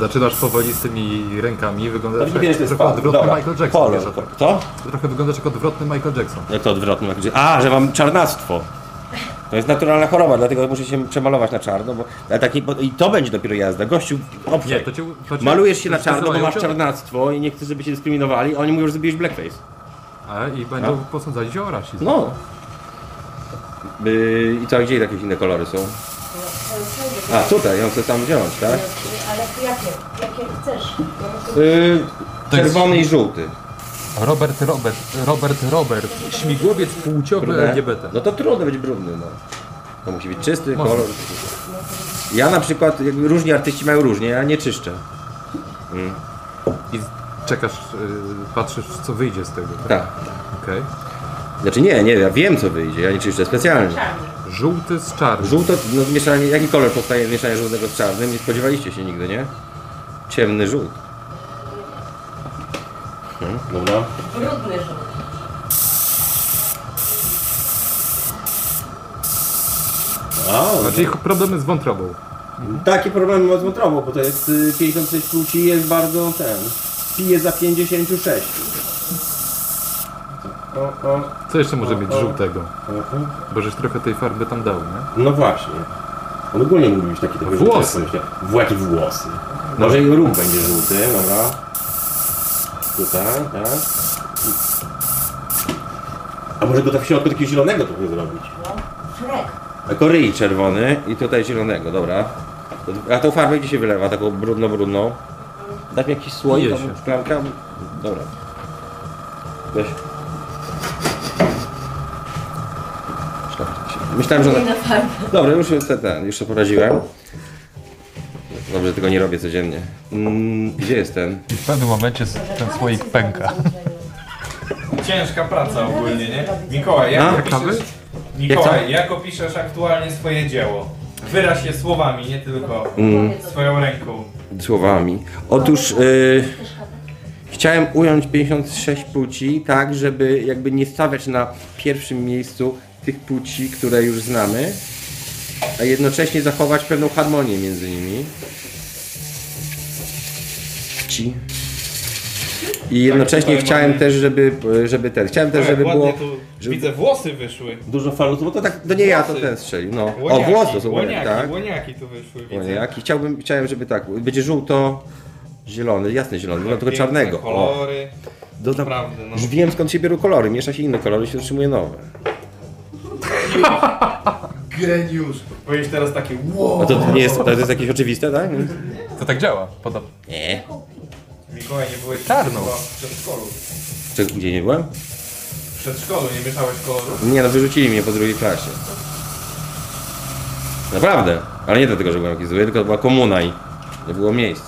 Speaker 2: Zaczynasz powoli z tymi rękami, wyglądasz
Speaker 1: Dobrze, wiesz, to jest
Speaker 2: trochę
Speaker 1: pan.
Speaker 2: odwrotny
Speaker 1: Dobra.
Speaker 2: Michael Jackson.
Speaker 1: Polo.
Speaker 2: wiesz, tak.
Speaker 1: Co?
Speaker 2: Trochę wyglądasz jak odwrotny Michael Jackson.
Speaker 1: Jak No to odwrotnie? jak- A, że mam czarnactwo. To jest naturalna choroba, dlatego muszę się przemalować na czarno, bo, ale taki, bo i to będzie dopiero jazda. Gościu, obcej.
Speaker 2: Nie, to cię- to cię-
Speaker 1: Malujesz się
Speaker 2: to
Speaker 1: na
Speaker 2: cię
Speaker 1: czarno, bo
Speaker 2: znają
Speaker 1: masz
Speaker 2: cię?
Speaker 1: czarnactwo i nie chcesz, żeby się dyskryminowali, a oni mówią, że zrobiłeś blackface.
Speaker 2: A, I będą posądzali cię o rasizm.
Speaker 1: No. By, Yy, I co, gdzie jakieś inne kolory są? A, tutaj, ją chcę tam wziąć, tak?
Speaker 7: Ale jakie? Jakie chcesz?
Speaker 1: Yy,
Speaker 2: To jest-
Speaker 1: czerwony i żółty.
Speaker 2: Robert, Robert, Robert, Robert. Śmigłowiec płciowy LGBT.
Speaker 1: No to trudno być brudny, no. To musi być czysty
Speaker 2: Można.
Speaker 1: kolor. Ja na przykład, jakby różni artyści mają różnie, ja nie czyszczę.
Speaker 2: I czekasz, y, patrzysz co wyjdzie z tego.
Speaker 1: Tak.
Speaker 2: Okej.
Speaker 1: Znaczy nie, nie, ja wiem co wyjdzie, ja nie czyszczę specjalnie.
Speaker 2: Żółty z czarnym.
Speaker 1: Żółto, no mieszanie, jaki kolor powstaje z mieszania żółtego z czarnym? Nie spodziewaliście się nigdy, nie? Ciemny żółt. Hmm, dobra.
Speaker 6: Brudny żółt.
Speaker 2: Znaczy ich problemy z wątrobą.
Speaker 1: Takie problemy ma z wątrobą, bo to jest y, 56 płci jest bardzo ten. Pije za 56. O, o.
Speaker 2: Co jeszcze
Speaker 1: No,
Speaker 2: może mieć żółtego?
Speaker 1: Mhm.
Speaker 2: Bo żeś trochę tej farby tam dał, nie?
Speaker 1: No właśnie. On ogólnie mógł być taki trochę
Speaker 2: Włosy.
Speaker 1: żółty, myślę. Jakie włosy. Może i róg będzie żółty, dobra. Tutaj, tak. A może go tak w środku takiego zielonego trochę zrobić?
Speaker 7: Frek.
Speaker 1: Jako ryj czerwony i tutaj zielonego, dobra. A tą farbę gdzie się wylewa? Taką brudno-brudną? Dać mi jakiś słoik,
Speaker 2: Pije
Speaker 1: tam
Speaker 2: się.
Speaker 1: szklanka? Dobra. Weź. Szklanka się- Myślałem, że... Ona... Dobra, już się te- ten, już się poraziłem. Dobrze, tego nie robię codziennie. Mm, gdzie jest ten?
Speaker 2: I w pewnym momencie ten słoik pęka.
Speaker 3: Ciężka praca ogólnie, nie? Mikołaj, jak,
Speaker 1: No.
Speaker 3: opiszesz, Mikołaj, jak opiszesz aktualnie swoje dzieło? Wyraź je słowami, nie tylko
Speaker 1: Mm.
Speaker 3: swoją ręką.
Speaker 1: słowami. Otóż y, chciałem ująć 56 płci, tak, żeby jakby nie stawiać na pierwszym miejscu tych płci, które już znamy, a jednocześnie zachować pewną harmonię między nimi. Ci. I jednocześnie
Speaker 3: tutaj
Speaker 1: chciałem
Speaker 3: mamy-
Speaker 1: też, żeby, żeby ten, chciałem też, żeby było żeby-
Speaker 3: Widzę, włosy wyszły.
Speaker 1: dużo falutów, bo to tak, to nie ja, to
Speaker 3: Włosy.
Speaker 1: ten strzelił, no. O, włosy są łoniaki, tak?
Speaker 3: łoniaki tu wyszły. widzę.
Speaker 1: Łoniaki. Chciałbym, chciałem, żeby tak, będzie żółto, zielony, jasny zielony, no tylko
Speaker 3: Piękne
Speaker 1: czarnego. O.
Speaker 3: Kolory.
Speaker 1: Dodam,
Speaker 3: Naprawdę, no.
Speaker 1: Już wiem skąd się biorą kolory, miesza się inne kolory, się otrzymuje nowe.
Speaker 3: Geniusz. Powiesz teraz takie wow.
Speaker 1: A to nie jest, to jest jakieś oczywiste, tak?
Speaker 2: To tak działa, podobno.
Speaker 1: Nie.
Speaker 3: Mikołaj, nie byłeś
Speaker 2: Czarną.
Speaker 3: chyba w przedszkolu.
Speaker 1: Czy gdzie nie byłem?
Speaker 3: W przedszkolu nie mieszałeś kolorów.
Speaker 1: Nie no, wyrzucili mnie po drugiej klasie. Naprawdę. Ale nie dlatego, że byłem jakiś zły, tylko była komuna i nie było miejsc.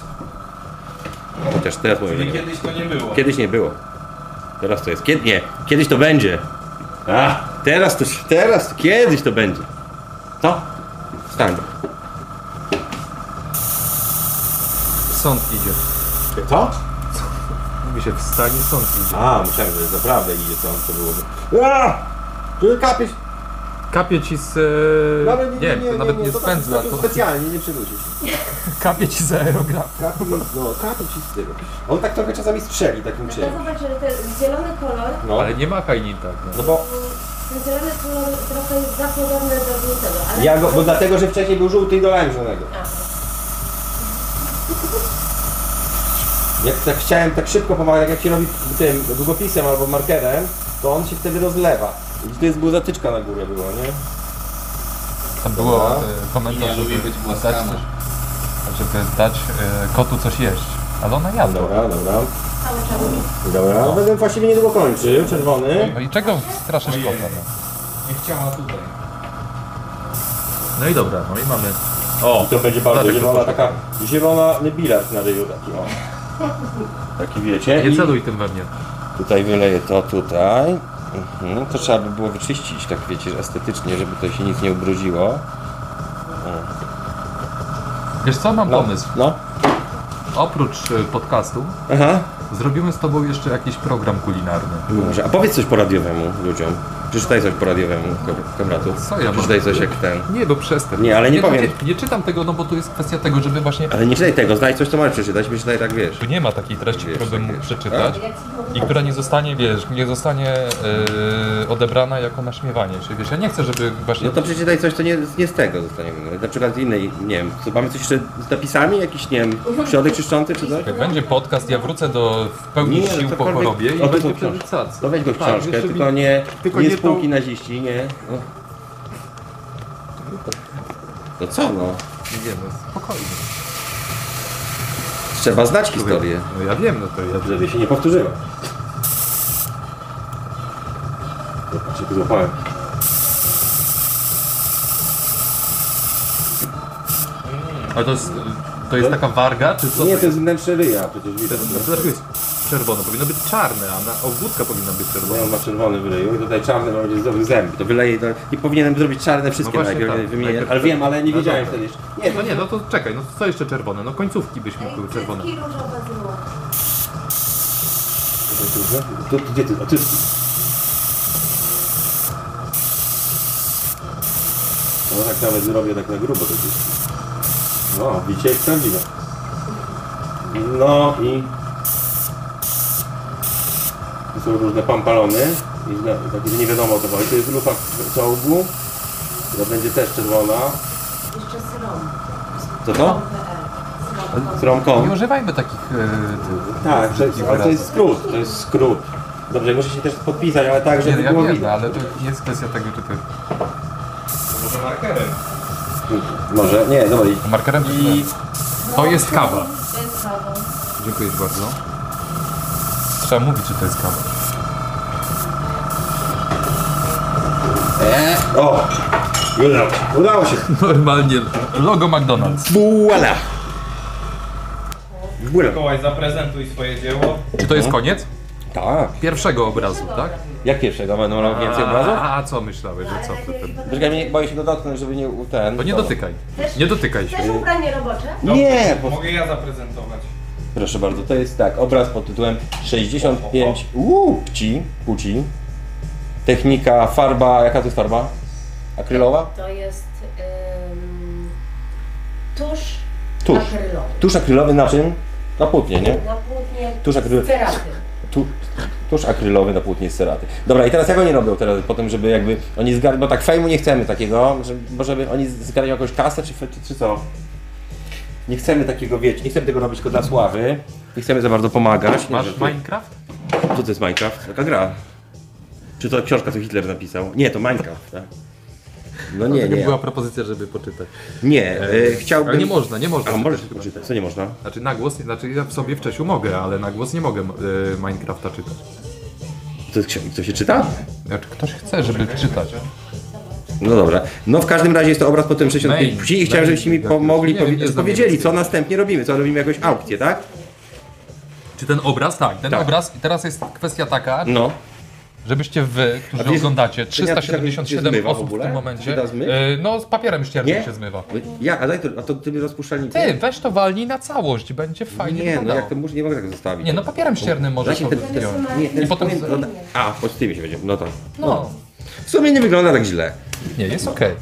Speaker 1: Chociaż teraz mówię, że nie.
Speaker 3: Kiedyś to nie było.
Speaker 1: Kiedyś nie było. Teraz to jest. Kiedy, nie, kiedyś to będzie. A, teraz to, teraz, kiedyś to będzie. To? Wstań.
Speaker 2: Sąd idzie.
Speaker 1: Co?
Speaker 2: Mówi się wstań i sąd idzie.
Speaker 1: A, myślałem, że naprawdę idzie co to byłoby. A! Ty kapiesz,
Speaker 2: Kapie ci z... e,
Speaker 4: Nawet
Speaker 2: nie, to nawet nie,
Speaker 4: to
Speaker 2: z pędzla.
Speaker 4: tak,
Speaker 2: To...
Speaker 4: Specjalnie nie przywrócisz.
Speaker 2: <laughs> Kapie ci z aerografu.
Speaker 4: Kapi, no, kapi ci z tyłu. On tak trochę czasami strzeli takim
Speaker 7: To
Speaker 4: czymś.
Speaker 7: No zobacz, że ten zielony kolor,
Speaker 4: No,
Speaker 2: Ale nie machaj nim tak. No.
Speaker 4: no bo
Speaker 7: ten zielony kolor trochę jest za podobny do żółtego, ale...
Speaker 4: ja go, bo dlatego, że wcześniej był żółty i dolałem żonego. Jak tak chciałem tak szybko pomagać, jak się robi tym długopisem albo markerem, to on się wtedy rozlewa. I to jest była zatyczka na górę było, nie?
Speaker 2: Tam było
Speaker 4: Dobra.
Speaker 2: e, komentarz, żeby dać, coś, żeby dać e, kotu coś jeść. Ale ona jadła.
Speaker 4: Dobra, dobra. Dobra, no. będę właściwie niedługo kończył, czerwony.
Speaker 2: No i czego straszysz kota? No?
Speaker 3: Nie chciała tutaj.
Speaker 2: no i dobra, no i mamy.
Speaker 1: O,
Speaker 4: I to będzie bardzo
Speaker 2: Zobacz, jak to
Speaker 4: zielona, taka zielona bilard na ryju taki, o. Taki wiecie.
Speaker 2: Nie
Speaker 4: i-
Speaker 2: celuj tym we mnie.
Speaker 1: Tutaj wyleję to, tutaj. Mhm. To trzeba by było wyczyścić, tak wiecie, że estetycznie, żeby to się nic nie ubrudziło.
Speaker 2: Wiesz co, mam
Speaker 4: No,
Speaker 2: pomysł.
Speaker 4: no.
Speaker 2: Oprócz e, podcastu
Speaker 1: Aha.
Speaker 2: zrobimy z tobą jeszcze jakiś program kulinarny.
Speaker 1: Może. A powiedz coś po radiowemu ludziom. Przeczytaj coś po radiowemu, kamratu.
Speaker 2: Co ja
Speaker 1: Przeczytaj coś jak ten.
Speaker 2: Nie, bo przestań.
Speaker 1: Nie, ale nie powiem.
Speaker 2: Nie, nie czytam tego, no bo tu jest kwestia tego, żeby właśnie...
Speaker 1: Ale nie czytaj tego, znajdź coś, co masz przeczytać, przeczytaj tak, wiesz.
Speaker 2: Tu nie ma takiej treści,
Speaker 1: Wiesz,
Speaker 2: którą bym
Speaker 1: tak
Speaker 2: mógł
Speaker 1: jest.
Speaker 2: przeczytać i która nie zostanie, wiesz, nie zostanie e, odebrana jako naśmiewanie się, wiesz, ja nie chcę, żeby właśnie...
Speaker 1: No to przeczytaj coś, co nie, nie z tego zostaniemy. Na przykład z innej, nie wiem, co, mamy coś jeszcze z napisami? Jakiś, nie wiem, środek czyszczący czy
Speaker 4: tak
Speaker 1: coś?
Speaker 2: Jak będzie podcast, ja wrócę do w pełni
Speaker 1: Nie, no
Speaker 2: sił po
Speaker 1: cokolwiek-
Speaker 2: chorobie i
Speaker 1: o,
Speaker 2: będzie
Speaker 1: tylko
Speaker 2: wtedy
Speaker 1: książkę.
Speaker 2: cacy.
Speaker 1: No weź go w
Speaker 2: Tak,
Speaker 1: książkę,
Speaker 2: jeszcze
Speaker 1: tylko
Speaker 2: mi-
Speaker 1: nie,
Speaker 2: tylko
Speaker 1: nie,
Speaker 2: nie tą-
Speaker 1: spółki naziści, nie. No. No co no?
Speaker 2: Nie wiem, no spokojnie.
Speaker 1: Trzeba znać historię.
Speaker 2: No ja wiem, no to ja...
Speaker 4: Żeby się nie powtórzyło. Zobacz, jak złapałem.
Speaker 2: A to jest, to jest taka warga, czy co?
Speaker 4: Nie, to jest wnętrze ryja, przecież
Speaker 2: To
Speaker 4: widać.
Speaker 2: jest-
Speaker 4: nie?
Speaker 2: No to dlaczego jest czerwone? Powinno być czarne, a na obwódka powinna być
Speaker 4: Nie,
Speaker 2: czerwona.
Speaker 4: on ma czerwony w ryju i tutaj czarny ma będzie zdrowych zęb.
Speaker 1: To wyleję do... I powinienem zrobić czarne wszystkie
Speaker 2: No właśnie
Speaker 1: najpierw,
Speaker 2: tak.
Speaker 1: wymienię.
Speaker 2: Najpierw-
Speaker 1: Ale wiem, ale nie
Speaker 2: No
Speaker 1: wiedziałem
Speaker 2: dobra.
Speaker 1: wtedy jeszcze.
Speaker 4: Nie,
Speaker 2: No nie, no to czekaj, no co jeszcze czerwone? No końcówki byśmy były czerwone.
Speaker 7: Cycki różowe było.
Speaker 4: to, to, gdzie ty? A ty? No tak nawet zrobię tak na grubo to gdzieś. No, widzicie jak prawdziwe. No i... Tu są różne pampalony. I zna- takie, że nie wiadomo o co chodzi. To jest lufa w czołgu. która będzie też czerwona.
Speaker 7: Jeszcze srom.
Speaker 1: Co to?
Speaker 7: Srom.
Speaker 1: Trąbką.
Speaker 2: Nie używajmy takich... e,
Speaker 4: Tak, to jest, ale to jest skrót. To jest skrót. Dobrze, muszę się też podpisać, ale tak,
Speaker 2: Nie,
Speaker 4: żeby
Speaker 2: no ja
Speaker 4: było
Speaker 2: wiem, no,
Speaker 4: widać.
Speaker 2: ale to jest kwestia tego, czy ty...
Speaker 3: Może markerem.
Speaker 4: no. Może, nie, dobra. i-
Speaker 2: Markerem czy
Speaker 4: I
Speaker 2: To jest kawa.
Speaker 7: To jest kawa.
Speaker 2: Dziękuję ci bardzo. Trzeba mówić, czy to jest kawa.
Speaker 4: O! Udało, udało się.
Speaker 2: Normalnie logo McDonald's.
Speaker 1: Buala! Buala.
Speaker 3: Mikołaj, zaprezentuj swoje dzieło.
Speaker 2: Czy to jest koniec?
Speaker 1: Tak.
Speaker 2: Pierwszego obrazu, tak?
Speaker 1: Jak pierwszego? Będą miał więcej obrazów?
Speaker 2: A, a co myślałeś, że co ty ten...
Speaker 1: Poczekaj, nie- boję się go dotknąć, żeby nie u- ten...
Speaker 2: To nie
Speaker 1: Dobra.
Speaker 2: dotykaj. Nie dotykaj się.
Speaker 7: Chcesz ubranie robocze?
Speaker 1: Nie! Po...
Speaker 3: Mogę ja zaprezentować.
Speaker 1: Proszę bardzo, to jest tak, obraz pod tytułem 65 Uuu, pci, płci. Technika, farba, jaka to jest farba? Akrylowa?
Speaker 7: To jest ym, tusz
Speaker 1: Tusz.
Speaker 7: akrylowy.
Speaker 1: Tusz akrylowy na czym? Na płótnie, nie?
Speaker 7: Na płótnie
Speaker 1: Tusz akrylowy.
Speaker 7: ceraty.
Speaker 1: Tu, tusz akrylowy na płótnie z ceraty. Dobra, i teraz jak oni robią teraz po tym, żeby jakby oni zgarnęli, bo tak fejmu nie chcemy takiego, żeby, bo żeby oni zgarnęli jakąś kasę, czy, fe- czy, czy co? Nie chcemy takiego, wiecie, nie chcemy tego robić tylko dla sławy. Nie chcemy za bardzo pomagać. Nie,
Speaker 2: Masz
Speaker 1: że tu-
Speaker 2: Minecraft?
Speaker 1: Co to jest Minecraft? Taka gra. Czy to książka, co Hitler napisał? Nie, to Minecraft, tak? No nie,
Speaker 2: Taka
Speaker 1: nie.
Speaker 2: była propozycja, żeby poczytać.
Speaker 1: Nie, e, chciałbym...
Speaker 2: Ale nie można, nie można.
Speaker 1: A, możesz
Speaker 2: czytać.
Speaker 1: tylko czytać, co nie można?
Speaker 2: Znaczy na głos, znaczy ja w sobie w Czesiu mogę, ale na głos nie mogę e, Minecrafta czytać.
Speaker 1: To, jest książ- to się czyta?
Speaker 2: Znaczy ktoś chce, żeby czytać.
Speaker 4: No dobra. No w każdym razie jest to obraz po tym 65
Speaker 2: Main.
Speaker 4: płci i chciałem, żebyście mi
Speaker 2: Main.
Speaker 4: pomogli,
Speaker 2: Nie wiem, nie
Speaker 4: powie-
Speaker 2: znam
Speaker 4: powiedzieli, co
Speaker 2: niemieckiego.
Speaker 4: następnie robimy, co robimy jakąś aukcję, tak?
Speaker 2: Czy ten obraz? Tak, ten
Speaker 4: Tak.
Speaker 2: obraz. I teraz jest kwestia taka,
Speaker 4: No.
Speaker 2: żebyście wy, którzy
Speaker 4: to jest-
Speaker 2: oglądacie,
Speaker 4: to nie- to się nie
Speaker 2: 377
Speaker 4: zmywa w
Speaker 2: osób w,
Speaker 4: ogóle?
Speaker 2: tym
Speaker 4: Się
Speaker 2: momencie,
Speaker 4: da zmyć?
Speaker 2: y, no z papierem ściernym
Speaker 4: Nie?
Speaker 2: się zmywa.
Speaker 4: Ja, a daj to, a to ty rozpuszczalnicę?
Speaker 2: Ty, weź to walnij na całość, będzie fajnie
Speaker 4: Nie, no
Speaker 2: wyglądało.
Speaker 4: jak to muszę, nie mogę tak zostawić.
Speaker 2: Nie, no papierem ściernym możesz
Speaker 4: Daj mi ten-
Speaker 2: odpiąć.
Speaker 4: Nie, ten
Speaker 2: I potem-
Speaker 4: spójny- no, A, pod tymi się będzie. No tak.
Speaker 2: No,
Speaker 4: W sumie nie wygląda tak źle.
Speaker 2: nie, jest okej.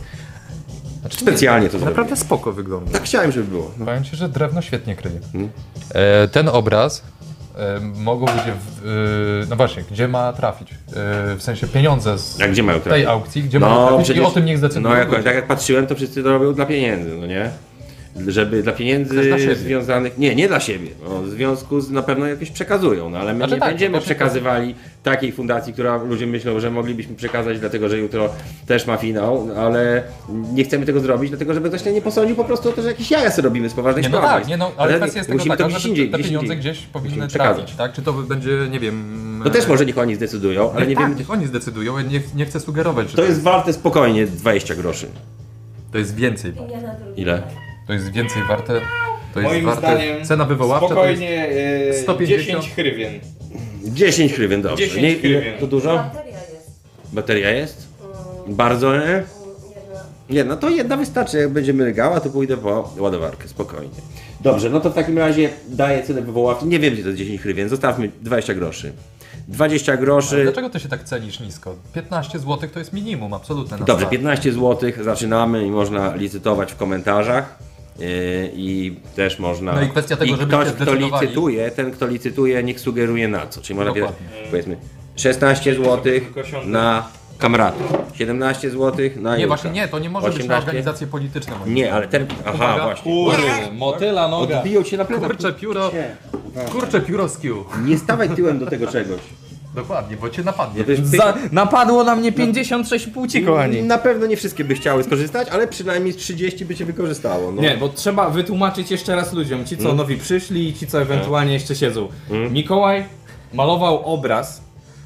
Speaker 2: Znaczy,
Speaker 4: Specjalnie to zrobiłem.
Speaker 2: Naprawdę spoko wygląda.
Speaker 4: Tak chciałem, żeby było. No.
Speaker 2: Powiem ci, że drewno świetnie kryje.
Speaker 4: Mhm.
Speaker 2: E, ten obraz e, mogą ludzie, w, e, no właśnie, gdzie ma trafić? E, w sensie pieniądze z
Speaker 4: A gdzie mają trafić?
Speaker 2: tej aukcji, gdzie mają trafić i o tym niech zdecydują.
Speaker 4: No jakoś, tak jak patrzyłem, to wszyscy to robią dla pieniędzy, no nie? Żeby dla pieniędzy
Speaker 2: dla siebie.
Speaker 4: związanych. Nie, nie dla siebie. No, w związku z na pewno jakieś przekazują, no ale my
Speaker 2: Znaczy
Speaker 4: nie
Speaker 2: tak,
Speaker 4: będziemy
Speaker 2: właśnie to-
Speaker 4: przekazywali takiej fundacji, która ludzie myślą, że moglibyśmy przekazać, dlatego że jutro też ma finał, no, ale nie chcemy tego zrobić, dlatego żeby ktoś nie posądził po prostu o to, że jakieś jaja sobie robimy z poważnej
Speaker 2: Nie, no
Speaker 4: sprawy.
Speaker 2: tak, nie, no, ale kwestia jest tego
Speaker 4: musimy
Speaker 2: taka,
Speaker 4: to gdzieś
Speaker 2: że
Speaker 4: indziej,
Speaker 2: te
Speaker 4: gdzieś
Speaker 2: pieniądze
Speaker 4: indziej.
Speaker 2: gdzieś powinny
Speaker 4: Musimy przekazać.
Speaker 2: trafić, tak? Czy to będzie, nie wiem... e,
Speaker 4: No też może niech oni zdecydują, ale nie
Speaker 2: tak,
Speaker 4: wiemy.
Speaker 2: niech oni zdecydują, ja nie, nie chcę sugerować, że
Speaker 4: To jest warte spokojnie 20 groszy.
Speaker 2: to jest więcej.
Speaker 4: Ile?
Speaker 2: To jest więcej warte. To jest
Speaker 3: Moim
Speaker 2: warte.
Speaker 3: zdaniem
Speaker 2: cena wywoławcza to jest...
Speaker 3: Spokojnie e,
Speaker 2: 150.
Speaker 3: 10 hrywien.
Speaker 4: 10 hrywien, dobrze.
Speaker 3: 10
Speaker 4: Nie-
Speaker 3: hrywien.
Speaker 4: To dużo?
Speaker 6: Bateria jest.
Speaker 4: Bateria jest? Bardzo nie? Jedna, to jedna wystarczy. Jak będzie mrygała, to pójdę po ładowarkę, spokojnie. Dobrze, no to w takim razie daję cenę wywoławczą. Nie wiem, gdzie to jest 10 hrywien, zostawmy 20 groszy. 20 groszy.
Speaker 2: Dlaczego ty się tak cenisz nisko? 15 zł to jest minimum, absolutne. na
Speaker 4: Dobrze,
Speaker 2: start.
Speaker 4: 15 zł, zaczynamy i można licytować w komentarzach. Yy, I też można.
Speaker 2: No i kwestia tego,
Speaker 4: I
Speaker 2: żebyście
Speaker 4: ktoś, kto
Speaker 2: zdecydowali.
Speaker 4: licytuje, ten, kto licytuje, niech sugeruje na co. Czyli można
Speaker 2: Dokładnie.
Speaker 4: powiedzieć, powiedzmy 16 zł
Speaker 3: Kosiątek.
Speaker 4: na kamratu, 17 zł na.
Speaker 2: Nie,
Speaker 4: Julka,
Speaker 2: właśnie nie, to nie może być na
Speaker 4: 18.
Speaker 2: organizację polityczną.
Speaker 4: Nie, ale ten. Aha,
Speaker 2: Uwaga.
Speaker 4: właśnie.
Speaker 3: Kurde, Tak. motyla noga.
Speaker 4: Biją cię na plecach.
Speaker 2: Kurczę pióro, kurczę pióro z kiu.
Speaker 4: Nie stawaj tyłem do tego czegoś.
Speaker 2: Dokładnie, bo cię napadnie.
Speaker 4: To jest
Speaker 3: Za, napadło na mnie 56 płci, kochani.
Speaker 4: Na pewno nie wszystkie by chciały skorzystać, ale przynajmniej z 30 by się wykorzystało. No.
Speaker 3: Nie, bo trzeba wytłumaczyć jeszcze raz ludziom, ci co nowi przyszli i ci co ewentualnie jeszcze siedzą. Mikołaj malował obraz,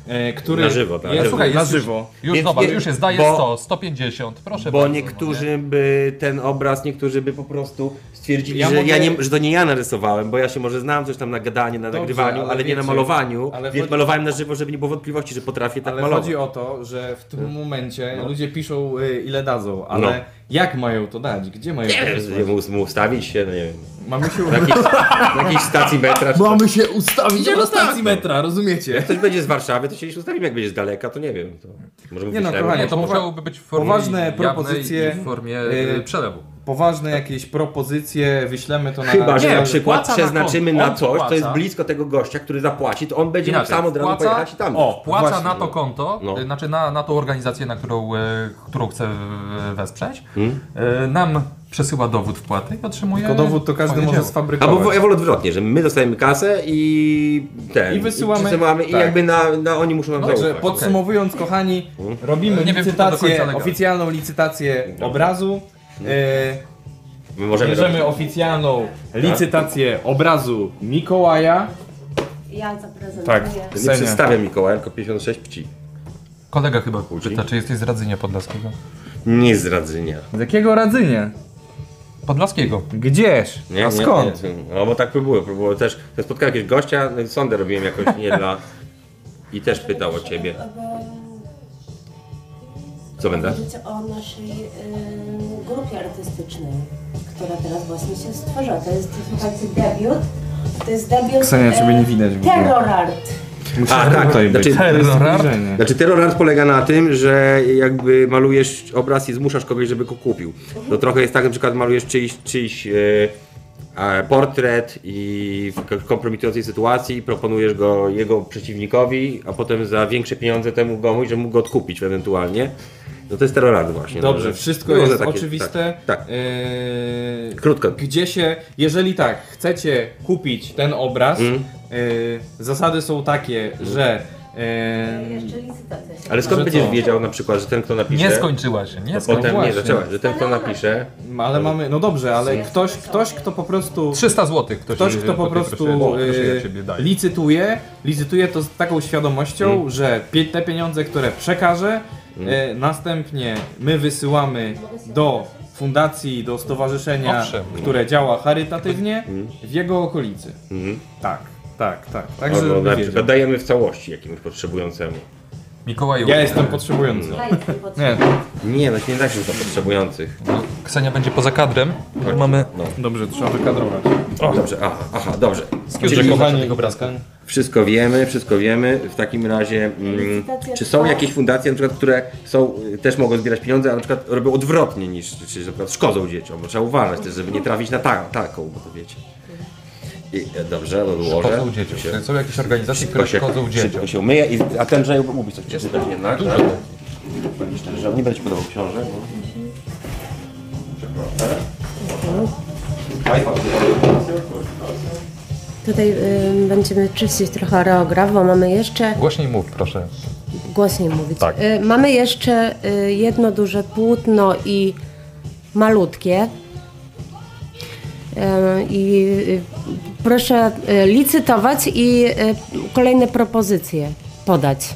Speaker 3: e, który...
Speaker 4: Na żywo, tak.
Speaker 3: jest,
Speaker 4: Na
Speaker 3: słuchaj,
Speaker 2: żywo.
Speaker 3: na żywo.
Speaker 2: Już
Speaker 4: Więc
Speaker 2: zobacz,
Speaker 4: nie-
Speaker 2: już jest, daje
Speaker 4: bo-
Speaker 2: 100, 150, proszę
Speaker 4: Bo
Speaker 2: bardzo, no nie?
Speaker 4: niektórzy by ten obraz, niektórzy by po prostu stwierdzili,
Speaker 3: Ja
Speaker 4: że,
Speaker 3: mogę-
Speaker 4: ja nie, że to nie ja narysowałem, bo ja się może znam coś tam na gadaniu, na nagrywaniu, ale,
Speaker 3: ale
Speaker 4: nie na
Speaker 3: wiecie-
Speaker 4: malowaniu,
Speaker 3: ale
Speaker 4: więc
Speaker 3: chodzi-
Speaker 4: malowałem na żywo, żeby nie było wątpliwości, że potrafię tak
Speaker 3: Ale Mm. No.
Speaker 4: malować.
Speaker 3: chodzi o to, że w tym momencie ludzie piszą y, ile dadzą, ale
Speaker 4: No.
Speaker 3: jak mają to dać? Gdzie mają
Speaker 4: Nie
Speaker 3: to
Speaker 4: wiem, żeby
Speaker 3: wysłać?
Speaker 4: mu, mu ustawić się, no nie wiem,
Speaker 3: Mamy się
Speaker 4: na jakiejś, na jakiejś stacji metra. Czy
Speaker 8: Mamy się ustawić
Speaker 3: Idziemy do stacji metra, rozumiecie?
Speaker 4: Jak ktoś będzie z Warszawy, to się gdzieś ustawimy, jak będzie z daleka, to nie wiem. To może mu
Speaker 3: Nie no,
Speaker 4: wyślemy.
Speaker 3: kochanie,
Speaker 2: Nie, to
Speaker 3: Powa-
Speaker 2: musiałoby być w formie
Speaker 3: poważne
Speaker 2: jawnej
Speaker 3: propozycje,
Speaker 2: i w formie
Speaker 3: yy,
Speaker 2: yy, przelewu.
Speaker 3: Poważne jakieś propozycje, wyślemy to na...
Speaker 4: Chyba, że
Speaker 2: Nie,
Speaker 4: na
Speaker 2: że
Speaker 4: przykład
Speaker 2: płaca na
Speaker 4: przeznaczymy
Speaker 2: konto.
Speaker 4: na,
Speaker 2: On
Speaker 4: coś, co jest
Speaker 2: płaca.
Speaker 4: blisko tego gościa, który zapłaci, to on będzie mógł
Speaker 2: Inaczej,
Speaker 4: sam od razu
Speaker 2: wpłaca-
Speaker 4: pojechać i tam.
Speaker 2: O, płaca
Speaker 3: właśnie,
Speaker 2: na to konto,
Speaker 4: No.
Speaker 2: y, znaczy na, na tą organizację, na którą, y, którą chce y, wesprzeć.
Speaker 4: Hmm?
Speaker 2: Y, nam przesyła dowód wpłaty i otrzymuje.
Speaker 3: Tylko dowód to każdy
Speaker 2: swoje
Speaker 3: może
Speaker 2: dzieło.
Speaker 4: Albo
Speaker 3: sfabrykować.
Speaker 4: w- ja wolę odwrotnie, że my dostajemy kasę i ten.
Speaker 3: I wysyłamy-
Speaker 4: przesyłamy i
Speaker 3: tak.
Speaker 4: jakby na, na No, oni muszą
Speaker 2: No,
Speaker 4: nam
Speaker 3: Także
Speaker 4: zaufać.
Speaker 3: podsumowując, kochani, robimy
Speaker 2: Nie wiem, czy to do końca
Speaker 3: licytację,
Speaker 2: legalne.
Speaker 3: oficjalną licytację obrazu. E,
Speaker 4: My możemy
Speaker 3: bierzemy
Speaker 4: robić.
Speaker 3: oficjalną licytację obrazu Mikołaja.
Speaker 6: Ja zaprezentuję.
Speaker 2: Tak.
Speaker 4: Ja Nie przedstawiam Mikołaja, tylko 56 pci.
Speaker 2: Kolega chyba pyta, czy jesteś z Radzynia Podlaskiego?
Speaker 4: Nie z Radzynia.
Speaker 3: Z jakiego Radzynia?
Speaker 2: Podlaskiego.
Speaker 3: Gdzież?
Speaker 4: Nie,
Speaker 3: A
Speaker 4: nie,
Speaker 3: skąd?
Speaker 4: nie. No bo tak próbuję, próbuję też. Ja spotkałem jakiegoś gościa, no, sondę robiłem jakoś nie dla. I też pytał o ciebie. Co
Speaker 3: Tak?
Speaker 4: będę?
Speaker 6: Powiedzieć o naszej y, grupie artystycznej, która teraz właśnie się stworzyła. To jest, słuchajcie, debiut. To jest debiut y,
Speaker 3: Ksenia, ciebie nie widać w ogóle.
Speaker 6: Terror Art.
Speaker 4: A, tak,
Speaker 3: tutaj
Speaker 4: znaczy-
Speaker 3: być.
Speaker 2: Terror.
Speaker 3: Zbliżenie.
Speaker 4: Znaczy terror art polega na tym, że jakby malujesz obraz i zmuszasz kogoś, żeby go kupił. To trochę jest tak, na przykład malujesz czyjś, czyjś e, e, portret i w k- kompromitującej sytuacji proponujesz go jego przeciwnikowi, a potem za większe pieniądze temu komuś, że mógł go odkupić ewentualnie. No to jest terror art właśnie. no,
Speaker 3: Dobrze,
Speaker 4: że-
Speaker 3: wszystko
Speaker 4: Różne
Speaker 3: jest
Speaker 4: takie-
Speaker 3: oczywiste.
Speaker 4: Tak, tak.
Speaker 3: E,
Speaker 4: Krótko.
Speaker 3: Gdzie się, jeżeli tak, chcecie kupić ten obraz, e, zasady są takie, że e,
Speaker 6: Jeszcze licytacja się
Speaker 4: Ale skąd
Speaker 3: Że
Speaker 4: będziesz
Speaker 3: co?
Speaker 4: wiedział na przykład, że ten kto napisze...
Speaker 2: Nie skończyła się, nie
Speaker 4: to Potem nie
Speaker 2: skończyła się. Tak.
Speaker 4: zaczęła, że ten kto napisze...
Speaker 3: ale mamy, no dobrze, ale ktoś, ktoś kto po prostu
Speaker 2: 300 zł ktoś,
Speaker 3: Ktoś, kto
Speaker 2: y,
Speaker 3: po
Speaker 2: tej
Speaker 3: prostu
Speaker 2: proszę, proszę, ja
Speaker 3: y,
Speaker 2: ciebie daję. Mm.
Speaker 3: licytuje, licytuje to z taką świadomością, że pie- te pieniądze, które przekaże,
Speaker 4: Mm.
Speaker 3: E, Następnie my wysyłamy do fundacji, do stowarzyszenia,
Speaker 2: Owszem.
Speaker 3: które działa charytatywnie
Speaker 4: Mm.
Speaker 3: w jego okolicy. Tak, tak, tak. Tak, żeby
Speaker 4: Albo na przykład
Speaker 3: wiedział.
Speaker 4: dajemy w całości jakiemuś potrzebującemu.
Speaker 2: Mikołaju.
Speaker 3: Ja jestem potrzebujący.
Speaker 9: Ja jestem potrzebna.
Speaker 3: Nie,
Speaker 4: Nie, no nie da się za potrzebujących.
Speaker 2: no, Ksenia będzie poza kadrem.
Speaker 4: Chodź.
Speaker 2: Mamy.
Speaker 4: No.
Speaker 3: dobrze, trzeba wykadrować.
Speaker 4: Dobrze, aha, aha, dobrze.
Speaker 2: Czyli-
Speaker 3: Dziękowanie
Speaker 2: tego obrazka.
Speaker 4: Wszystko wiemy, wszystko wiemy. W takim razie, mm,
Speaker 9: Licytacja
Speaker 4: czy są
Speaker 9: trwa.
Speaker 4: jakieś fundacje, na przykład, które są, y, też mogą zbierać pieniądze, ale na przykład robią odwrotnie niż, czy na przykład szkodzą dzieciom, bo trzeba uważać też, żeby nie trafić na ta, taką, bo to wiecie. I, e, dobrze, odłożę.
Speaker 2: Szkodzą dzieciom.
Speaker 4: Się-
Speaker 2: Są jakieś organizacje,
Speaker 4: Szybko
Speaker 2: które
Speaker 4: się,
Speaker 2: szkodzą dzieciom.
Speaker 4: szybko się umyje, i, a ten Żeju mówi coś przeczytać jednak. Dużo. Szczerze, nie będzie podobał książek.
Speaker 6: Tutaj y, będziemy czyścić trochę aerograf, bo mamy jeszcze
Speaker 2: Głośniej mów, proszę.
Speaker 6: głośniej mówić.
Speaker 2: Tak.
Speaker 6: Y, mamy jeszcze y, jedno duże płótno i malutkie. Y, I y, proszę y, licytować i y, kolejne propozycje podać.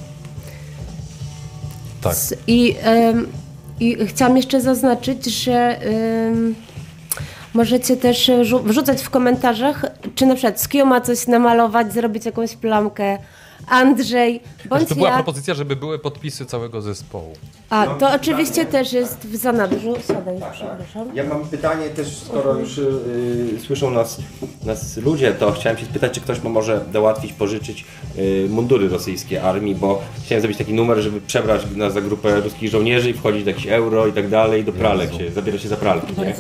Speaker 2: Tak.
Speaker 6: S- I, ym, I chciałam jeszcze zaznaczyć, że ym, możecie też rzu- wrzucać w komentarzach, czy na przykład Skio ma coś namalować, zrobić jakąś plamkę, Andrzej, bądź
Speaker 2: To była
Speaker 6: ja.
Speaker 2: propozycja, żeby były podpisy całego zespołu.
Speaker 6: A,
Speaker 1: No, tak,
Speaker 6: to oczywiście też jest w zanadrzu. Siadaj, przepraszam. <laughs>
Speaker 1: Ja mam pytanie też, skoro już y, y, słyszą nas, nas ludzie, to chciałem się spytać, czy ktoś ma może dołatwić, pożyczyć y, mundury rosyjskiej armii, bo chciałem zrobić taki numer, żeby przebrać nas za grupę ruskich żołnierzy i wchodzić do jakichś euro i tak dalej, do pralek się, zabiera się za pralki, nie?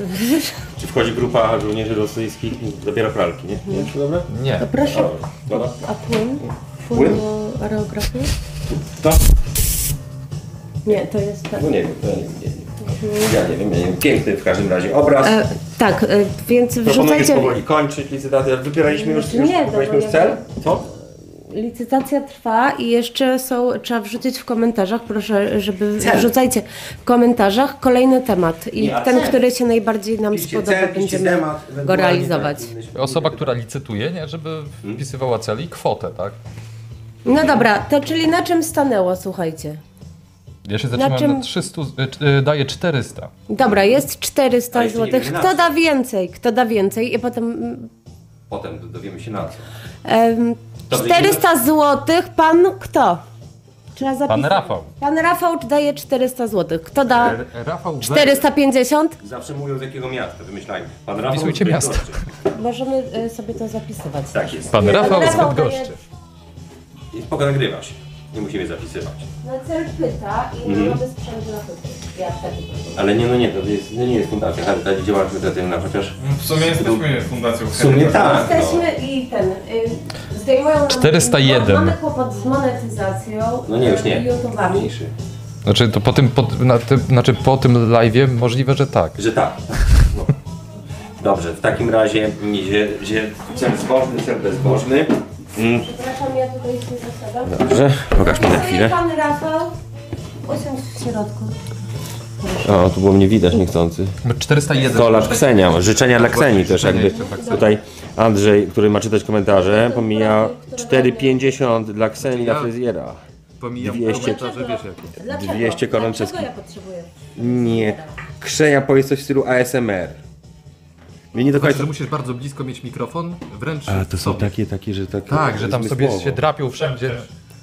Speaker 1: Czy wchodzi grupa żołnierzy rosyjskich i zabiera pralki, nie? Nie, to dobre?
Speaker 2: Nie.
Speaker 6: Proszę,
Speaker 1: Dobra.
Speaker 6: a płyn? Płyn
Speaker 1: Płyn?
Speaker 6: do aerografii?
Speaker 1: To?
Speaker 6: Nie, to jest tak.
Speaker 4: No nie wiem, to ja nie, nie, nie. Ja nie wiem, ja nie wiem. Piękny w każdym razie obraz.
Speaker 6: E, tak, e, więc
Speaker 1: Proponuję już
Speaker 6: wrzucajcie.
Speaker 1: powoli kończyć licytację. Wybieraliśmy już,
Speaker 6: Nie,
Speaker 1: już,
Speaker 6: dobra,
Speaker 1: wybraliśmy już
Speaker 6: ja-
Speaker 1: cel? Co?
Speaker 6: Licytacja trwa i jeszcze są, trzeba wrzucić w komentarzach, proszę, żeby wrzucajcie w komentarzach kolejny temat i
Speaker 1: Nie, a
Speaker 6: ten,
Speaker 1: cel.
Speaker 6: który się najbardziej nam spodoba, będziemy go realizować.
Speaker 2: Osoba, która licytuje, nie? Mhm. Żeby wpisywała cel i kwotę, tak?
Speaker 6: No dobra, to czyli na czym stanęło, słuchajcie?
Speaker 2: Ja się zatrzymałem na,
Speaker 6: czym-
Speaker 2: 300, y, c- y, daję 400.
Speaker 6: Dobra, jest 400
Speaker 1: Ale jeszcze nie
Speaker 6: zł.
Speaker 1: wiemy na
Speaker 6: Kto
Speaker 1: co.
Speaker 6: da więcej? Kto da więcej? I potem mm,
Speaker 1: Potem dowiemy się na co.
Speaker 6: em,
Speaker 1: Dobra,
Speaker 6: 400 zł, pan kto? Trzeba zapisać.
Speaker 2: Pan Rafał.
Speaker 6: Pan Rafał daje 400 zł. Kto da
Speaker 2: Rafał
Speaker 6: 450?
Speaker 1: Zawsze mówią z jakiego miasta, wymyślajmy. Pan Rafał
Speaker 2: Wpisujcie
Speaker 1: z
Speaker 2: miasto.
Speaker 1: Bydgoszczy.
Speaker 6: Możemy e, sobie to zapisywać.
Speaker 1: Tak jest.
Speaker 2: Pan Rafał z
Speaker 6: Rafał
Speaker 2: Bydgoszczy.
Speaker 1: I spoko nagrywasz. Nie musimy zapisywać.
Speaker 6: Na cel pyta i
Speaker 1: Mhm.
Speaker 6: na nowy sprzęt dla pyty. Ja wtedy powiem.
Speaker 1: Ale nie, no nie, to jest, no nie jest fundacja charytatywna, działalność charytatywna, no, chociaż...
Speaker 3: No, W sumie jesteśmy fundacją
Speaker 1: W sumie tak, no.
Speaker 6: Jesteśmy i ten. Y, zdejmują nam.
Speaker 2: 401.
Speaker 6: Mamy kłopot z monetyzacją.
Speaker 1: No nie, już nie.
Speaker 6: y, YouTube'ami.
Speaker 1: Mniejszy.
Speaker 2: Znaczy, to po tym, po, na tym, znaczy po tym live'ie możliwe, że tak.
Speaker 1: Że tak. No. Dobrze, w takim razie idzie, idzie cel zbożny, cel bezbożny.
Speaker 6: Przepraszam, ja tutaj się zasiadam.
Speaker 4: Dobrze, pokaż mi na chwilę.
Speaker 6: pan Rafał. Usiądź w środku.
Speaker 4: O, tu było mnie widać niechcący.
Speaker 10: No,
Speaker 2: 401.
Speaker 4: Kolarz Ksenia, życzenia
Speaker 2: No
Speaker 4: dla Kseni też jakby. Tutaj Andrzej, który ma czytać komentarze, pomija 4,50 dla Kseni na fryzjera.
Speaker 10: Pomijam
Speaker 4: 200.
Speaker 10: komentarze, wiesz jak. to.
Speaker 6: Dlaczego?
Speaker 4: 200 koronczewskich.
Speaker 6: Dlaczego ja potrzebuję?
Speaker 4: Nie. Ksenia powie coś w stylu ASMR. Mnie nie do
Speaker 10: Znaczy,
Speaker 4: końca...
Speaker 10: że musisz bardzo blisko mieć mikrofon, wręcz
Speaker 4: A, to są
Speaker 10: sobie.
Speaker 4: takie, takie, że tak...
Speaker 2: Tak, że tam sobie
Speaker 4: zmysłowo.
Speaker 2: się drapią wszędzie.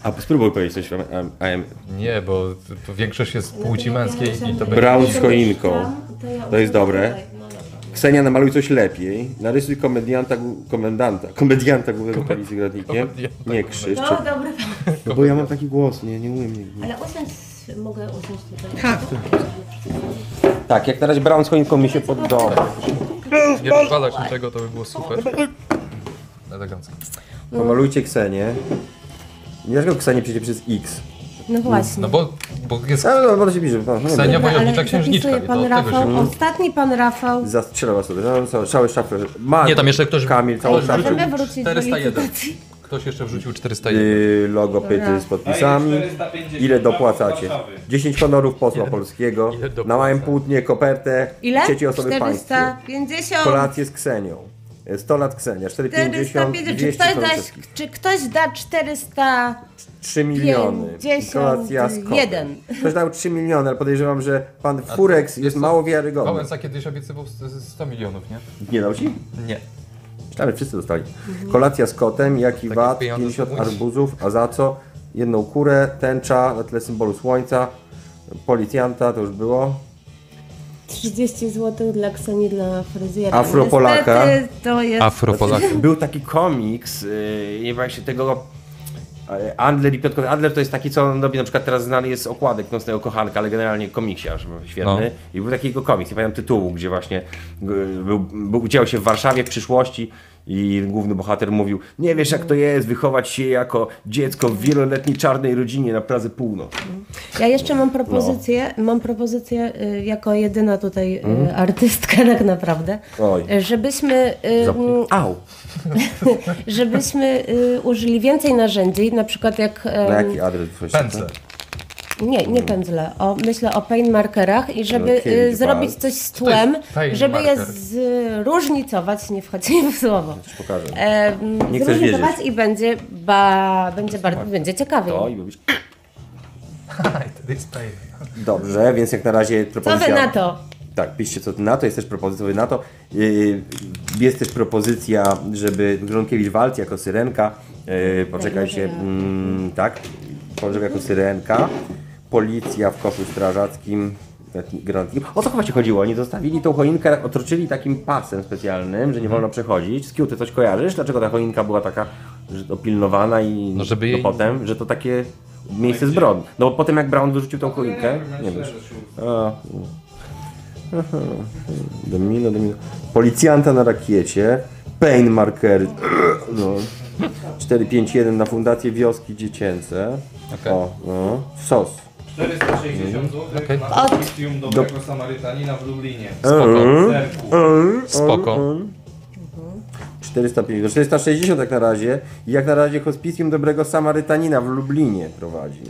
Speaker 4: A spróbuj powiedzieć coś o AM. AM.
Speaker 2: Nie, bo No to większość jest płci męskiej i to będzie...
Speaker 4: Brown z choinką.
Speaker 6: To ja
Speaker 4: To jest dobre.
Speaker 6: No dobra.
Speaker 4: Ksenia, namaluj coś lepiej. Narysuj komedianta, gó- komendanta, komedianta głównego policji grodnikiem.
Speaker 2: Komedianta
Speaker 4: Nie krzycz,
Speaker 6: No
Speaker 4: czy-
Speaker 6: dobra,
Speaker 4: no bo ja mam taki głos, nie, nie umiem. Nie.
Speaker 6: ale usiądź, mogę usiąść tutaj. No
Speaker 4: Tak, jak na razie Brown z choinką mi się podoba.
Speaker 2: Nie rozwalać niczego, to by było super. Elegancko.
Speaker 4: Pomalujcie Ksenię. Nie dlaczego Ksenie przyjdzie przez X?
Speaker 6: No właśnie.
Speaker 2: No bo, bo jest
Speaker 4: Ale no, bardzo się pisze. No, nie wiem.
Speaker 2: Ksenia Wojownicza
Speaker 6: ale
Speaker 2: Księżniczka.
Speaker 6: zapisuje
Speaker 2: i
Speaker 6: pan
Speaker 2: to od tego się...
Speaker 6: Rafał, ostatni pan Rafał.
Speaker 4: Zastrzela was tutaj. No, cały- Cały szafę. Ma
Speaker 2: Nie, tam jeszcze ktoś-
Speaker 4: Kamil, całą
Speaker 2: ktoś
Speaker 4: szafę.
Speaker 2: wrzucił.
Speaker 6: Możemy wrócić do
Speaker 2: 401.
Speaker 6: licytacji.
Speaker 2: Ktoś jeszcze wrzucił 401.
Speaker 4: Yy, Logo pyty z podpisami. Ile dopłacacie? 10 honorów posła polskiego.
Speaker 2: ile dopłaca?
Speaker 4: Na małym płótnie kopertę.
Speaker 6: Ile?
Speaker 4: Trzeciej osoby w państwie.
Speaker 6: 450.
Speaker 4: Kolację z Ksenią. E, 100 lat Ksenia, 450,
Speaker 6: 450, czy
Speaker 4: 200
Speaker 6: ktoś, da,
Speaker 4: francuskich,
Speaker 6: czy ktoś da 400?
Speaker 4: 3 miliony.
Speaker 6: 50,
Speaker 4: Nikolas Jaskow.
Speaker 6: jeden.
Speaker 4: Ktoś dał 3 miliony, ale podejrzewam, że pan Furex jest mało wiarygodny.
Speaker 2: Wałęsa kiedyś obiecywał 100 milionów, nie?
Speaker 4: Nie dał ci?
Speaker 2: Nie.
Speaker 4: Myślałem, że wszyscy dostali. Kolacja z kotem, jaki
Speaker 2: Takie
Speaker 4: wat,
Speaker 2: pieniądze
Speaker 4: 50
Speaker 2: są
Speaker 4: arbuzów, a za co? Jedną kurę, tęcza na tle symbolu słońca, policjanta, to już było.
Speaker 7: 30 zł dla Kseni, dla fryzjera.
Speaker 4: Afropolaka.
Speaker 6: Niestety to jest
Speaker 2: Afropolak.
Speaker 4: Był taki komiks, yy, nie wiem jak się tego. yy, Andler i Piotr Andler to jest taki, co on robi, na przykład teraz znany jest z okładek Nocnego Kochanka, ale generalnie komiksiarz był świetny. I był taki jego komiks, nie pamiętam tytułu, gdzie właśnie yy, był, był, działo się w Warszawie w przyszłości i główny bohater mówił, nie wiesz jak to jest wychować się jako dziecko w wieloletniej czarnej rodzinie na Pradze Północ.
Speaker 6: Ja jeszcze mam propozycję,
Speaker 4: No.
Speaker 6: mam propozycję y, jako jedyna tutaj y, artystka <laughs> tak naprawdę,
Speaker 4: Mhm. Oj.
Speaker 6: y, żebyśmy, y,
Speaker 4: Zapnij. Au!
Speaker 6: <laughs> żebyśmy y, użyli więcej narzędzi, na przykład jak... em,
Speaker 4: Na jaki adres wreszcie?
Speaker 2: Pędzle.
Speaker 6: Nie, nie pędzle. O, myślę o paint markerach i żeby
Speaker 4: Okej,
Speaker 6: y,
Speaker 4: no. dwa.
Speaker 6: zrobić coś z tłem,
Speaker 2: paint
Speaker 6: żeby je
Speaker 2: marker?
Speaker 6: zróżnicować, nie wchodzi w słowo.
Speaker 4: Pokażę.
Speaker 6: E,
Speaker 4: Nie chcesz
Speaker 6: zróżnicować
Speaker 4: wiedzieć.
Speaker 6: i będzie, ba, będzie, bardzo, będzie ciekawiej.
Speaker 4: To i mówisz,
Speaker 2: <laughs> I wtedy jest pain.
Speaker 4: dobrze, więc jak na razie
Speaker 6: Co
Speaker 4: propozycja...
Speaker 6: wy na to?
Speaker 4: Tak, piszcie co na to, jest też propozycja na to. Yy, Jest też propozycja, żeby Gronkiewicz walc jako syrenka. Yy, Poczekaj się, mm, tak, poczekaj jako syrenka. Policja w koszu strażackim. taki Gronkiewicz. O co chyba się chodziło? Oni zostawili tą choinkę, otoczyli takim pasem specjalnym, że nie
Speaker 2: Mhm.
Speaker 4: wolno przechodzić. Skiu, ty coś kojarzysz? Dlaczego ta choinka była taka że opilnowana i
Speaker 2: No, żeby
Speaker 4: to
Speaker 2: jej-
Speaker 4: potem, że to takie miejsce zbrodni. No bo potem jak Brown wyrzucił tą choinkę, nie wiem. A, no. Domino, domino. Policjanta na rakiecie. Pain marker. No. 451 na Fundację Wioski Dziecięce.
Speaker 2: Okej.
Speaker 4: O, no. Sos. Mhm.
Speaker 3: 460 zł
Speaker 2: Okej.
Speaker 3: na Konsorcjum Dobrego Samarytanina w Lublinie.
Speaker 4: E?
Speaker 2: Spoko.
Speaker 3: Zerku.
Speaker 2: Spoko.
Speaker 4: 450, 460 no, jak na razie. I jak na razie Hospicjum Dobrego Samarytanina w Lublinie prowadzi.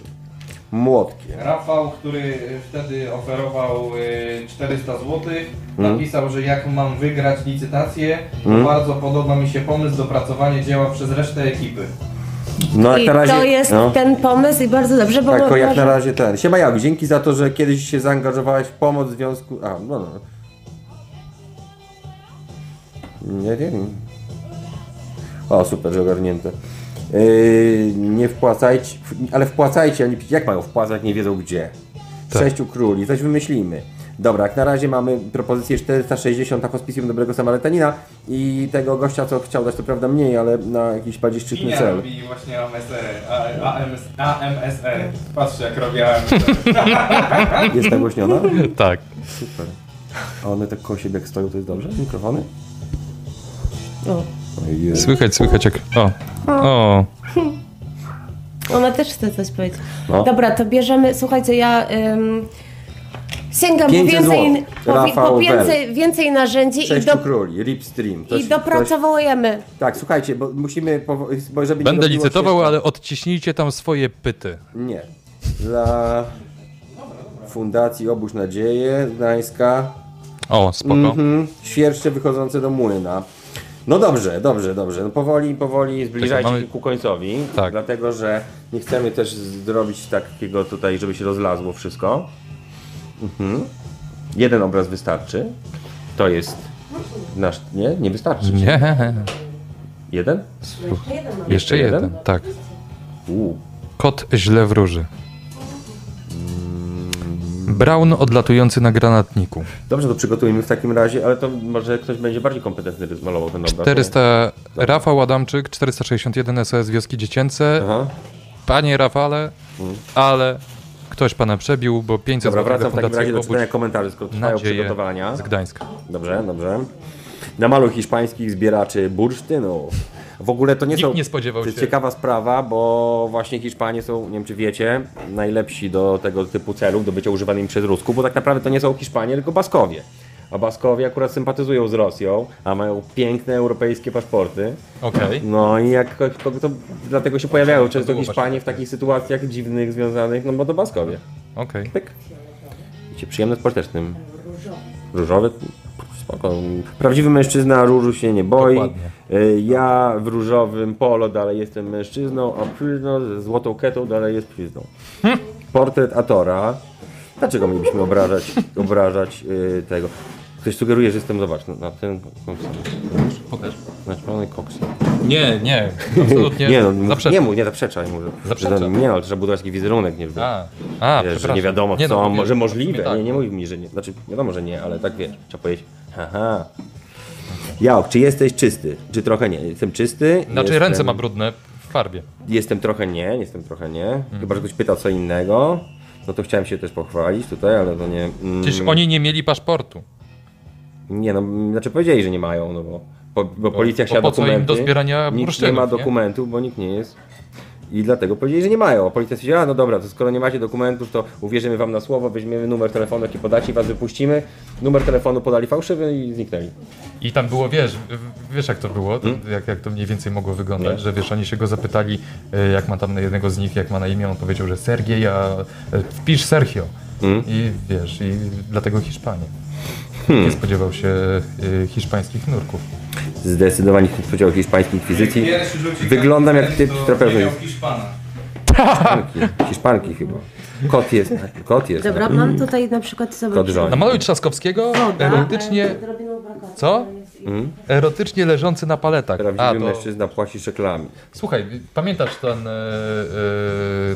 Speaker 4: Młotkiem.
Speaker 3: Rafał, który wtedy oferował y, 400 zł,
Speaker 4: Mhm.
Speaker 3: napisał, że jak mam wygrać licytację, to bardzo podoba mi się pomysł dopracowanie dzieła przez resztę ekipy.
Speaker 4: No
Speaker 6: I
Speaker 4: jak na razie...
Speaker 6: to jest
Speaker 4: no.
Speaker 6: ten pomysł i bardzo dobrze, bo
Speaker 4: Tak, o, jak
Speaker 6: uważam-
Speaker 4: na razie ten. Siema Jagu, dzięki za to, że kiedyś się zaangażowałeś w pomoc w związku... A, no no. Nie wiem. O, super, że ogarnięte. Yy, nie wpłacajcie, w- ale wpłacajcie, oni jak mają wpłacać, nie wiedzą gdzie. Sześciu króli, coś wymyślimy. Dobra, jak na razie mamy propozycję 460 na hospicjum Dobrego Samarytanina i tego gościa, co chciał dać, to prawda mniej, ale na jakiś bardziej szczytny
Speaker 3: Inia
Speaker 4: cel.
Speaker 3: robi właśnie AMSR. E, A- AMS, AMSR. Patrzcie jak robi
Speaker 4: <laughs>
Speaker 3: AMSR.
Speaker 4: Jest nagłośniona?
Speaker 2: Tak.
Speaker 4: Super. A one tak koło siebie jak stoją, to jest dobrze? Mikrofony? No e,
Speaker 6: O,
Speaker 4: Ojej.
Speaker 2: Słychać, słychać jak... O. O.
Speaker 6: Ona też chce coś powiedzieć.
Speaker 4: No.
Speaker 6: Dobra, to bierzemy. Słuchajcie, ja ym, sięgam po
Speaker 4: 500
Speaker 6: więcej,
Speaker 4: złotych.
Speaker 6: po, wi-
Speaker 4: Rafał
Speaker 6: po więcej, więcej narzędzi i,
Speaker 4: Sześciu
Speaker 6: do,
Speaker 4: króli, Ripstream.
Speaker 6: i dopracowujemy.
Speaker 4: tak, słuchajcie, bo musimy... powo- Bo żeby nie
Speaker 2: Będę
Speaker 4: robiło się
Speaker 2: licytował,
Speaker 4: to-
Speaker 2: ale odciśnijcie tam swoje pyty.
Speaker 4: Nie. Dla Fundacji Obóz Nadzieje Gdańska.
Speaker 2: O, spoko.
Speaker 4: Mhm. Świerszcze wychodzące do młyna. No dobrze, dobrze, dobrze. No powoli, powoli zbliżajcie
Speaker 2: mamy-
Speaker 4: się ku końcowi.
Speaker 2: Tak.
Speaker 4: Dlatego, że nie chcemy też zrobić takiego tutaj, żeby się rozlazło wszystko. Mhm. Jeden obraz wystarczy. To jest nasz... Nie? Nie wystarczy.
Speaker 2: Nie.
Speaker 4: Jeden?
Speaker 2: Jeszcze
Speaker 4: jeden?
Speaker 2: jeden, tak.
Speaker 4: Uuu.
Speaker 2: Kot źle wróży. Brown odlatujący na granatniku.
Speaker 4: Dobrze, to przygotujmy w takim razie, ale to może ktoś będzie bardziej kompetentny rozmalował ten obraz.
Speaker 2: 400 Rafał Adamczyk, 461 SOS Wioski Dziecięce.
Speaker 4: Aha. Hmm.
Speaker 2: Panie Rafale, ale ktoś pana przebił, bo 500
Speaker 4: Dobra,
Speaker 2: złotych
Speaker 4: wracam w takim razie do
Speaker 2: Fundacji
Speaker 4: czytania
Speaker 2: Obudź
Speaker 4: komentarzy, skoro trwają
Speaker 2: Nadzieje
Speaker 4: przygotowania.
Speaker 2: z Gdańska.
Speaker 4: Dobrze, dobrze. Na malu hiszpańskich zbieraczy bursztynów. W ogóle to nie
Speaker 2: Nikt
Speaker 4: są...
Speaker 2: nie spodziewał
Speaker 4: to jest
Speaker 2: się.
Speaker 4: ciekawa sprawa, bo właśnie Hiszpanie są, nie wiem czy wiecie, najlepsi do tego typu celów, do bycia używanymi przez Rusków, bo tak naprawdę to nie są Hiszpanie, tylko Baskowie. A Baskowie akurat sympatyzują z Rosją, a mają piękne europejskie paszporty.
Speaker 2: Okej.
Speaker 4: No i jak to, to dlatego się pojawiają często
Speaker 2: było
Speaker 4: Hiszpanie w takich sytuacjach dziwnych, związanych, no bo to Baskowie.
Speaker 2: Okej.
Speaker 4: Pyk. Wiecie, przyjemne z pożytecznym. Różowy. Różowy? Spoko. Prawdziwy mężczyzna różu się nie boi.
Speaker 2: Dokładnie.
Speaker 4: Y, Ja w różowym polo dalej jestem mężczyzną, a przyzno ze złotą ketą dalej jest przyzną. Portret Atora. Dlaczego mielibyśmy obrażać, obrażać y, tego? Ktoś sugeruje, że jestem, zobacz, na, na ten koks.
Speaker 2: Pokaż.
Speaker 4: Naczpany koks.
Speaker 2: Nie, nie, absolutnie.
Speaker 4: Nie, no, nie,
Speaker 2: Zaprzeczam.
Speaker 4: nie, mów, nie zaprzeczaj. mu, że-
Speaker 2: Zaprzeczam.
Speaker 4: że- Nie, no, ale trzeba budować taki wizerunek, nie żeby-
Speaker 2: A, a
Speaker 4: wiesz, że
Speaker 2: przepraszam.
Speaker 4: nie wiadomo co,
Speaker 2: no, mówię,
Speaker 4: może możliwe.
Speaker 2: tak.
Speaker 4: Nie, nie mówi mi, że nie. Znaczy, wiadomo, że nie, ale tak wiesz, trzeba powiedzieć. Haha. Jałk, czy jesteś czysty? Czy trochę nie? Jestem czysty.
Speaker 2: Znaczy
Speaker 4: jestem,
Speaker 2: ręce ma brudne w farbie.
Speaker 4: Jestem trochę nie, jestem trochę nie. Chyba, że ktoś pyta co innego. No to chciałem się też pochwalić tutaj, ale to nie. Mm,
Speaker 2: Przecież oni nie mieli paszportu.
Speaker 4: Nie, no, znaczy powiedzieli, że nie mają, no bo, po, bo policja
Speaker 2: bo
Speaker 4: chciała
Speaker 2: po co im
Speaker 4: dokumenty.
Speaker 2: do zbierania
Speaker 4: Nikt nie
Speaker 2: bursztynów,
Speaker 4: ma
Speaker 2: nie?
Speaker 4: dokumentów, bo nikt nie jest. I dlatego powiedzieli, że nie mają. A Policja stwierdziła, no dobra, to skoro nie macie dokumentów, to uwierzymy wam na słowo, weźmiemy numer telefonu, jaki podacie i was wypuścimy. Numer telefonu podali fałszywy i zniknęli.
Speaker 2: I tam było, wiesz, w- wiesz jak to było, to, jak, jak to mniej więcej mogło wyglądać, że wiesz, oni się go zapytali, e, jak ma tam na jednego z nich, jak ma na imię, on powiedział, że Sergiej, a e, wpisz Sergio. I wiesz, i dlatego Hiszpanie. Nie spodziewał się e, hiszpańskich nurków.
Speaker 4: Zdecydowanie się spodziewał hiszpańskiej inkwizycji.
Speaker 3: Pierwszy rzucik
Speaker 4: Wyglądam jak
Speaker 3: ten,
Speaker 4: typ
Speaker 3: to
Speaker 4: trapezny.
Speaker 3: miał Hiszpana.
Speaker 4: Hiszpanki, Hiszpanki chyba. Kot jest, kot jest.
Speaker 6: Dobra, mam tutaj na przykład E,
Speaker 4: Kot
Speaker 6: zobaczyć.
Speaker 4: żoń.
Speaker 2: Namaluj Trzaskowskiego erotycznie, co? Erotycznie leżący na paletach.
Speaker 4: Prawdziwy
Speaker 2: A, to,
Speaker 4: mężczyzna płaci szeklami.
Speaker 2: słuchaj, pamiętasz ten, e,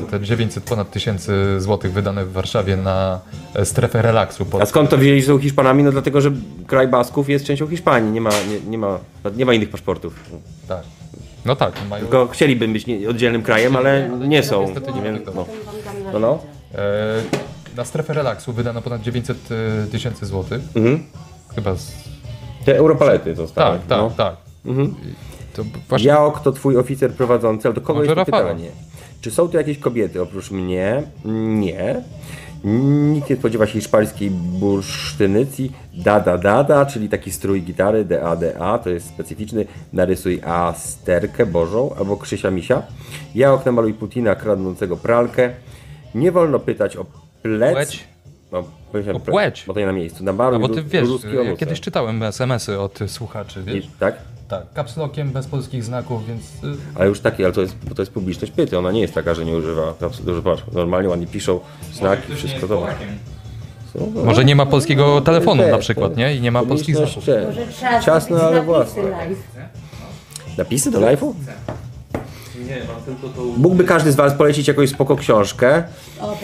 Speaker 2: e, te 900 ponad tysięcy złotych wydane w Warszawie na e, strefę relaksu pod
Speaker 4: A skąd to wiedzieli, że są Hiszpanami? No dlatego, że kraj Basków jest częścią Hiszpanii, nie ma, nie, nie ma, nie ma innych paszportów.
Speaker 2: Tak. No tak, mają.
Speaker 4: Tylko chcieliby być nie, oddzielnym krajem, ale nie są. Nie wiem, no. No, no.
Speaker 2: E, na strefę relaksu wydano ponad 900 e, tysięcy złotych.
Speaker 4: Mhm.
Speaker 2: Chyba z...
Speaker 4: Te europalety zostały.
Speaker 2: Tak, tak,
Speaker 4: no.
Speaker 2: tak. I To b- właśnie
Speaker 4: Jaok to twój oficer prowadzący, ale do kogo
Speaker 2: Może
Speaker 4: jest to
Speaker 2: Rafała.
Speaker 4: pytanie? Czy są tu jakieś kobiety oprócz mnie? Nie. Nikt nie spodziewa się hiszpańskiej bursztynycji. Da, da, da, da, czyli taki strój gitary, da, da, to jest specyficzny. Narysuj asterkę bożą albo Krzysia Misia. Jaok namaluj Putina kradnącego pralkę. Nie wolno pytać o plec.
Speaker 2: płeć.
Speaker 4: No, powiedziałem
Speaker 2: O płeć.
Speaker 4: Bo to nie na miejscu. Na baru
Speaker 2: No bo
Speaker 4: i
Speaker 2: ty
Speaker 4: ru-
Speaker 2: wiesz,
Speaker 4: ruskiej
Speaker 2: ja
Speaker 4: owoce.
Speaker 2: kiedyś czytałem SMS-y od y, słuchaczy, wiesz?
Speaker 4: I, tak?
Speaker 2: Tak, kapslokiem, bez polskich znaków, więc... y,
Speaker 4: Ale już takie, ale to jest, bo to jest publiczność pyty, ona nie jest taka, że nie używa. Dobrze, patrz, normalnie oni piszą znaki, wszystko to. Są- no,
Speaker 2: Może nie ma polskiego telefonu
Speaker 4: te-
Speaker 2: na przykład, nie? I nie ma polskich
Speaker 4: publiczność
Speaker 2: znaków.
Speaker 4: cze-
Speaker 7: Może trzeba
Speaker 4: Ciasno,
Speaker 7: zrobić
Speaker 4: ale
Speaker 7: napisy
Speaker 4: własne.
Speaker 7: live.
Speaker 4: Napisy do live'u? Mógłby każdy z was polecić jakąś spoko książkę.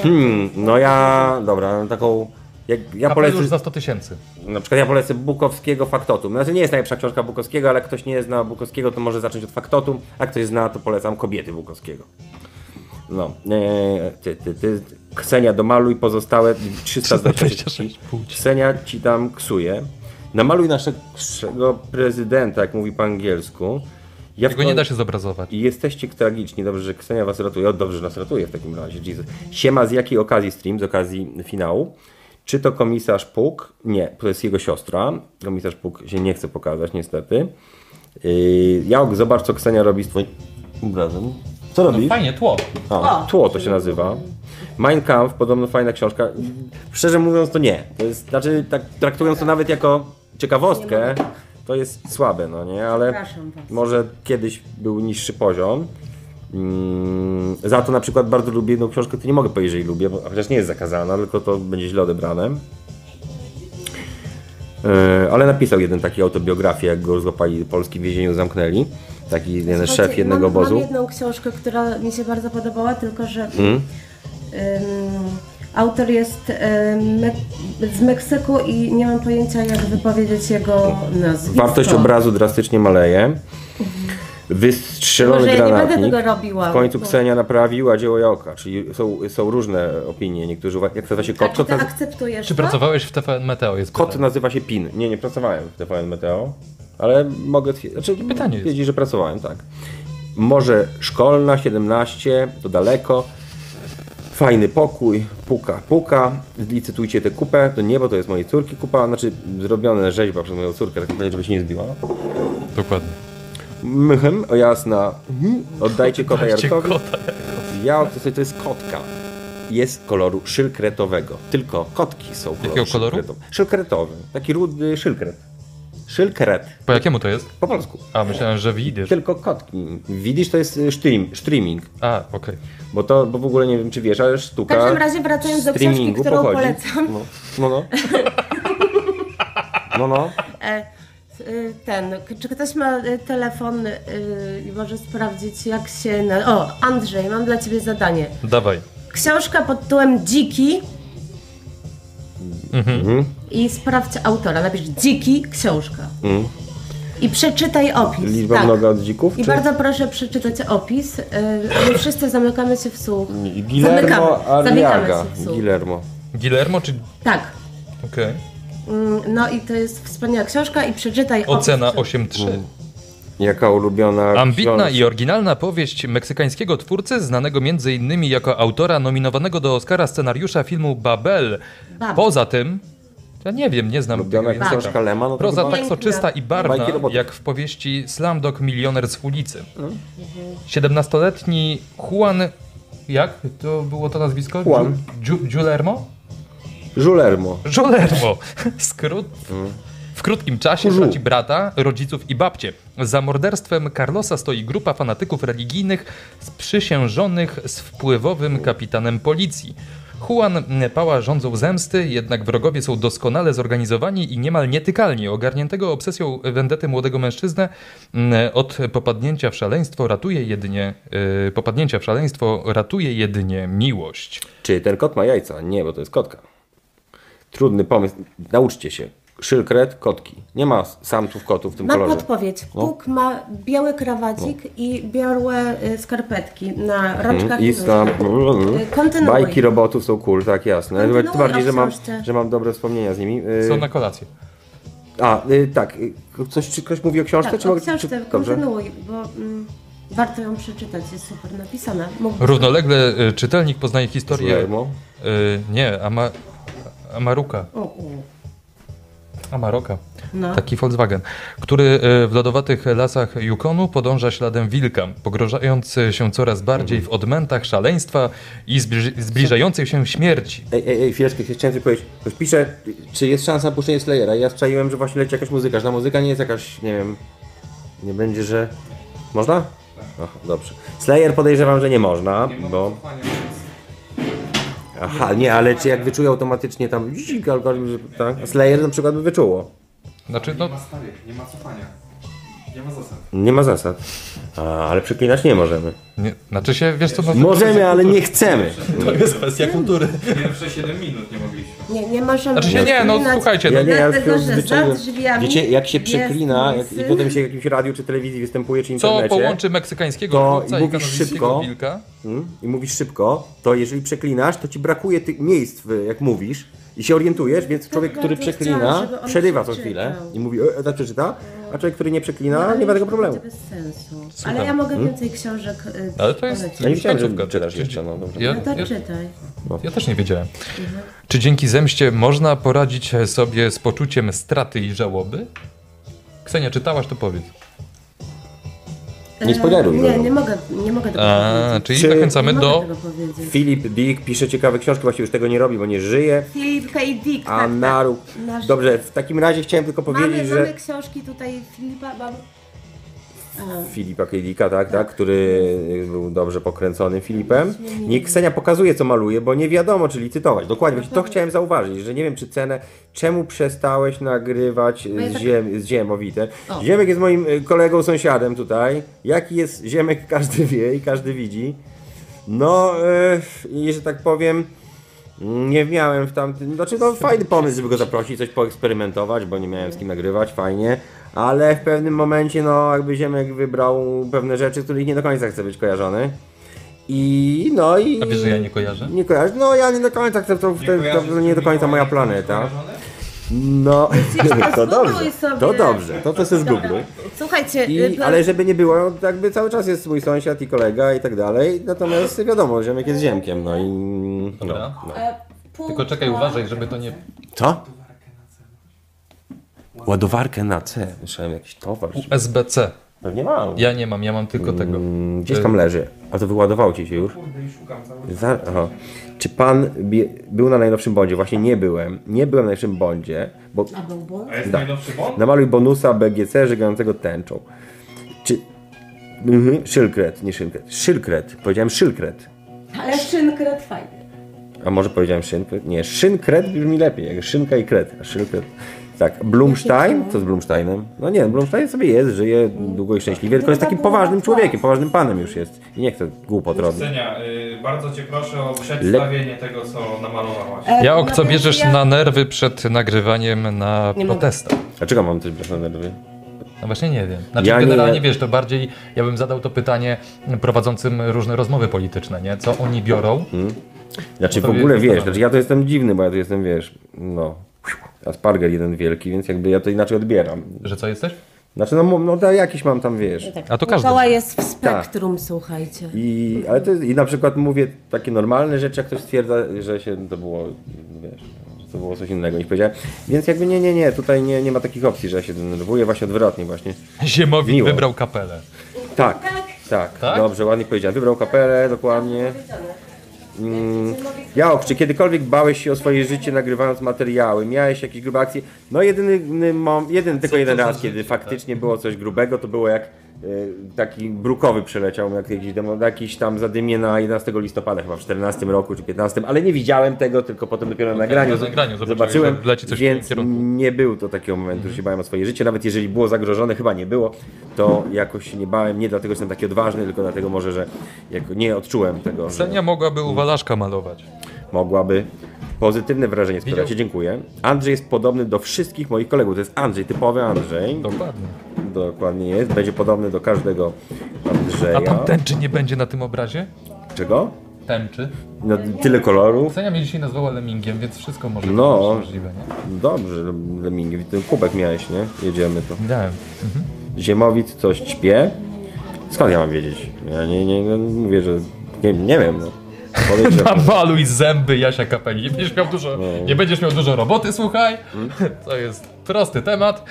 Speaker 4: Hmm, no ja, dobra, no taką... Jak, ja
Speaker 2: Kapelusz
Speaker 4: polecę,
Speaker 2: za 100 tysięcy.
Speaker 4: na przykład ja polecę Bukowskiego Faktotum. Znaczy nie jest najlepsza książka Bukowskiego, ale jak ktoś nie zna Bukowskiego, to może zacząć od Faktotum, a ktoś zna, to polecam Kobiety Bukowskiego. No, e, ty, ty, ty, Ksenia domaluj pozostałe 326 Ksenia ci tam ksuje. Namaluj naszego prezydenta, jak mówi po angielsku. Ja
Speaker 2: Tego nie da się zobrazować.
Speaker 4: i jesteście tragiczni. Dobrze, że Ksenia was ratuje. O, dobrze, że nas ratuje w takim razie. Jesus. Siema, z jakiej okazji stream? Z okazji finału. Czy to komisarz Puk? Nie, to jest jego siostra. Komisarz Puk się nie chce pokazać, niestety. Yy, Jałk, zobacz, co Ksenia robi z twoim obrazem. Co robi?
Speaker 2: Fajnie, tło.
Speaker 4: A, tło to się nazywa. Mein Kampf, podobno fajna książka. Szczerze mówiąc, to nie. To jest, znaczy, tak traktując to nawet jako ciekawostkę, to jest słabe, no nie, ale
Speaker 7: Przepraszam was.
Speaker 4: może kiedyś był niższy poziom. Mm, za to na przykład bardzo lubię jedną książkę, której nie mogę powiedzieć, że jej lubię, bo, chociaż nie jest zakazana, tylko to będzie źle odebrane. E, ale napisał jeden taki autobiografię, jak go złapali w polskim więzieniu, zamknęli. Taki jeden szef
Speaker 6: Słuchajcie,
Speaker 4: jednego
Speaker 6: mam,
Speaker 4: obozu.
Speaker 6: Mam jedną książkę, która mi się bardzo podobała, tylko że
Speaker 4: Mm.
Speaker 6: ym, autor jest ym, Me- z Meksyku i nie mam pojęcia, jak wypowiedzieć jego nazwisko.
Speaker 4: Wartość obrazu drastycznie maleje.
Speaker 6: Może
Speaker 4: Wystrzelony
Speaker 6: ja nie będę
Speaker 4: granatnik.
Speaker 6: tego robiła.
Speaker 4: w końcu
Speaker 6: bo-
Speaker 4: Ksenia naprawiła dzieło Jałka, czyli są, są różne opinie. Niektórzy uważają, jak nazywa się
Speaker 6: A
Speaker 4: kot.
Speaker 6: czy
Speaker 4: Kot,
Speaker 6: ty
Speaker 4: nazy-
Speaker 6: akceptujesz
Speaker 2: Czy
Speaker 6: to?
Speaker 2: pracowałeś w TVN Meteo? Jest
Speaker 4: kot
Speaker 2: pytanie.
Speaker 4: nazywa się Pin. Nie, nie pracowałem w TVN Meteo, ale mogę twier- znaczy,
Speaker 2: Pytanie jest.
Speaker 4: wiedzieć, że pracowałem, tak. Może szkolna, 17, to daleko. Fajny pokój, puka, puka. Zlicytujcie tę kupę. To nie, bo to jest mojej córki kupa. Znaczy, zrobione rzeźba przez moją córkę, tak naprawdę, żeby się nie zbiła.
Speaker 2: Dokładnie.
Speaker 4: Mchem, o jasna. Oddajcie kota
Speaker 2: Patrzcie,
Speaker 4: Jarkowi.
Speaker 2: kota.
Speaker 4: Ja to, to jest kotka. Jest koloru szylkretowego. Tylko kotki są koloru
Speaker 2: Jakiego koloru?
Speaker 4: szylkreto- Szylkretowy. Taki rudy szylkret. Szylkeret.
Speaker 2: Po jakiemu to jest?
Speaker 4: Po polsku.
Speaker 2: A, myślałem, że widzisz.
Speaker 4: Tylko kotki. Widzisz, to jest y, stream, streaming.
Speaker 2: A, okej.
Speaker 4: Bo to, bo w ogóle nie wiem, czy wiesz, ale
Speaker 6: W
Speaker 4: sztuka
Speaker 6: każdym razie wracając do książki,
Speaker 4: streamingu
Speaker 6: którą
Speaker 4: pochodzi.
Speaker 6: polecam,
Speaker 4: No, no. No, no. no.
Speaker 6: e, y, ten, k- czy ktoś ma y, telefon y, i może sprawdzić jak się... Na... O, Andrzej, mam dla Ciebie zadanie.
Speaker 2: Dawaj.
Speaker 6: Książka pod tytułem Dziki
Speaker 4: Mhm.
Speaker 6: i sprawdź autora, napisz Dziki książka i przeczytaj opis.
Speaker 4: Mhm. Liczba
Speaker 6: tak.
Speaker 4: mnoga od dzików?
Speaker 6: I
Speaker 4: czy-
Speaker 6: bardzo proszę przeczytać opis. y, My wszyscy zamykamy się w słuch.
Speaker 4: Guillermo
Speaker 6: Zamykamy- zamykamy
Speaker 4: Arriaga.
Speaker 6: się w słuch.
Speaker 4: Guillermo.
Speaker 2: Guillermo czy...
Speaker 6: Tak.
Speaker 2: Okej.
Speaker 6: Mm, No i to jest wspaniała książka i przeczytaj opis.
Speaker 2: Ocena 8.3.
Speaker 4: Jaka ulubiona
Speaker 2: Ambitna
Speaker 4: książ-
Speaker 2: i oryginalna powieść meksykańskiego twórcy, znanego m.in. jako autora nominowanego do Oscara scenariusza filmu Babel.
Speaker 6: Babel.
Speaker 2: Poza tym, ja nie wiem, nie znam tego
Speaker 4: Ulubiona
Speaker 2: języka.
Speaker 4: książka Lema, no to
Speaker 2: Tak. Proza
Speaker 4: chyba...
Speaker 2: tak soczysta i barwna,
Speaker 4: Bajki roboty. No.
Speaker 2: jak w powieści Slumdog Milioner z ulicy. 17-letni Juan... Jak? To było to nazwisko?
Speaker 4: Juan.
Speaker 2: Giu, Giulermo?
Speaker 4: Żulermo.
Speaker 2: Żolermo! <laughs> Skrót... W krótkim czasie
Speaker 4: Kurzu.
Speaker 2: traci brata, rodziców i babcie. Za morderstwem Carlosa stoi grupa fanatyków religijnych sprzysiężonych z wpływowym kapitanem policji. Juan Pała rządzą zemsty, jednak wrogowie są doskonale zorganizowani i niemal nietykalni. Ogarniętego obsesją wendety młodego mężczyznę mm, od popadnięcia w szaleństwo ratuje jedynie y, popadnięcia w szaleństwo ratuje jedynie miłość.
Speaker 4: Czy ten kot ma jajca? Nie, bo to jest kotka. Trudny pomysł. Nauczcie się. Szylkret, kotki. Nie ma samców kotów w tym
Speaker 6: Mam
Speaker 4: kolorze.
Speaker 6: podpowiedź.
Speaker 4: No.
Speaker 6: Puk ma biały krawacik i białe y, skarpetki na rączkach
Speaker 4: Mhm. I tam...
Speaker 6: nóżkach. Kontynuuj.
Speaker 4: Bajki robotów są cool, tak jasne.
Speaker 6: Kontynuuj
Speaker 4: Tym bardziej, że mam,
Speaker 6: książce.
Speaker 4: że mam dobre wspomnienia z nimi. Y,
Speaker 2: Są na kolację.
Speaker 4: A, y, tak. y, Coś, czy ktoś mówi o książce?
Speaker 6: Tak,
Speaker 4: czy
Speaker 6: o
Speaker 4: mogę-
Speaker 6: książce
Speaker 4: czy... Dobrze.
Speaker 6: kontynuuj, bo mm, warto ją przeczytać, jest super napisana. Mógłby...
Speaker 2: Równolegle y, czytelnik poznaje historię.
Speaker 4: Żulermo.
Speaker 2: Y, nie, ama, Amaruka.
Speaker 6: O, o.
Speaker 2: Amaroka.
Speaker 6: No.
Speaker 2: Taki Volkswagen, który y, w lodowatych lasach Yukonu podąża śladem wilka, pogrążając się coraz bardziej w odmętach szaleństwa i zbliż, zbliżającej się śmierci.
Speaker 4: Ej, ej, ej, chwileczkę, chciałem coś powiedzieć. Ktoś pisze, czy jest szansa na puszczenie Slayera. Ja strzeliłem, że właśnie leci jakaś muzyka, że ta muzyka nie jest jakaś, nie wiem, nie będzie, że... Można? Aha, dobrze. Slayer podejrzewam, że nie można, bo... Aha, nie, ale czy jak wyczuje automatycznie tam zik, algorytm, że tak? Slayer na przykład by wyczuło.
Speaker 2: Znaczy, no,
Speaker 3: starych, nie ma cofania. Nie ma zasad.
Speaker 4: Nie ma zasad. A, ale przeklinać nie możemy.
Speaker 2: nie, znaczy się, wiesz co, no,
Speaker 4: Możemy, ale nie chcemy.
Speaker 2: to jest kwestia kultury.
Speaker 3: Pierwsze 7 minut nie mogliśmy.
Speaker 6: Nie, nie można
Speaker 2: Znaczy się, nie, no słuchajcie, no,
Speaker 4: Ja nie, ja już
Speaker 6: Dlatego,
Speaker 4: się
Speaker 6: że za
Speaker 4: zwyczajnie...
Speaker 6: drzwiami
Speaker 4: Wiecie, jak się
Speaker 6: jest
Speaker 4: przeklina
Speaker 6: mój
Speaker 4: jak, i
Speaker 6: syn.
Speaker 4: potem się w jakimś radiu czy telewizji występuje, czy
Speaker 2: co
Speaker 4: internecie...
Speaker 2: połączy meksykańskiego
Speaker 4: To
Speaker 2: twórca i
Speaker 4: mówisz
Speaker 2: kanadyjskiego
Speaker 4: szybko.
Speaker 2: wilka?
Speaker 4: Mm, i mówisz szybko, to jeżeli przeklinasz, to ci brakuje tych miejsc, w- jak mówisz i się orientujesz, więc człowiek, który
Speaker 6: bardzo
Speaker 4: przeklina,
Speaker 6: chciałam, żeby on
Speaker 4: przerywa co
Speaker 6: przeczytał.
Speaker 4: chwilę i mówi, e, e, tak przeczyta, a człowiek, który nie
Speaker 6: No,
Speaker 4: przeklina, nie ma tego problemu. Hmm?
Speaker 6: To bez sensu. Ale ja mogę więcej książek y,
Speaker 2: Ale to jest-
Speaker 6: polecić.
Speaker 4: Ja nie wiedziałem,
Speaker 2: Końcówka.
Speaker 4: że czytasz jeszcze, no dobrze.
Speaker 2: Ja,
Speaker 6: No
Speaker 2: ja,
Speaker 6: to czytaj.
Speaker 2: Ja też nie wiedziałem. Czy dzięki zemście można poradzić sobie z poczuciem straty i żałoby? Ksenia, czytałaś to powiedz.
Speaker 4: Nie spoileruj,
Speaker 6: Y, Nie,
Speaker 4: no.
Speaker 6: nie mogę, nie mogę tego
Speaker 2: A,
Speaker 6: powiedzieć.
Speaker 2: czyli
Speaker 4: Czy-
Speaker 2: zachęcamy
Speaker 6: nie
Speaker 2: do.
Speaker 6: mogę tego powiedzieć.
Speaker 4: Filip Dick pisze ciekawe książki, właściwie już tego nie robi, bo nie żyje,
Speaker 6: Filip K. Dick,
Speaker 4: a
Speaker 6: tak,
Speaker 4: naru...
Speaker 6: tak. Nasz-
Speaker 4: Dobrze, w takim razie chciałem tylko
Speaker 6: Mamy,
Speaker 4: powiedzieć,
Speaker 6: mamy
Speaker 4: że...
Speaker 6: książki tutaj Filipa, mam...
Speaker 4: Filipa Kielika, tak, tak, który był dobrze pokręconym Filipem. Nie Ksenia pokazuje, co maluje, bo nie wiadomo, czy licytować. Dokładnie, właśnie to chciałem zauważyć, że nie wiem, czy cenę, czemu przestałeś nagrywać
Speaker 6: ja
Speaker 4: z,
Speaker 6: tak-
Speaker 4: ziem, z Ziemowite. Ziemek jest moim y, kolegą, sąsiadem tutaj. Jaki jest Ziemek, <laughs> każdy wie i każdy widzi. No, y, i że tak powiem, nie miałem w tamtym. Znaczy, no fajny pomysł, żeby go zaprosić, coś poeksperymentować, bo nie miałem z kim nagrywać, fajnie. Ale w pewnym momencie, no, jakby Ziemek wybrał pewne rzeczy, których nie do końca chce być kojarzony. I no i.
Speaker 2: A wiesz, że ja nie kojarzę?
Speaker 4: Nie kojarzę. No, ja nie do końca chcę, to, to, to nie do końca moja planeta. No, to dobrze.
Speaker 6: sobie.
Speaker 4: To dobrze, to to sobie zgubię.
Speaker 6: Słuchajcie,
Speaker 4: <laughs> I,
Speaker 6: y,
Speaker 4: ale żeby nie było, no, jakby cały czas jest mój sąsiad i kolega i tak dalej. Natomiast wiadomo, Ziemek jest Ziemkiem, no i. No,
Speaker 2: Dobra.
Speaker 4: no.
Speaker 6: pół-
Speaker 2: Tylko czekaj, uważaj, żeby to nie.
Speaker 4: Co? Ładowarkę na C. Myślałem jakiś towar.
Speaker 2: SBC.
Speaker 4: Pewnie mam.
Speaker 2: Ja nie mam, ja mam tylko tego.
Speaker 4: Mm, Gdzieś tam leży. A to wyładował ci się już? Za, aha. Czy pan bie, był na najnowszym bondzie? Właśnie nie byłem. Nie byłem na najnowszym bondzie, bo
Speaker 7: A był błąd?
Speaker 3: A jest
Speaker 4: Da.
Speaker 3: najnowszy bond?
Speaker 4: namaluj bonusa BGC żegającego tęczą. Czy... Mhm. Szylkret, nie szylkret. Szylkret. Powiedziałem szylkret.
Speaker 7: Ale szynkę fajny.
Speaker 4: A może powiedziałem szynkret? Nie, szynkret brzmi lepiej. jak Szynka i kret. A szynkret. Tak, Blumstein? Co z Blumsteinem? No nie, Blumstein sobie jest, żyje długo i szczęśliwie, tylko jest takim poważnym człowiekiem, poważnym panem już jest. I nie chce głupot robić.
Speaker 3: Senia, y, bardzo Cię proszę o przedstawienie tego, co namalowałaś.
Speaker 2: Ja o co bierzesz E, na nerwy przed nagrywaniem na
Speaker 6: Nie mogę.
Speaker 2: protestach.
Speaker 4: Dlaczego mam coś na nerwy?
Speaker 2: No właśnie nie wiem. Znaczy
Speaker 4: Ja nie-
Speaker 2: generalnie wiesz, to bardziej ja bym zadał to pytanie prowadzącym różne rozmowy polityczne, nie? Co oni biorą?
Speaker 4: Znaczy
Speaker 2: No
Speaker 4: w
Speaker 2: to
Speaker 4: ogóle
Speaker 2: jest
Speaker 4: wiesz,
Speaker 2: naprawdę.
Speaker 4: znaczy ja to jestem dziwny, bo ja tu jestem, wiesz, no, asparger jeden wielki, więc jakby ja to inaczej odbieram.
Speaker 2: Że co jesteś?
Speaker 4: Znaczy no, no to jakiś mam tam, wiesz.
Speaker 2: A to każdy.
Speaker 6: Koła jest w spektrum, słuchajcie.
Speaker 4: I, ale to jest, I na przykład mówię takie normalne rzeczy, jak ktoś stwierdza, że się to było, wiesz, że to było coś innego niż powiedziałem. Więc jakby nie, nie, nie, tutaj nie, nie ma takich opcji, że ja się denerwuję, właśnie odwrotnie właśnie.
Speaker 2: Ziemowit
Speaker 4: Miło.
Speaker 2: wybrał kapelę.
Speaker 4: Tak, tak,
Speaker 2: Tak?
Speaker 4: dobrze, ładnie powiedziałem. Wybrał kapelę, dokładnie. Mm. Jaok, czy kiedykolwiek bałeś się o swoje życie nagrywając materiały? Miałeś jakieś grube akcje? No jedyny, mom- jeden, tylko jeden raz, kiedy
Speaker 2: tak?
Speaker 4: faktycznie było coś grubego, to było jak y, taki brukowy przeleciał, jak jakiś, demo, jakiś tam zadymie na 11 listopada chyba w 14 roku czy 15, ale nie widziałem tego, tylko potem dopiero na nagraniu,
Speaker 2: na nagraniu zobaczyłeś,
Speaker 4: zobaczyłem,
Speaker 2: że leci coś w tym
Speaker 4: więc
Speaker 2: kierunku.
Speaker 4: nie było to takiego momentu, że się bałem o swoje życie, nawet jeżeli było zagrożone, chyba nie było, to jakoś się nie bałem, nie dlatego, że jestem taki odważny, tylko dlatego może, że jako nie odczułem tego, że
Speaker 2: Senia mogłaby uwalaszka malować.
Speaker 4: mogłaby. Pozytywne wrażenie sprawiacie,
Speaker 2: Widział-
Speaker 4: dziękuję. Andrzej jest podobny do wszystkich moich kolegów, to jest Andrzej, typowy Andrzej,
Speaker 2: Dokładnie.
Speaker 4: dokładnie jest, będzie podobny do każdego
Speaker 2: A
Speaker 4: Andrzeja.
Speaker 2: tam tęczy nie będzie na tym obrazie?
Speaker 4: Czego?
Speaker 2: Tęczy.
Speaker 4: No, tyle kolorów.
Speaker 2: Senia mnie dzisiaj nazwała lemmingiem, więc wszystko może
Speaker 4: No.
Speaker 2: być możliwe, nie?
Speaker 4: Dobrze, Lemingi, ten kubek miałeś, nie? Jedziemy to.
Speaker 2: Widziałem.
Speaker 4: Ziemowit coś śpie? Skąd ja mam wiedzieć? Ja nie, nie, no, mówię, że nie, nie wiem. No. Podejrzewam.
Speaker 2: Namaluj zęby Jasia Kapeli. Nie będziesz miał dużo,
Speaker 4: No.
Speaker 2: nie będziesz miał dużo roboty, słuchaj.
Speaker 4: Hmm?
Speaker 2: <laughs> To jest prosty temat.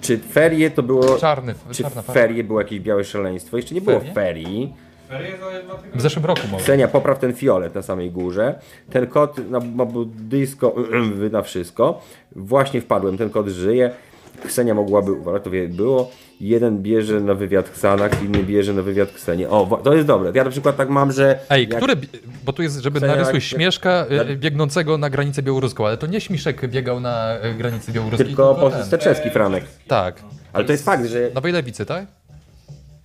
Speaker 4: Czy ferie to było...
Speaker 2: Czarny,
Speaker 4: Czy
Speaker 2: czarna farba.
Speaker 4: ferie było jakieś białe szaleństwo? Jeszcze nie było
Speaker 2: Ferie?
Speaker 4: ferii.
Speaker 3: Ferie za dwa tygodnie.
Speaker 2: W zeszłym roku może.
Speaker 4: Senia, popraw ten fiolet na samej górze. Ten kot na, ma buddyjsko <clears throat> na wszystko. Właśnie wpadłem, ten kot żyje. Ksenia mogłaby, uważać, to wie, było. Jeden bierze na wywiad Xanax, inny bierze na wywiad Ksenię. O, wa- to jest dobre. Ja na przykład tak mam, że...
Speaker 2: Ej,
Speaker 4: jak-
Speaker 2: który, bi- bo tu jest, żeby
Speaker 4: Ksenia,
Speaker 2: narysuj
Speaker 4: jak-
Speaker 2: śmieszka y, y, biegnącego na granicę białoruską, ale to nie śmiszek biegał na y, granicy białoruskiej,
Speaker 4: Tylko po
Speaker 2: ten.
Speaker 4: Steczewski, Franek.
Speaker 2: Tak.
Speaker 4: Ale to jest fakt, że
Speaker 2: Nowej lewicy, tak?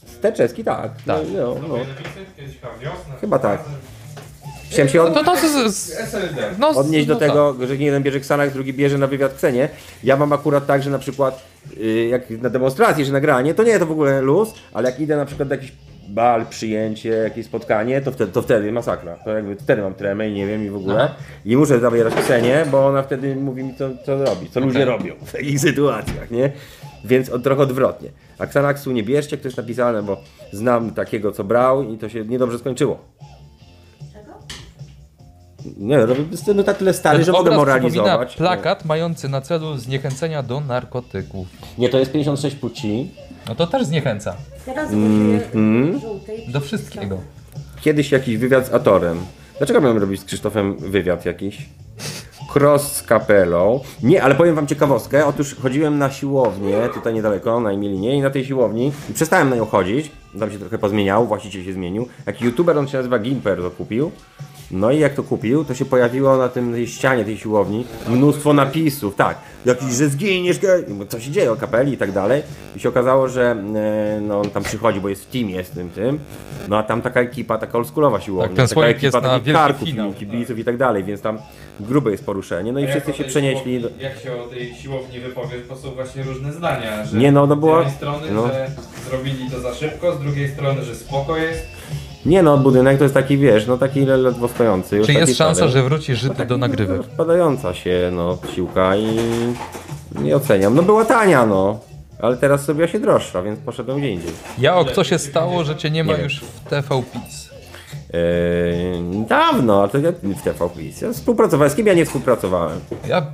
Speaker 4: Steczewski, tak.
Speaker 2: Tak.
Speaker 4: No, no, no.
Speaker 3: Kiedyś chyba wiosna.
Speaker 4: Chyba tak. Chciałem się
Speaker 2: To
Speaker 4: od,
Speaker 2: to, to, z-
Speaker 3: SLD.
Speaker 2: no, z-
Speaker 4: odnieść do
Speaker 2: no tak.
Speaker 4: tego, że jeden bierze Xanax, drugi bierze na wywiad Ksenie. Ja mam akurat tak, że na przykład y, jak na demonstrację czy nagranie, to nie, to w ogóle luz, ale jak idę na przykład do jakiś bal, przyjęcie, jakieś spotkanie, to wtedy, to wtedy masakra. To jakby wtedy mam tremę i nie wiem i w ogóle. I muszę zawierać Ksenię, bo ona wtedy mówi mi, co, co robi, co ludzie robią w takich sytuacjach, nie? Więc od, trochę odwrotnie. A Xanaxu nie bierzcie, ktoś napisane, bo znam takiego, co brał i to się niedobrze skończyło. Nie, robię no tak tyle stary,
Speaker 2: Ten
Speaker 4: że mogę
Speaker 2: obraz
Speaker 4: moralizować.
Speaker 2: przypomina plakat mający na celu zniechęcenia do narkotyków.
Speaker 4: Nie, to jest 56 płci.
Speaker 2: No to też zniechęca.
Speaker 7: Teraz użyję żółtej.
Speaker 2: Mhm. Do wszystkiego.
Speaker 4: Kiedyś jakiś wywiad z Atorem. Dlaczego miałem robić z Krzysztofem wywiad jakiś? Cross z kapelą. Nie, ale powiem wam ciekawostkę. Otóż chodziłem na siłownię, tutaj niedaleko, na Emilinie i na tej siłowni. I przestałem na nią chodzić. Tam się trochę pozmieniał, właściciel się zmienił. Jak youtuber, on się nazywa Gimper, to kupił. No i jak to kupił, to się pojawiło na tym tej ścianie tej siłowni mnóstwo napisów, tak, jakiś, że zginiesz, ge- co się dzieje o kapeli i tak dalej. I się okazało, że e, no, on tam przychodzi, bo jest w teamie z tym, tym. No a tam taka ekipa, taka oldschoolowa siłownia,
Speaker 2: Tak, ten
Speaker 4: taka
Speaker 2: słoik jest na
Speaker 4: takich
Speaker 2: wielki
Speaker 4: karków,
Speaker 2: finał.
Speaker 4: kibiców i tak dalej, więc tam grube jest poruszenie. No i
Speaker 3: Jak
Speaker 4: wszyscy
Speaker 3: o
Speaker 4: się
Speaker 3: tej
Speaker 4: przenieśli. Do...
Speaker 3: siłowni- Jak się o tej siłowni wypowiesz, bo są właśnie różne zdania. Że
Speaker 4: Nie, no, no
Speaker 3: z
Speaker 4: było-
Speaker 3: jednej strony,
Speaker 4: no.
Speaker 3: że zrobili to za szybko, z drugiej strony, że spoko jest.
Speaker 4: Nie no, budynek to jest taki, wiesz, no taki le- ledwo stojący. już
Speaker 2: Czy
Speaker 4: taki
Speaker 2: jest szansa,
Speaker 4: stary.
Speaker 2: że wróci Żyd do nagrywek?
Speaker 4: Rozpadająca się, no, siłka i nie oceniam. No była tania, no. Ale teraz zrobiła się droższa, więc poszedłem gdzie indziej.
Speaker 2: Ja o co się stało, że cię nie ma
Speaker 4: Nie wiem.
Speaker 2: już w TV PiS?
Speaker 4: Eee, dawno, a to ja w TV Quiz. Ja współpracowałem z kim? Ja nie współpracowałem.
Speaker 2: Ja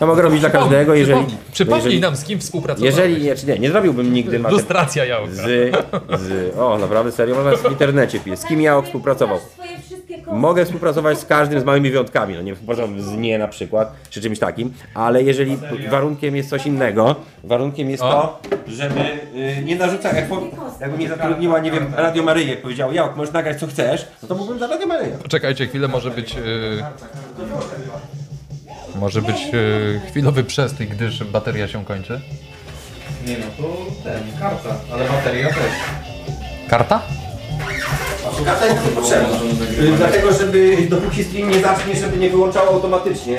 Speaker 4: Ja mogę robić dla każdego, jeżeli...
Speaker 2: Przypomnij, przypomnij no,
Speaker 4: jeżeli-
Speaker 2: nam, z kim współpracowałeś.
Speaker 4: Jeżeli, nie, czy nie, nie zrobiłbym nigdy mater...
Speaker 2: Lustracja jałka.
Speaker 4: Z, z, o, naprawdę serio, można w internecie pisać. Z kim ja współpracował?
Speaker 6: Swoje wszystkie konta.
Speaker 4: Mogę współpracować z każdym, z małymi wyjątkami, no nie współpracowałbym z nie na przykład, czy czymś takim, ale jeżeli warunkiem jest coś innego, warunkiem jest to, żeby y, nie narzucać, jak po- jakby mnie zatrudniła, nie wiem, Radio Maryję, powiedział, jak możesz nagrać co chcesz, no to mógłbym dla Radio Maryję.
Speaker 2: Poczekajcie chwilę, może być. y, Może być y, chwilowy przestój, gdyż bateria się kończy.
Speaker 3: Nie no, to ten, karta, ale bateria też.
Speaker 2: Karta?
Speaker 4: Karta jest potrzebna, dlatego żeby dopóki stream nie zacznie, żeby nie wyłączało automatycznie,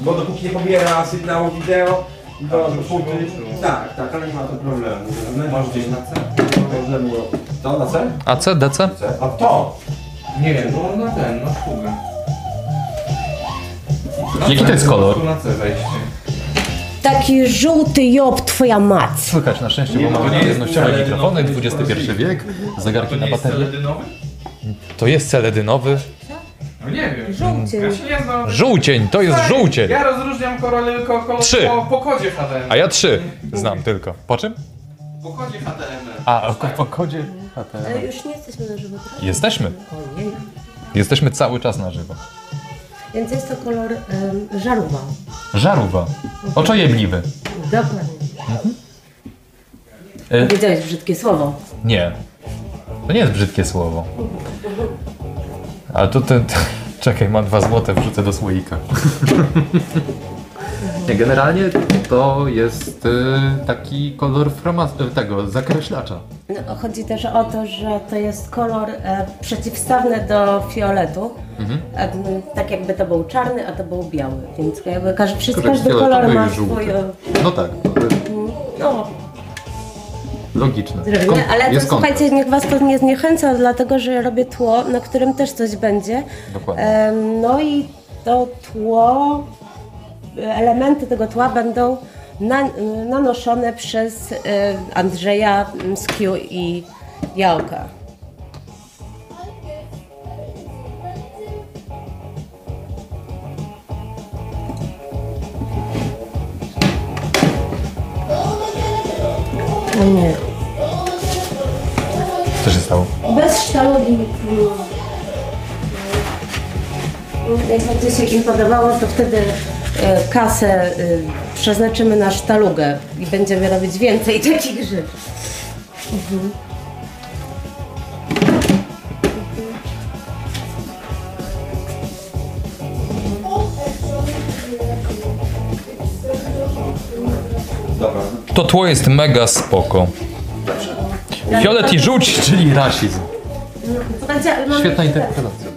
Speaker 4: bo dopóki nie pobiera sygnału wideo, to dopóty... Tak, tak, ale nie ma to problemu. No, Masz gdzieś na C? To na C?
Speaker 2: AC, DC?
Speaker 4: A to!
Speaker 3: Nie, no na ten, na szkółkę.
Speaker 2: Jaki to jest kolor?
Speaker 3: Tu na C wejście.
Speaker 11: Taki żółty job, twoja mać.
Speaker 2: Słychać na szczęście, bo mamy jednościowe mikrofony, XXI wiek, zegarki na baterie.
Speaker 3: celedynowy?
Speaker 2: To jest celedynowy.
Speaker 3: No nie wiem.
Speaker 11: Żółty.
Speaker 3: Ja się nie znam.
Speaker 2: Żółcień, to jest żółcień!
Speaker 3: Ja rozróżniam korolę ko, ko,
Speaker 2: Trzy.
Speaker 3: Po, po kodzie HTML.
Speaker 2: A ja trzy znam tylko. Po czym?
Speaker 3: Po kodzie HTML.
Speaker 2: A, o- po kodzie.
Speaker 6: Ale e, już nie jesteśmy na żywo, tak? prawda?
Speaker 2: Jesteśmy. Jesteśmy cały czas na żywo.
Speaker 6: Więc jest to kolor em, żarówa.
Speaker 2: Żarówa. Oczojebliwy.
Speaker 6: Dokładnie.
Speaker 2: Mhm. E,
Speaker 6: Wiedziałeś brzydkie słowo.
Speaker 2: Nie. To nie jest brzydkie słowo. Ale to ten. <laughs> Czekaj, mam dwa złote, wrzucę do słoika. <laughs> Nie, generalnie to jest y, taki kolor frama, tego zakreślacza.
Speaker 6: No, chodzi też o to, że to jest kolor e, przeciwstawny do fioletu.
Speaker 2: Mhm.
Speaker 6: E, m, tak jakby to był czarny, a to był biały. Więc jakby każdy, wszystko,
Speaker 2: Korek
Speaker 6: każdy
Speaker 2: fioletowy
Speaker 6: kolor ma
Speaker 2: i żółty.
Speaker 6: swój. e,
Speaker 2: No tak,
Speaker 6: No,
Speaker 2: logiczne. Kon-
Speaker 6: drewnie, ale to,
Speaker 2: jest kontrast.
Speaker 6: słuchajcie, niech Was to nie zniechęca, dlatego że robię tło, na którym też coś będzie.
Speaker 2: Dokładnie.
Speaker 6: E, no i to tło, elementy tego tła będą na, nanoszone przez e, Andrzeja m, z Q i Jałka. O nie.
Speaker 2: Co się stało?
Speaker 6: Bez sztalogi. No, Jak będzie się im podobało, to wtedy e, kasę e, przeznaczymy na sztalugę i będziemy robić więcej <laughs> takich rzeczy.
Speaker 2: To tło jest mega spoko. Fiolet i żółć, czyli rasizm.
Speaker 6: Będzie, mam
Speaker 2: Świetna
Speaker 6: jeszcze tak.
Speaker 2: interpretacja.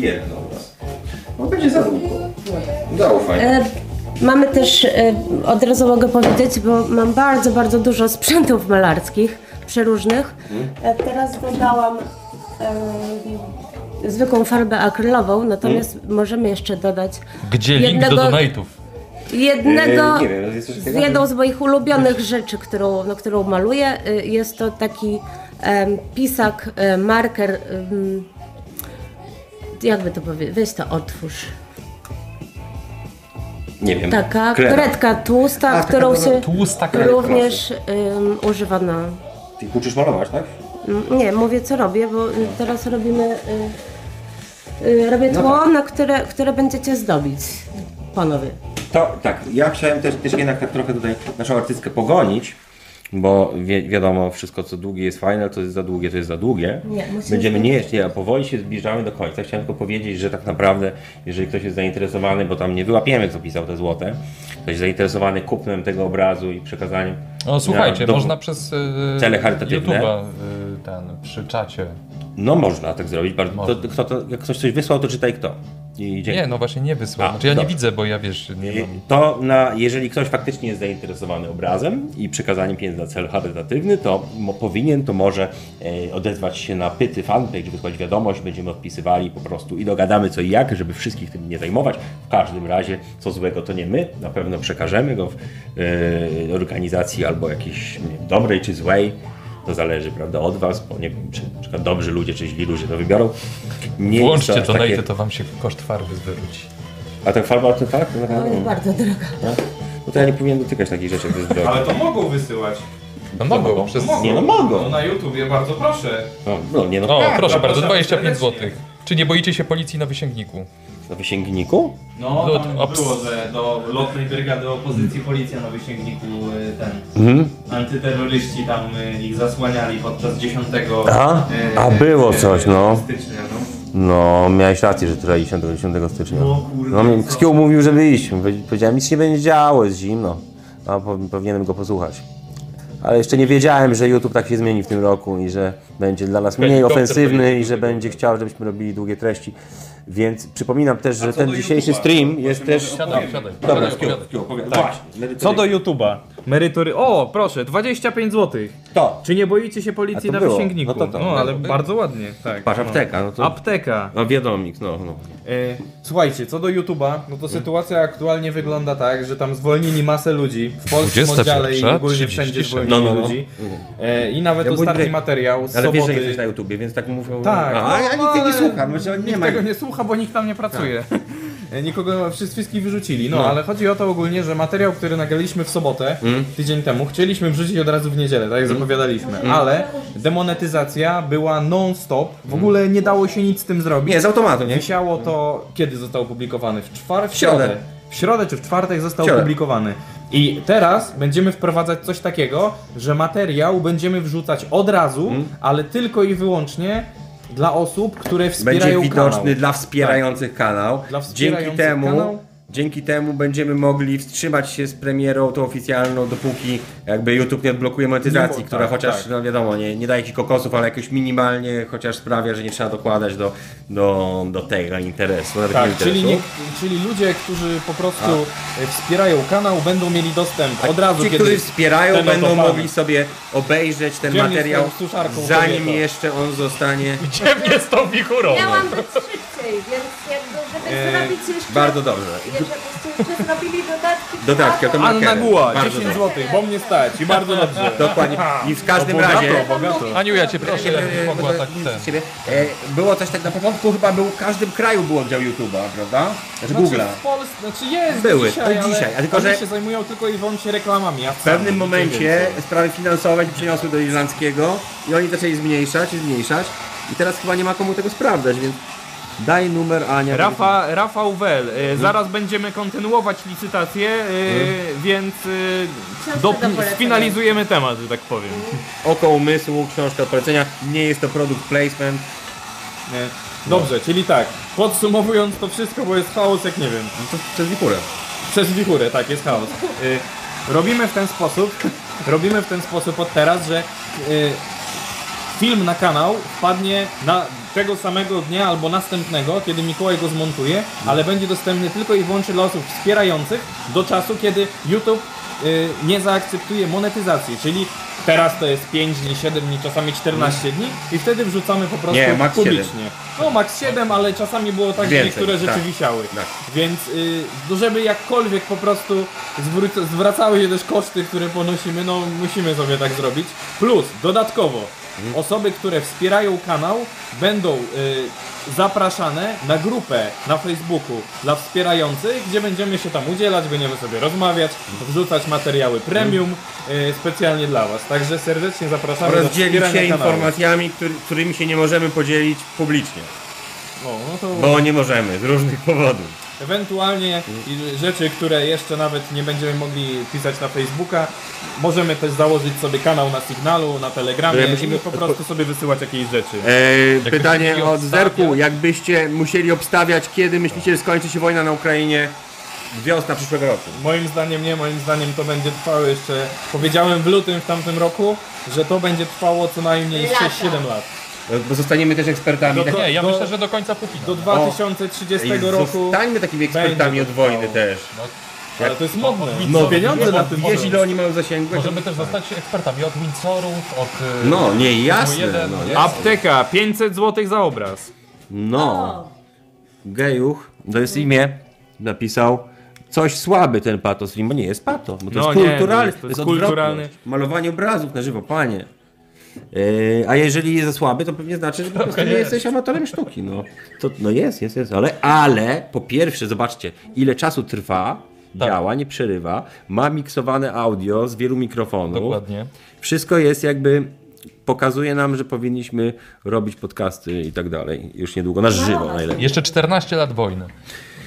Speaker 1: Jedno. No będzie za długo. Zaufaj.
Speaker 6: E, Mamy też, e, od razu mogę powiedzieć, bo mam bardzo, bardzo dużo sprzętów malarskich, przeróżnych. E, Teraz dodałam e, zwykłą farbę akrylową, natomiast możemy jeszcze dodać
Speaker 2: Mm. Gdzie link do
Speaker 6: Jednego-
Speaker 2: donate'ów?
Speaker 6: jednego,
Speaker 1: E, nie wiem, jest coś
Speaker 6: z
Speaker 1: takiego?
Speaker 6: jedną z moich ulubionych rzeczy, którą, no, którą maluję, y, jest to taki em, pisak, y, marker, ym, jakby to powiedzieć, weź to otwórz.
Speaker 1: Nie wiem.
Speaker 6: Taka
Speaker 1: Kreda.
Speaker 6: kredka tłusta, którą się
Speaker 2: Tłusta krew.
Speaker 6: również ym, używa na...
Speaker 1: Ty uczysz malować, tak?
Speaker 6: Mm, Nie, mówię co robię, bo y, teraz robimy... y, y, Robię tło, na które, które będziecie zdobić, panowie.
Speaker 1: To tak, ja chciałem też, też jednak tak trochę tutaj naszą artystkę pogonić, bo wie, wiadomo, wszystko co długie jest fajne, co jest za długie, to jest za długie.
Speaker 6: Nie, musimy
Speaker 1: Będziemy nie, nie, powoli się zbliżamy do końca. Chciałem tylko powiedzieć, że tak naprawdę, jeżeli ktoś jest zainteresowany, bo tam nie wyłapiemy, co pisał te złote, ktoś zainteresowany kupnem tego obrazu i przekazaniem.
Speaker 2: O, słuchajcie,
Speaker 1: na- do-
Speaker 2: można przez y,
Speaker 1: Cele charytatywne.
Speaker 2: YouTube'a y, ten, przy czacie.
Speaker 1: No można tak zrobić. Bardzo,
Speaker 2: Można.
Speaker 1: To, kto to, jak ktoś coś wysłał, to czytaj kto. I dzięki.
Speaker 2: Nie, no właśnie nie wysłał.
Speaker 1: A,
Speaker 2: Znaczy ja nie
Speaker 1: dobra.
Speaker 2: widzę, bo ja wiesz, nie
Speaker 1: I
Speaker 2: mam.
Speaker 1: To na, jeżeli ktoś faktycznie jest zainteresowany obrazem i przekazaniem pieniędzy na cel charytatywny, to mo, powinien, to może e, odezwać się na pyty fanpage, wysłać wiadomość, będziemy odpisywali po prostu i dogadamy co i jak, żeby wszystkich tym nie zajmować. W każdym razie, co złego to nie my, na pewno przekażemy go w, e, organizacji albo jakiejś nie wiem, dobrej czy złej. To zależy, prawda, od Was, bo nie wiem, czy na przykład dobrzy ludzie, czy źli ludzie to wybiorą. Nie jest
Speaker 2: Włączcie
Speaker 1: aż takie-
Speaker 2: donate, to wam się koszt farby zwróci.
Speaker 4: A ten farbalty tak? No,
Speaker 7: To jest
Speaker 4: no,
Speaker 7: bardzo droga.
Speaker 4: no to ja nie powinien dotykać takich rzeczy, jak to jest drogi.
Speaker 3: Ale to mogą wysyłać.
Speaker 2: No mogą. Przez...
Speaker 4: Nie no
Speaker 3: No
Speaker 4: mogą.
Speaker 3: na YouTubie, bardzo proszę.
Speaker 4: No, no nie no.
Speaker 2: O,
Speaker 3: Tak,
Speaker 2: proszę
Speaker 3: zapraszam
Speaker 2: bardzo, 25
Speaker 3: serdecznie.
Speaker 2: zł. Czy nie boicie się policji na wysięgniku?
Speaker 4: Na wysięgniku?
Speaker 3: No,
Speaker 2: Lot-
Speaker 3: tam
Speaker 2: ops.
Speaker 3: było, że do lotnej brygady opozycji policja na wysięgniku y, ten.
Speaker 4: Mhm.
Speaker 3: Antyterroryści tam y, ich zasłaniali podczas 10.
Speaker 4: A?
Speaker 3: y,
Speaker 4: A, było coś, no.
Speaker 3: stycznia, no.
Speaker 4: No, miałeś rację, że tyle 10 do 10 stycznia.
Speaker 3: No, kurde,
Speaker 4: No, mi-
Speaker 3: co?
Speaker 4: Skieł mówił, żeby iść. Powie- Powiedziałem, nic się nie będzie działo, jest zimno. A po- powinienem go posłuchać. Ale jeszcze nie wiedziałem, że YouTube tak się zmieni w tym roku i że będzie dla nas mniej
Speaker 2: Helikopter
Speaker 4: ofensywny
Speaker 2: pojedzie
Speaker 4: i że
Speaker 2: do
Speaker 4: będzie chciał, żebyśmy robili długie treści. Więc przypominam też, że
Speaker 3: co
Speaker 4: ten
Speaker 3: do
Speaker 4: dzisiejszy
Speaker 3: YouTube'a?
Speaker 4: stream jest
Speaker 3: Właśnie
Speaker 4: też...
Speaker 3: może opowiemy.
Speaker 4: Dobra, Właśnie.
Speaker 3: Co do YouTube'a? Merytory. O, proszę, 25 zł.
Speaker 4: To.
Speaker 3: Czy nie boicie się policji
Speaker 4: A to
Speaker 3: na
Speaker 4: było.
Speaker 3: wysięgniku?
Speaker 4: No to to.
Speaker 3: ale bardzo ładnie. Tak.
Speaker 4: Patrz,
Speaker 3: no.
Speaker 4: apteka, no to...
Speaker 3: Apteka.
Speaker 4: No wiadomik, no, no.
Speaker 3: E, Słuchajcie, co do YouTube'a, no to sytuacja aktualnie wygląda tak, że tam zwolnili masę ludzi w polskim
Speaker 2: 21,
Speaker 3: oddziale i ogólnie
Speaker 2: 36.
Speaker 3: wszędzie zwolnili
Speaker 4: No, no, no.
Speaker 3: ludzi. E, I nawet
Speaker 4: Ja
Speaker 3: ostatni
Speaker 4: mówię-
Speaker 3: materiał z
Speaker 4: Ale wiesz, że
Speaker 3: soboty.
Speaker 4: jesteś na YouTubie, więc tak mówią...
Speaker 3: Tak,
Speaker 4: Aha,
Speaker 3: no,
Speaker 4: ja
Speaker 3: no,
Speaker 4: nic tego nie
Speaker 3: ale
Speaker 4: słucham, że nie
Speaker 3: Nikt
Speaker 4: ma... Tak.
Speaker 3: tego nie słucha, bo nikt tam nie pracuje. E, Nikogo wszyscy- wszystkich wyrzucili. No, ale chodzi o to ogólnie, że materiał, który nagraliśmy w sobotę,
Speaker 4: Mm.
Speaker 3: tydzień temu, chcieliśmy wrzucić od razu w niedzielę, tak jak zapowiadaliśmy,
Speaker 4: Mm.
Speaker 3: ale demonetyzacja była non-stop, w ogóle nie dało się nic z tym zrobić.
Speaker 4: Nie, z automatu, nie?
Speaker 3: Wisiało to, kiedy został opublikowany? W czwartek? W
Speaker 4: środę.
Speaker 3: środę. W środę czy w czwartek został
Speaker 4: W środę.
Speaker 3: opublikowany. I teraz będziemy wprowadzać coś takiego, że materiał będziemy wrzucać od razu,
Speaker 4: Mm.
Speaker 3: ale tylko i wyłącznie dla osób, które
Speaker 4: będzie
Speaker 3: wspierają
Speaker 4: widoczny
Speaker 3: kanał. Tak.
Speaker 4: dla wspierających kanał.
Speaker 3: Dla
Speaker 4: dzięki
Speaker 3: wspierających
Speaker 4: temu,
Speaker 3: kanał.
Speaker 4: dzięki temu będziemy mogli wstrzymać się z premierą tą oficjalną, dopóki jakby YouTube nie odblokuje monetyzacji,
Speaker 3: Nie, bo-
Speaker 4: która
Speaker 3: tak,
Speaker 4: chociaż,
Speaker 3: tak.
Speaker 4: no wiadomo, nie, nie daje ci kokosów, ale jakoś minimalnie chociaż sprawia, że nie trzeba dokładać do, do, do tego interesu. Nawet nie
Speaker 3: Tak,
Speaker 4: interesu.
Speaker 3: czyli, nie, czyli ludzie, którzy po prostu e, wspierają kanał, będą mieli dostęp od razu,
Speaker 4: Ci,
Speaker 3: kiedy...
Speaker 4: którzy wspierają,
Speaker 3: ten
Speaker 4: będą
Speaker 3: autofan-
Speaker 4: mogli sobie obejrzeć ten
Speaker 3: Dzielnie
Speaker 4: materiał,
Speaker 3: swoją suszarką
Speaker 4: zanim
Speaker 3: kobietą.
Speaker 4: jeszcze on zostanie...
Speaker 2: Ciemnie z tą wichurą.
Speaker 7: Miałam być szybciej, więc jakby, żeby zrobić jeszcze...
Speaker 4: Bardzo dobrze.
Speaker 7: Żebyście jeszcze zrobili dodatki.
Speaker 4: Dodatki, to
Speaker 3: Anna Guła,
Speaker 4: Bardzo
Speaker 3: 10
Speaker 4: dobrze.
Speaker 3: zł, bo mnie stać i bardzo dobrze.
Speaker 4: Dokładnie. I w każdym razie... E,
Speaker 2: Aniu, ja cię proszę, jakbyś mogła tak ten.
Speaker 4: z siebie. E, Było coś tak na początku, chyba był w każdym kraju był oddział YouTube'a, prawda? Znaczy Google'a.
Speaker 3: Znaczy, w Polsce, znaczy jest
Speaker 4: Były,
Speaker 3: dzisiaj,
Speaker 4: to dzisiaj,
Speaker 3: ale
Speaker 4: a tylko,
Speaker 3: oni
Speaker 4: że-
Speaker 3: się zajmują tylko i wyłącznie reklamami. A
Speaker 4: W pewnym momencie sprawy finansowe przyniosły do irlandzkiego i oni zaczęli zmniejszać i zmniejszać i teraz chyba nie ma komu tego sprawdzać, więc daj numer Ania.
Speaker 3: Rafa, Rafał Wel, e,
Speaker 4: Mhm.
Speaker 3: zaraz będziemy kontynuować licytację, e,
Speaker 4: Mhm.
Speaker 3: więc e,
Speaker 7: Książkę
Speaker 3: do,
Speaker 7: do polecenia.
Speaker 3: sfinalizujemy temat, że tak powiem.
Speaker 4: Oko umysłu, książka od polecenia. Nie jest to produkt placement.
Speaker 3: E, Dobrze, czyli tak, podsumowując to wszystko, bo jest chaos jak nie wiem.
Speaker 4: No to przez wikurę.
Speaker 3: Przez wichurę, tak, jest chaos. Y, robimy w ten sposób, robimy w ten sposób od teraz, że y, film na kanał wpadnie na tego samego dnia albo następnego, kiedy Mikołaj go zmontuje, ale będzie dostępny tylko i wyłącznie dla osób wspierających do czasu, kiedy YouTube y, nie zaakceptuje monetyzacji, czyli teraz to jest 5 dni, 7 dni, czasami 14 dni i wtedy wrzucamy po prostu
Speaker 4: Mm. Nie, max
Speaker 3: publicznie.
Speaker 4: 7.
Speaker 3: No max 7, ale czasami było tak, że
Speaker 4: Więcej,
Speaker 3: niektóre rzeczy
Speaker 4: tak.
Speaker 3: wisiały.
Speaker 4: Tak.
Speaker 3: Więc y, no żeby jakkolwiek po prostu zwróc- zwracały się też koszty, które ponosimy, no musimy sobie tak zrobić. Plus, dodatkowo,
Speaker 4: Mhm.
Speaker 3: osoby, które wspierają kanał, będą y, zapraszane na grupę na Facebooku dla wspierających, gdzie będziemy się tam udzielać, będziemy sobie rozmawiać,
Speaker 4: Mhm.
Speaker 3: wrzucać materiały premium y, specjalnie dla Was. Także serdecznie zapraszamy do
Speaker 4: Oraz dzielić
Speaker 3: wspierania
Speaker 4: się
Speaker 3: kanału.
Speaker 4: informacjami, który, którymi się nie możemy podzielić publicznie.
Speaker 3: O, no to...
Speaker 4: Bo nie możemy, z różnych powodów.
Speaker 3: Ewentualnie i rzeczy, które jeszcze nawet nie będziemy mogli pisać na Facebooka, możemy też założyć sobie kanał na Signalu, na Telegramie
Speaker 4: Które
Speaker 3: musimy
Speaker 4: musimy-
Speaker 3: i po prostu sobie wysyłać jakieś rzeczy.
Speaker 4: E,
Speaker 2: Jakbyście
Speaker 4: pytanie
Speaker 2: musieli
Speaker 4: od
Speaker 2: obstawiać?
Speaker 4: Zerku. Jakbyście musieli obstawiać, kiedy myślicie, że skończy się wojna na Ukrainie wiosna przyszłego roku?
Speaker 3: Moim zdaniem nie, moim zdaniem to będzie trwało jeszcze, powiedziałem w lutym w tamtym roku, że to będzie trwało co najmniej
Speaker 7: Lata.
Speaker 3: 6-7 lat.
Speaker 4: E, Bo zostaniemy też ekspertami.
Speaker 3: No to-
Speaker 4: tak-
Speaker 2: Nie, ja
Speaker 3: do-
Speaker 2: myślę, że do końca Putina.
Speaker 3: Do 2030
Speaker 4: Ej,
Speaker 3: roku,
Speaker 4: Zostańmy takimi ekspertami
Speaker 3: będzie
Speaker 4: od wojny
Speaker 3: trwało.
Speaker 4: też.
Speaker 3: ale to jest modne,
Speaker 4: No,
Speaker 3: pieniądze na tym
Speaker 4: Wiesz,
Speaker 3: mogą.
Speaker 4: ile oni mają zasięgu?
Speaker 2: Możemy też zostać ekspertami od Windsorów, od... y,
Speaker 4: No, nie, jasne.
Speaker 2: jeden.
Speaker 4: No, jasne.
Speaker 3: Apteka, 500 zł za obraz.
Speaker 4: no. Gejuch, to jest imię, napisał coś słaby ten patos, bo nie jest patos, bo to
Speaker 3: No
Speaker 4: jest
Speaker 3: nie, to
Speaker 4: kulturalny,
Speaker 3: jest-
Speaker 4: to
Speaker 3: to
Speaker 4: jest
Speaker 3: jest kulturalny.
Speaker 4: odwrotność. Malowanie obrazów na żywo, panie. Yy, a jeżeli jest za słaby, to pewnie znaczy, że po prostu nie jesteś amatorem sztuki. No, to, no jest, jest, jest. Ale, ale po pierwsze, zobaczcie, ile czasu trwa,
Speaker 3: Tak.
Speaker 4: działa, nie przerywa, ma miksowane audio z wielu mikrofonów.
Speaker 2: Dokładnie.
Speaker 4: Wszystko jest jakby, pokazuje nam, że powinniśmy robić podcasty i tak dalej. Już niedługo, na żywo najlepiej.
Speaker 2: Jeszcze 14 lat wojny.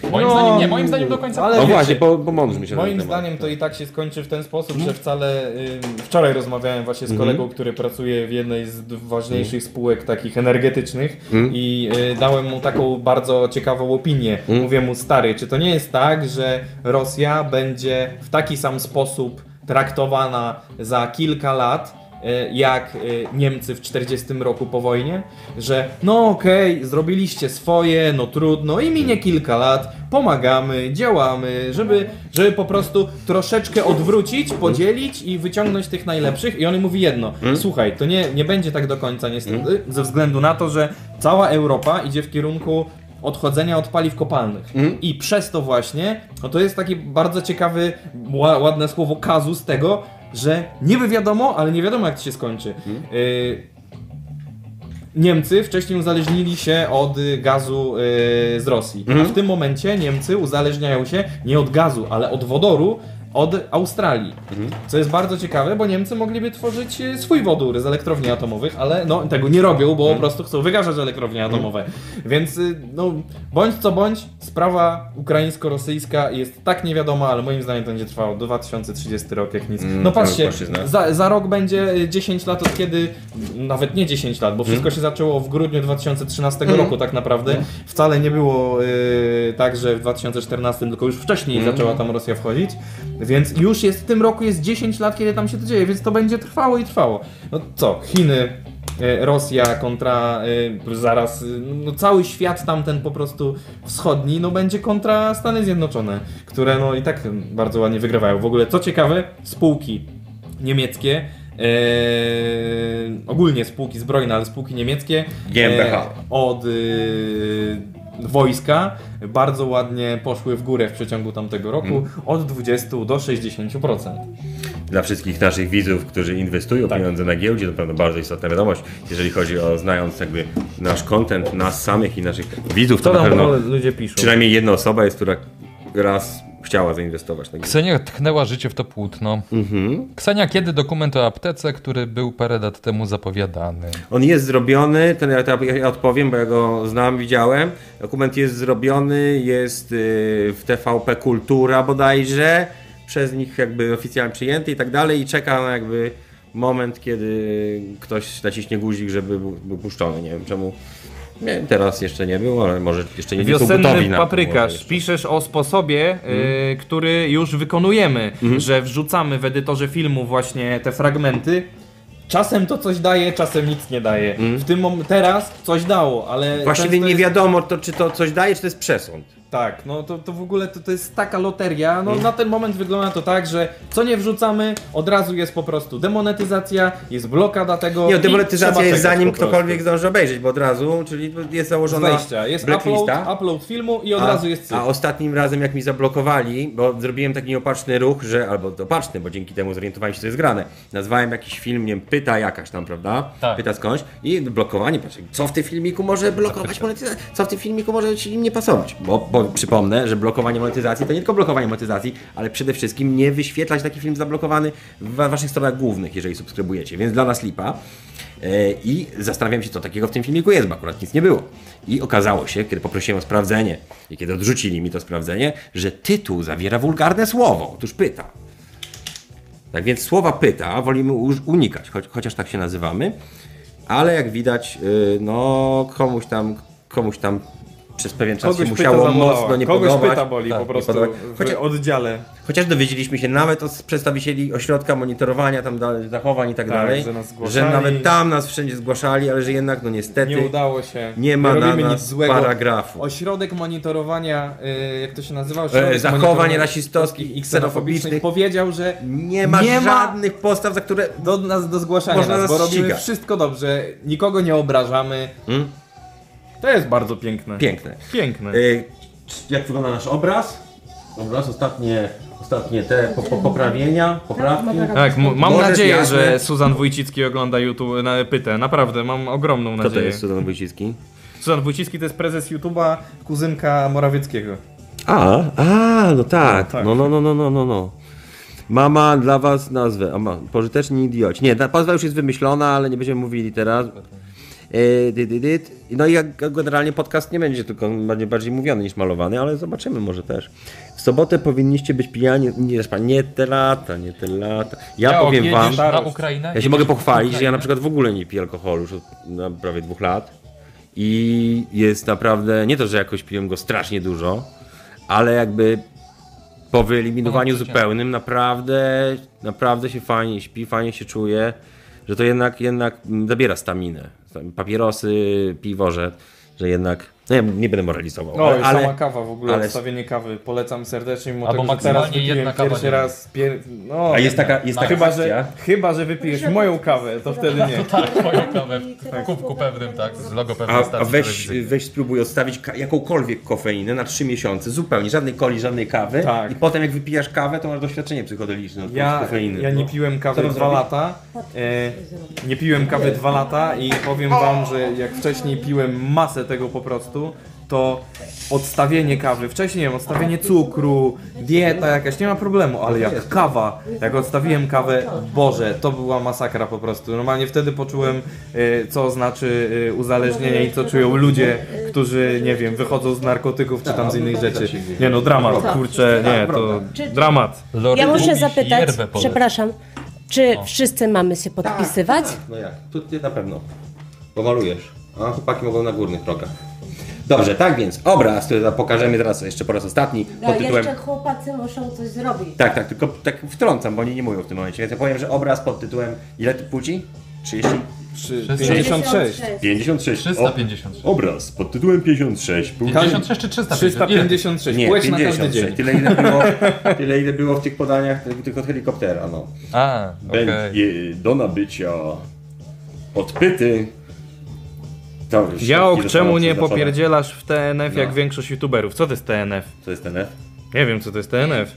Speaker 1: No.
Speaker 2: Moim zdaniem nie, moim zdaniem do końca.
Speaker 3: ale
Speaker 4: No
Speaker 3: wiecie,
Speaker 4: właśnie, po, pomądrzmy się na ten
Speaker 3: Moim
Speaker 4: temat.
Speaker 3: zdaniem to i tak się skończy w ten sposób, że wcale ym, wczoraj rozmawiałem właśnie
Speaker 4: Mhm.
Speaker 3: z kolegą, który pracuje w jednej z d- ważniejszych spółek takich energetycznych
Speaker 4: Mhm.
Speaker 3: i y, dałem mu taką bardzo ciekawą opinię.
Speaker 4: Mhm.
Speaker 3: Mówię mu stary, czy to nie jest tak, że Rosja będzie w taki sam sposób traktowana za kilka lat? y, Jak y, Niemcy w 40 roku po wojnie, że no okej, zrobiliście swoje, no trudno i minie kilka lat, pomagamy, działamy, żeby, żeby po prostu troszeczkę odwrócić, podzielić i wyciągnąć tych najlepszych. I on mówi jedno, słuchaj, to nie, nie będzie tak do końca niestety, ze względu na to, że cała Europa idzie w kierunku odchodzenia od paliw kopalnych. I przez to właśnie, no to jest taki bardzo ciekawy, ła, ładne słowo kazus tego, że niby wiadomo, ale nie wiadomo jak to się skończy. Y, Niemcy wcześniej uzależnili się od y, gazu y, z Rosji. A w tym momencie Niemcy uzależniają się nie od gazu, ale od wodoru od Australii. Co jest bardzo ciekawe, bo Niemcy mogliby tworzyć y, swój wodór z elektrowni atomowych, ale no, tego nie robią, bo po prostu chcą wygarzać elektrownie atomowe. Więc y, no, bądź co bądź, sprawa ukraińsko-rosyjska jest tak niewiadoma, ale moim zdaniem to będzie trwało 2030 rok jak nic. No
Speaker 4: tak,
Speaker 3: patrzcie,
Speaker 4: płaszczyzna.
Speaker 3: za, za rok będzie y, 10 lat od kiedy, nawet nie 10 lat, bo wszystko się zaczęło w grudniu 2013 roku tak naprawdę. Wcale nie było y, tak, że w 2014, tylko już wcześniej zaczęła tam Rosja wchodzić. Więc już jest w tym roku jest 10 lat, kiedy tam się to dzieje, więc to będzie trwało i trwało. No co, Chiny, y, Rosja kontra y, zaraz, y, no cały świat tamten po prostu wschodni, no będzie kontra Stany Zjednoczone, które no i tak y, bardzo ładnie wygrywają. W ogóle co ciekawe, spółki niemieckie. e, ogólnie spółki zbrojne, ale spółki niemieckie
Speaker 4: GmbH.
Speaker 3: e, od e, wojska bardzo ładnie poszły w górę w przeciągu tamtego roku
Speaker 4: Mhm.
Speaker 3: od 20 do 60%.
Speaker 4: dla wszystkich naszych widzów, którzy inwestują
Speaker 3: Tak.
Speaker 4: pieniądze na giełdzie, to pewno bardzo istotna wiadomość, jeżeli chodzi o znając jakby nasz content, nas samych i naszych widzów, to, na pewno
Speaker 3: ludzie piszą?
Speaker 4: przynajmniej jedna osoba jest, która raz chciała zainwestować na giełdzie.
Speaker 2: Ksenia tchnęła życie w to płótno.
Speaker 1: Mhm.
Speaker 2: Ksenia, kiedy dokument o aptece, który był parę lat temu zapowiadany?
Speaker 4: On jest zrobiony, ten ja, ja, ja odpowiem, bo ja go znam, widziałem. Dokument jest zrobiony, jest y, w TVP Kultura bodajże, przez nich jakby oficjalnie przyjęty i tak dalej i czeka na jakby moment, kiedy ktoś naciśnie guzik, żeby był, był puszczony. Nie wiem czemu. Nie, teraz jeszcze nie było, ale może jeszcze nie nie są gotowi
Speaker 3: Wiosenny
Speaker 4: na to, może
Speaker 3: paprykarz.
Speaker 4: jeszcze. Mhm.
Speaker 3: Piszesz o sposobie, y, który już wykonujemy, że wrzucamy w edytorze filmu właśnie te fragmenty. Czasem to coś daje, czasem nic nie daje. W tym mom- teraz coś dało, ale.
Speaker 4: Mhm. Właściwie
Speaker 3: często
Speaker 4: nie
Speaker 3: jest-
Speaker 4: wiadomo, to, czy to coś daje, czy to jest przesąd.
Speaker 3: Tak, no to, to w ogóle to, to jest taka loteria. No na ten moment wygląda to tak, że co nie wrzucamy, od razu jest po prostu demonetyzacja, jest blokada tego.
Speaker 4: Nie,
Speaker 3: No i trzeba
Speaker 4: demonetyzacja jest
Speaker 3: czekać
Speaker 4: zanim
Speaker 3: po prostu.
Speaker 4: ktokolwiek zdąży obejrzeć, bo od razu, czyli jest
Speaker 3: Z
Speaker 4: założona
Speaker 3: wejścia. Jest
Speaker 4: blacklista.
Speaker 3: upload, upload filmu i od razu jest cyk.
Speaker 4: a ostatnim razem, jak mi zablokowali, bo zrobiłem taki nieopatrzny ruch, że albo opaczny, bo dzięki temu zorientowałem się, co jest grane. Nazwałem jakiś film, nie wiem, pyta jakaś tam, prawda?
Speaker 2: Tak.
Speaker 4: Pyta skądś i blokowanie, patrz, co w tym filmiku może blokować monetyzację, co w tym filmiku może ci nie pasować. Bo, bo przypomnę, że blokowanie monetyzacji to nie tylko blokowanie monetyzacji, ale przede wszystkim nie wyświetlać taki film zablokowany w wa- waszych stronach głównych, jeżeli subskrybujecie, więc dla nas lipa. E, I zastanawiam się, co takiego w tym filmiku jest, bo akurat nic nie było. I okazało się, kiedy poprosiłem o sprawdzenie i kiedy odrzucili mi to sprawdzenie, że tytuł zawiera wulgarne słowo. Otóż pyta. Tak więc słowa pyta wolimy uż- unikać, choć, chociaż tak się nazywamy, ale jak widać, yy, no komuś tam, komuś tam przez pewien czas
Speaker 3: Kogoś
Speaker 4: się
Speaker 3: pyta
Speaker 4: musiało
Speaker 3: zamolała.
Speaker 4: mocno nie
Speaker 3: Kogoś
Speaker 4: podobać.
Speaker 3: pyta boli
Speaker 4: Tak,
Speaker 3: po
Speaker 4: nie
Speaker 3: prostu
Speaker 4: podobać.
Speaker 3: w
Speaker 4: Chociaż,
Speaker 3: oddziale.
Speaker 4: chociaż dowiedzieliśmy się nawet od przedstawicieli ośrodka monitorowania tam dalej, zachowań i tak,
Speaker 3: Tak,
Speaker 4: dalej,
Speaker 3: że nas
Speaker 4: że
Speaker 3: zgłaszali.
Speaker 4: nawet tam nas wszędzie zgłaszali, ale że jednak no niestety
Speaker 3: Nie udało się.
Speaker 4: nie ma na
Speaker 3: robimy
Speaker 4: nas
Speaker 3: nic złego.
Speaker 4: paragrafu.
Speaker 3: Ośrodek monitorowania, y, jak to się nazywa?
Speaker 4: E,
Speaker 3: Ośrodek
Speaker 4: zachowań
Speaker 3: monitorowania
Speaker 4: rasistowskich i ksenofobicznych
Speaker 3: powiedział, że
Speaker 4: nie ma
Speaker 3: Nie ma-
Speaker 4: żadnych postaw, za które
Speaker 3: do nas do zgłaszania
Speaker 4: Można
Speaker 3: nas,
Speaker 4: nas
Speaker 3: bo robimy
Speaker 4: ścigać.
Speaker 3: wszystko dobrze, nikogo nie obrażamy.
Speaker 1: Hmm?
Speaker 4: Mm.
Speaker 3: To jest bardzo piękne.
Speaker 4: piękne.
Speaker 3: Piękne.
Speaker 4: Y, Jak wygląda nasz obraz? Obraz ostatnie,
Speaker 1: ostatnie te po, po, poprawienia, poprawki.
Speaker 3: Tak, m- mam
Speaker 1: Możesz,
Speaker 3: nadzieję,
Speaker 1: E, jasne.
Speaker 3: że Suzan Wójcicki ogląda YouTube na Pytę. Naprawdę, mam ogromną
Speaker 1: Kto
Speaker 3: nadzieję.
Speaker 1: to jest Sudan Wójcicki?
Speaker 3: Suzan Wójcicki to jest prezes YouTube'a, kuzynka Morawieckiego.
Speaker 1: A, a, no tak.
Speaker 3: tak.
Speaker 1: No, no, no, no, no, no, no. Mama dla was nazwę. A ma, pożyteczni idioci. Nie, ta nazwa już jest wymyślona, ale nie będziemy mówili teraz. E, dy, dy, dy. No i jak generalnie podcast nie będzie tylko bardziej, bardziej mówiony niż malowany, ale zobaczymy może też. W sobotę powinniście być pijani. Nie, proszę pana, nie te lata, nie te lata. Ja, powiem wam.
Speaker 2: Jedziesz na Ukrainę?
Speaker 1: Ja się mogę pochwalić, że ja na przykład w ogóle nie piję alkoholu już od no, prawie dwóch lat. I jest naprawdę, nie to, że jakoś piłem go strasznie dużo, ale jakby po wyeliminowaniu zupełnym naprawdę, naprawdę się fajnie śpi, fajnie się czuje, że to jednak, jednak mm, zabiera staminę. Tam Papierosy, piwo, że, że jednak, no ja nie będę moralizował,
Speaker 3: O, i
Speaker 1: ale,
Speaker 3: sama kawa w ogóle,
Speaker 1: ale-
Speaker 3: odstawienie kawy. Polecam serdecznie, mimo
Speaker 2: Albo
Speaker 3: tego, że
Speaker 2: maksymalnie
Speaker 3: teraz wypiłem
Speaker 2: jedna kawa
Speaker 3: pierwszy
Speaker 2: dziennie.
Speaker 3: raz... Pier... No,
Speaker 1: a jest taka, jest taka
Speaker 3: chyba,
Speaker 1: akcja.
Speaker 3: że, chyba, że wypijesz moją kawę, to wtedy nie.
Speaker 2: Tak, moją kawę w kubku pewnym, tak, z logo pewnej
Speaker 1: A,
Speaker 2: stacji
Speaker 1: a weź,
Speaker 2: telewizyjnej.
Speaker 1: weź spróbuj odstawić ka- jakąkolwiek kofeinę na 3 miesiące, zupełnie, żadnej coli, żadnej kawy.
Speaker 3: Tak.
Speaker 1: I potem jak wypijasz kawę, to masz doświadczenie psychodeliczne od
Speaker 3: Ja,
Speaker 1: kofeiny.
Speaker 3: ja nie
Speaker 1: no.
Speaker 3: piłem kawy
Speaker 1: Co mam
Speaker 3: dwa
Speaker 1: zrobić?
Speaker 3: lata. E, nie piłem kawy dwa lata i powiem wam, że jak wcześniej piłem masę tego po prostu, to odstawienie kawy, wcześniej nie wiem, odstawienie cukru, dieta jakaś, nie ma problemu, ale jak kawa, jak odstawiłem kawę, Boże, to była masakra po prostu. Normalnie wtedy poczułem, e, co znaczy e, uzależnienie i co czują ludzie, którzy, nie wiem, wychodzą z narkotyków czy tam z innych rzeczy. Nie no, dramat, kurczę, nie, to dramat.
Speaker 2: Lory
Speaker 12: Ja muszę
Speaker 2: lubi
Speaker 12: zapytać,
Speaker 2: yerbę polecam.
Speaker 12: przepraszam, czy wszyscy mamy się
Speaker 7: Tak.
Speaker 12: podpisywać?
Speaker 1: No jak? Tu ty na pewno. Pomalujesz. A chłopaki mogą na górnych progach. Dobrze, tak więc obraz, który pokażemy teraz jeszcze po raz ostatni pod tytułem...
Speaker 6: chłopacy muszą coś zrobić.
Speaker 1: Tak, tak, tylko tak wtrącam, bo oni nie mówią w tym momencie. Więc ja powiem, że obraz pod tytułem ile ty płci? 30?
Speaker 3: 56.
Speaker 1: 56.
Speaker 2: 356.
Speaker 1: O, obraz pod tytułem 56. Płci.
Speaker 2: 56 czy 350?
Speaker 3: 356.
Speaker 1: Nie,
Speaker 3: Płeć
Speaker 1: 50,
Speaker 3: na każdy dzień.
Speaker 1: Tyle ile,
Speaker 3: <laughs>
Speaker 1: było, tyle ile było w tych podaniach, tych od helikoptera. No.
Speaker 2: A, okej.
Speaker 1: Będzie do nabycia odpyty. To już
Speaker 3: Jałk,
Speaker 1: środki
Speaker 3: czemu
Speaker 1: zostaną
Speaker 3: nie
Speaker 1: przeznaczone.
Speaker 3: popierdzielasz w TNF jak
Speaker 1: No.
Speaker 3: większość youtuberów? Co to jest TNF?
Speaker 1: To jest ten F.
Speaker 3: Nie wiem, co to jest TNF.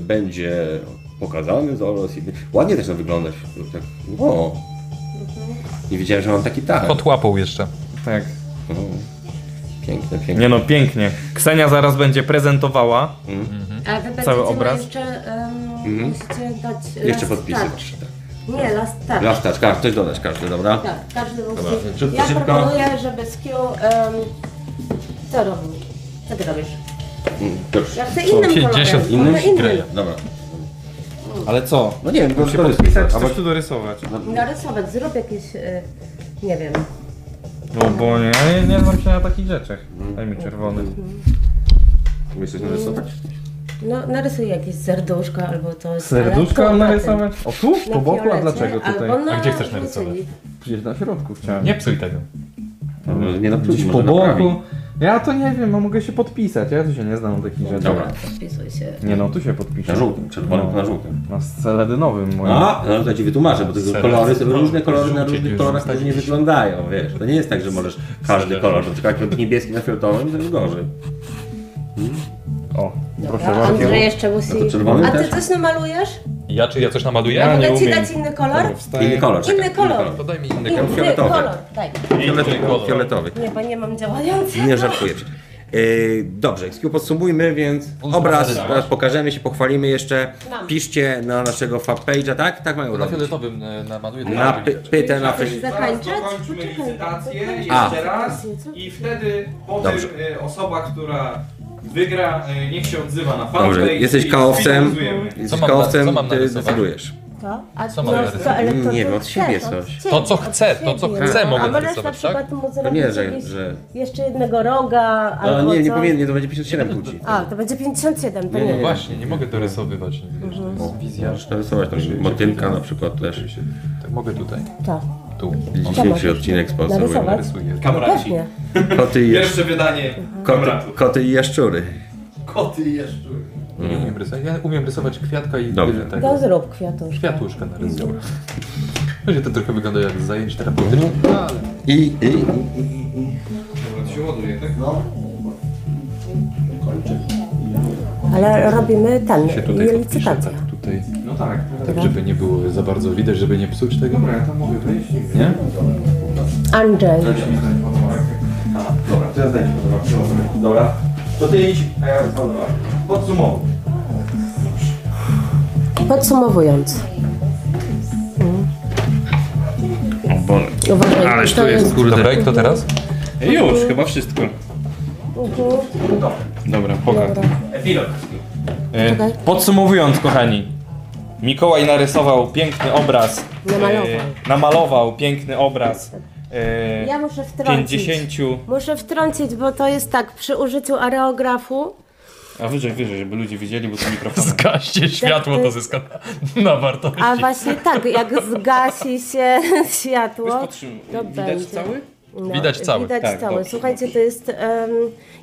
Speaker 1: Będzie pokazany zaraz. i- Ładnie też to wygląda. Tak. O. Nie wiedziałem, że mam taki talent.
Speaker 2: Pod łapą jeszcze.
Speaker 3: Tak.
Speaker 1: O. Piękne, piękne.
Speaker 3: Nie no, pięknie. Ksenia zaraz będzie prezentowała.
Speaker 6: A wy
Speaker 3: Cały
Speaker 6: będziecie
Speaker 3: obraz?
Speaker 6: obraz? jeszcze em, musicie dać
Speaker 1: Mhm. Jeszcze
Speaker 6: last touch.
Speaker 1: podpisywasz. Tak.
Speaker 6: Nie, last touch.
Speaker 1: Lastacz, każdy, coś dodać, każdy, dobra?
Speaker 6: Tak, każdy musi.
Speaker 1: szybko,
Speaker 6: Ja
Speaker 1: szybko.
Speaker 6: proponuję, żeby z Q... Um, co robisz? Co ty robisz?
Speaker 1: Mm, Dobrze.
Speaker 6: Ja chcę innym kolorem.
Speaker 2: 50
Speaker 6: Innym? innym.
Speaker 1: Greja. Dobra.
Speaker 3: Ale co?
Speaker 1: No nie wiem, bo
Speaker 3: Muszę
Speaker 1: to jest
Speaker 3: podpisać,
Speaker 1: albo-
Speaker 3: coś tu dorysować.
Speaker 6: Narysować, zrób jakieś... y, nie wiem.
Speaker 3: No bo nie, nie, nie znam się na takich rzeczach. Daj mi czerwony.
Speaker 1: Umiesz coś narysować?
Speaker 6: No, narysuj jakieś serduszko albo coś.
Speaker 3: Serduszko mam
Speaker 6: ale na tym,
Speaker 3: narysować? O tu?
Speaker 6: na
Speaker 3: Po boku? A
Speaker 6: fiolecie,
Speaker 3: dlaczego tutaj?
Speaker 6: albo na
Speaker 2: A gdzie chcesz
Speaker 6: żółci.
Speaker 2: narysować?
Speaker 3: Gdzieś na środku chciałem.
Speaker 2: Nie psuj tego.
Speaker 1: Może Nie no,
Speaker 3: Gdzieś po boku. Ja to nie wiem, a mogę się podpisać. Ja tu się nie znam na takich rzeczach.
Speaker 1: Dobra.
Speaker 6: Wpisuj się.
Speaker 3: Nie no, tu się podpiszę.
Speaker 1: Na żółtym, czerwonym, na żółtym.
Speaker 3: Na seledynowym moim.
Speaker 1: A, no to ci wytłumaczę, bo te kolory, sobie różne kolory na różnych kolorach różnie wyglądają, wiesz. To nie jest tak, że możesz każdy kolor, bo tylko jak od niebieski na fioletowy, to już gorzej.
Speaker 3: O, proszę
Speaker 6: Dobra,
Speaker 3: bardzo.
Speaker 6: Andrzej jeszcze musi...
Speaker 1: No to czerwony
Speaker 6: A ty
Speaker 1: też?
Speaker 6: coś namalujesz?
Speaker 2: Ja czy ja coś namaluję?
Speaker 3: Ja nie
Speaker 6: Mogę ci
Speaker 3: umiem.
Speaker 6: dać inny kolor?
Speaker 1: tak, Inny kolor, czekaj.
Speaker 6: Inny kolor.
Speaker 2: To daj mi inny
Speaker 6: Inny
Speaker 1: fioletowy.
Speaker 6: kolor, daj.
Speaker 1: Fioletowy. Fioletowy.
Speaker 6: Nie, bo nie mam działających.
Speaker 1: Nie żartuję. Yy, dobrze, Skiu, podsumujmy, więc obraz, obraz pokażemy się, pochwalimy jeszcze. Piszcie na naszego fanpage'a, tak? Tak mają
Speaker 2: Na
Speaker 1: robić.
Speaker 2: fioletowym e, namaluję.
Speaker 1: Na py pytę na
Speaker 6: Chcesz
Speaker 1: Facebooku.
Speaker 6: zakończyć?
Speaker 1: A.
Speaker 3: raz i wtedy potem
Speaker 1: Dobrze.
Speaker 3: e, osoba, która wygra, e, niech się odzywa na
Speaker 1: Dobrze, jesteś kaowcem,
Speaker 2: Co
Speaker 1: jesteś
Speaker 2: mam na- co
Speaker 1: kaowcem,
Speaker 2: mam
Speaker 1: ty
Speaker 2: narysować?
Speaker 1: decydujesz.
Speaker 6: To? A
Speaker 2: Co
Speaker 6: co
Speaker 2: mam
Speaker 6: to, ale to,
Speaker 1: Nie
Speaker 6: co
Speaker 1: wiem, od siebie
Speaker 6: chcesz,
Speaker 1: coś.
Speaker 6: ciebie,
Speaker 2: To, co chcę,
Speaker 6: od
Speaker 2: to, co
Speaker 6: siebie.
Speaker 2: chcę, mogę tak?
Speaker 6: A możesz na
Speaker 2: narysować,
Speaker 6: przykład mu
Speaker 1: To
Speaker 6: zrobić
Speaker 1: nie, że...
Speaker 6: jakieś-
Speaker 1: że...
Speaker 6: jeszcze jednego roga
Speaker 1: No,
Speaker 6: albo
Speaker 1: nie, nie
Speaker 6: coś.
Speaker 1: powinien, nie, to będzie 57 płci.
Speaker 6: A, to będzie 57, to
Speaker 1: Nie,
Speaker 6: nie.
Speaker 1: nie,
Speaker 2: No właśnie, nie mogę dorysowywać. wiesz, to jest wizja.
Speaker 1: Możesz narysować tam motylka na przykład też.
Speaker 2: Tak, mogę tutaj.
Speaker 6: To.
Speaker 2: Tu.
Speaker 1: Dzisiejszy odcinek sponsoruje.
Speaker 6: Narysować?
Speaker 2: Rysuję.
Speaker 3: Kamraci.
Speaker 6: Pewnie.
Speaker 1: Koty i, jesz...
Speaker 3: Pierwsze wydanie
Speaker 1: koty,
Speaker 3: kamratu.
Speaker 1: koty i jaszczury.
Speaker 3: Koty i jaszczury.
Speaker 2: Nie umiem rysować. Ja umiem rysować kwiatka i
Speaker 1: Dobrze.
Speaker 2: tego.
Speaker 6: To zrób kwiatuszkę.
Speaker 2: Kwiatuszka narysuję. Będzie to trochę wygląda jak z zajęć terapeutycznych.
Speaker 6: Mhm.
Speaker 1: I, i, i,
Speaker 3: Dobra, to się ładuje, tak?
Speaker 6: A ale robimy ten,
Speaker 2: się tutaj podpiszę,
Speaker 6: licytację.
Speaker 2: tak, tutaj,
Speaker 3: No tak,
Speaker 2: tak żeby nie było za bardzo widać, żeby nie psuć tego.
Speaker 3: Dobra, ja tam mogę wejść. Nie?
Speaker 1: tak.
Speaker 6: Andrzej.
Speaker 1: Dobra, to ja zdajcie podoba. Dobra. To ty idź, a ja podoba. Podsumowuj.
Speaker 6: Podsumowując.
Speaker 13: O Boże.
Speaker 6: Uważaj,
Speaker 13: Ależ
Speaker 6: to
Speaker 13: tu jest,
Speaker 6: jest-
Speaker 13: kurde.
Speaker 2: Dobra, i kto teraz?
Speaker 13: Już, chyba wszystko.
Speaker 6: Mhm.
Speaker 13: Dobra, pokaż. E,
Speaker 1: Epilog.
Speaker 6: Czekaj.
Speaker 3: Podsumowując, kochani, Mikołaj narysował piękny obraz.
Speaker 6: Namalował.
Speaker 3: e, namalował piękny obraz. E,
Speaker 6: Ja muszę wtrącić.
Speaker 3: 50.
Speaker 6: Muszę wtrącić, bo to jest tak, przy użyciu areografu
Speaker 13: A wyżej, wyżej, żeby ludzie widzieli, bo to mikrofon.
Speaker 2: Zgaście
Speaker 6: światło, to
Speaker 2: zyska na wartości.
Speaker 6: A właśnie tak, jak zgasi się <laughs> światło, to
Speaker 13: Widać
Speaker 6: będzie.
Speaker 13: cały?
Speaker 6: No,
Speaker 2: Widać cały,
Speaker 6: Widać
Speaker 13: tak,
Speaker 6: cały.
Speaker 13: dobrze,
Speaker 6: Słuchajcie, to jest em,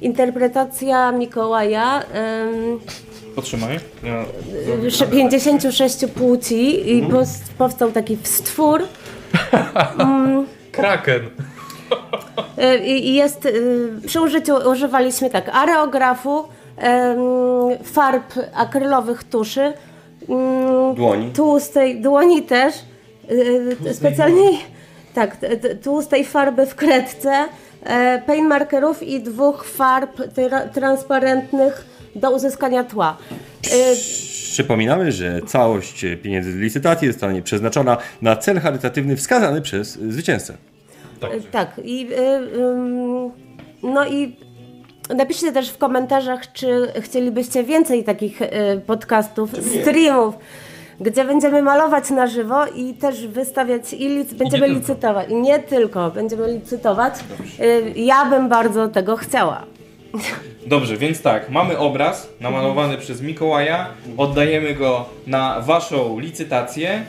Speaker 6: interpretacja Mikołaja em,
Speaker 13: Potrzymaj. Ja... Mhm.
Speaker 6: sze- 56 płci i pos- powstał taki stwór.
Speaker 2: Kraken.
Speaker 6: E, I i jest, e, przy użyciu używaliśmy tak areografu, em, farb akrylowych tuszy, mm,
Speaker 1: Dłoni.
Speaker 6: tłustej dłoni też, e, specjalnie <laughs> tak, t- t- tłustej farby w kredce, e, paint markerów i dwóch farb tyra- transparentnych do uzyskania tła. E,
Speaker 1: Przypominamy, że całość pieniędzy z licytacji zostanie przeznaczona na cel charytatywny wskazany przez y, zwycięzcę.
Speaker 6: Tak, i y, ym, no i napiszcie też w komentarzach, czy chcielibyście więcej takich y, podcastów, streamów, gdzie będziemy malować na żywo i też wystawiać i lic- będziemy licytować. I nie tylko, będziemy licytować. Y, ja bym bardzo tego chciała.
Speaker 3: Dobrze, więc tak, mamy obraz namalowany przez Mikołaja, oddajemy go na waszą licytację.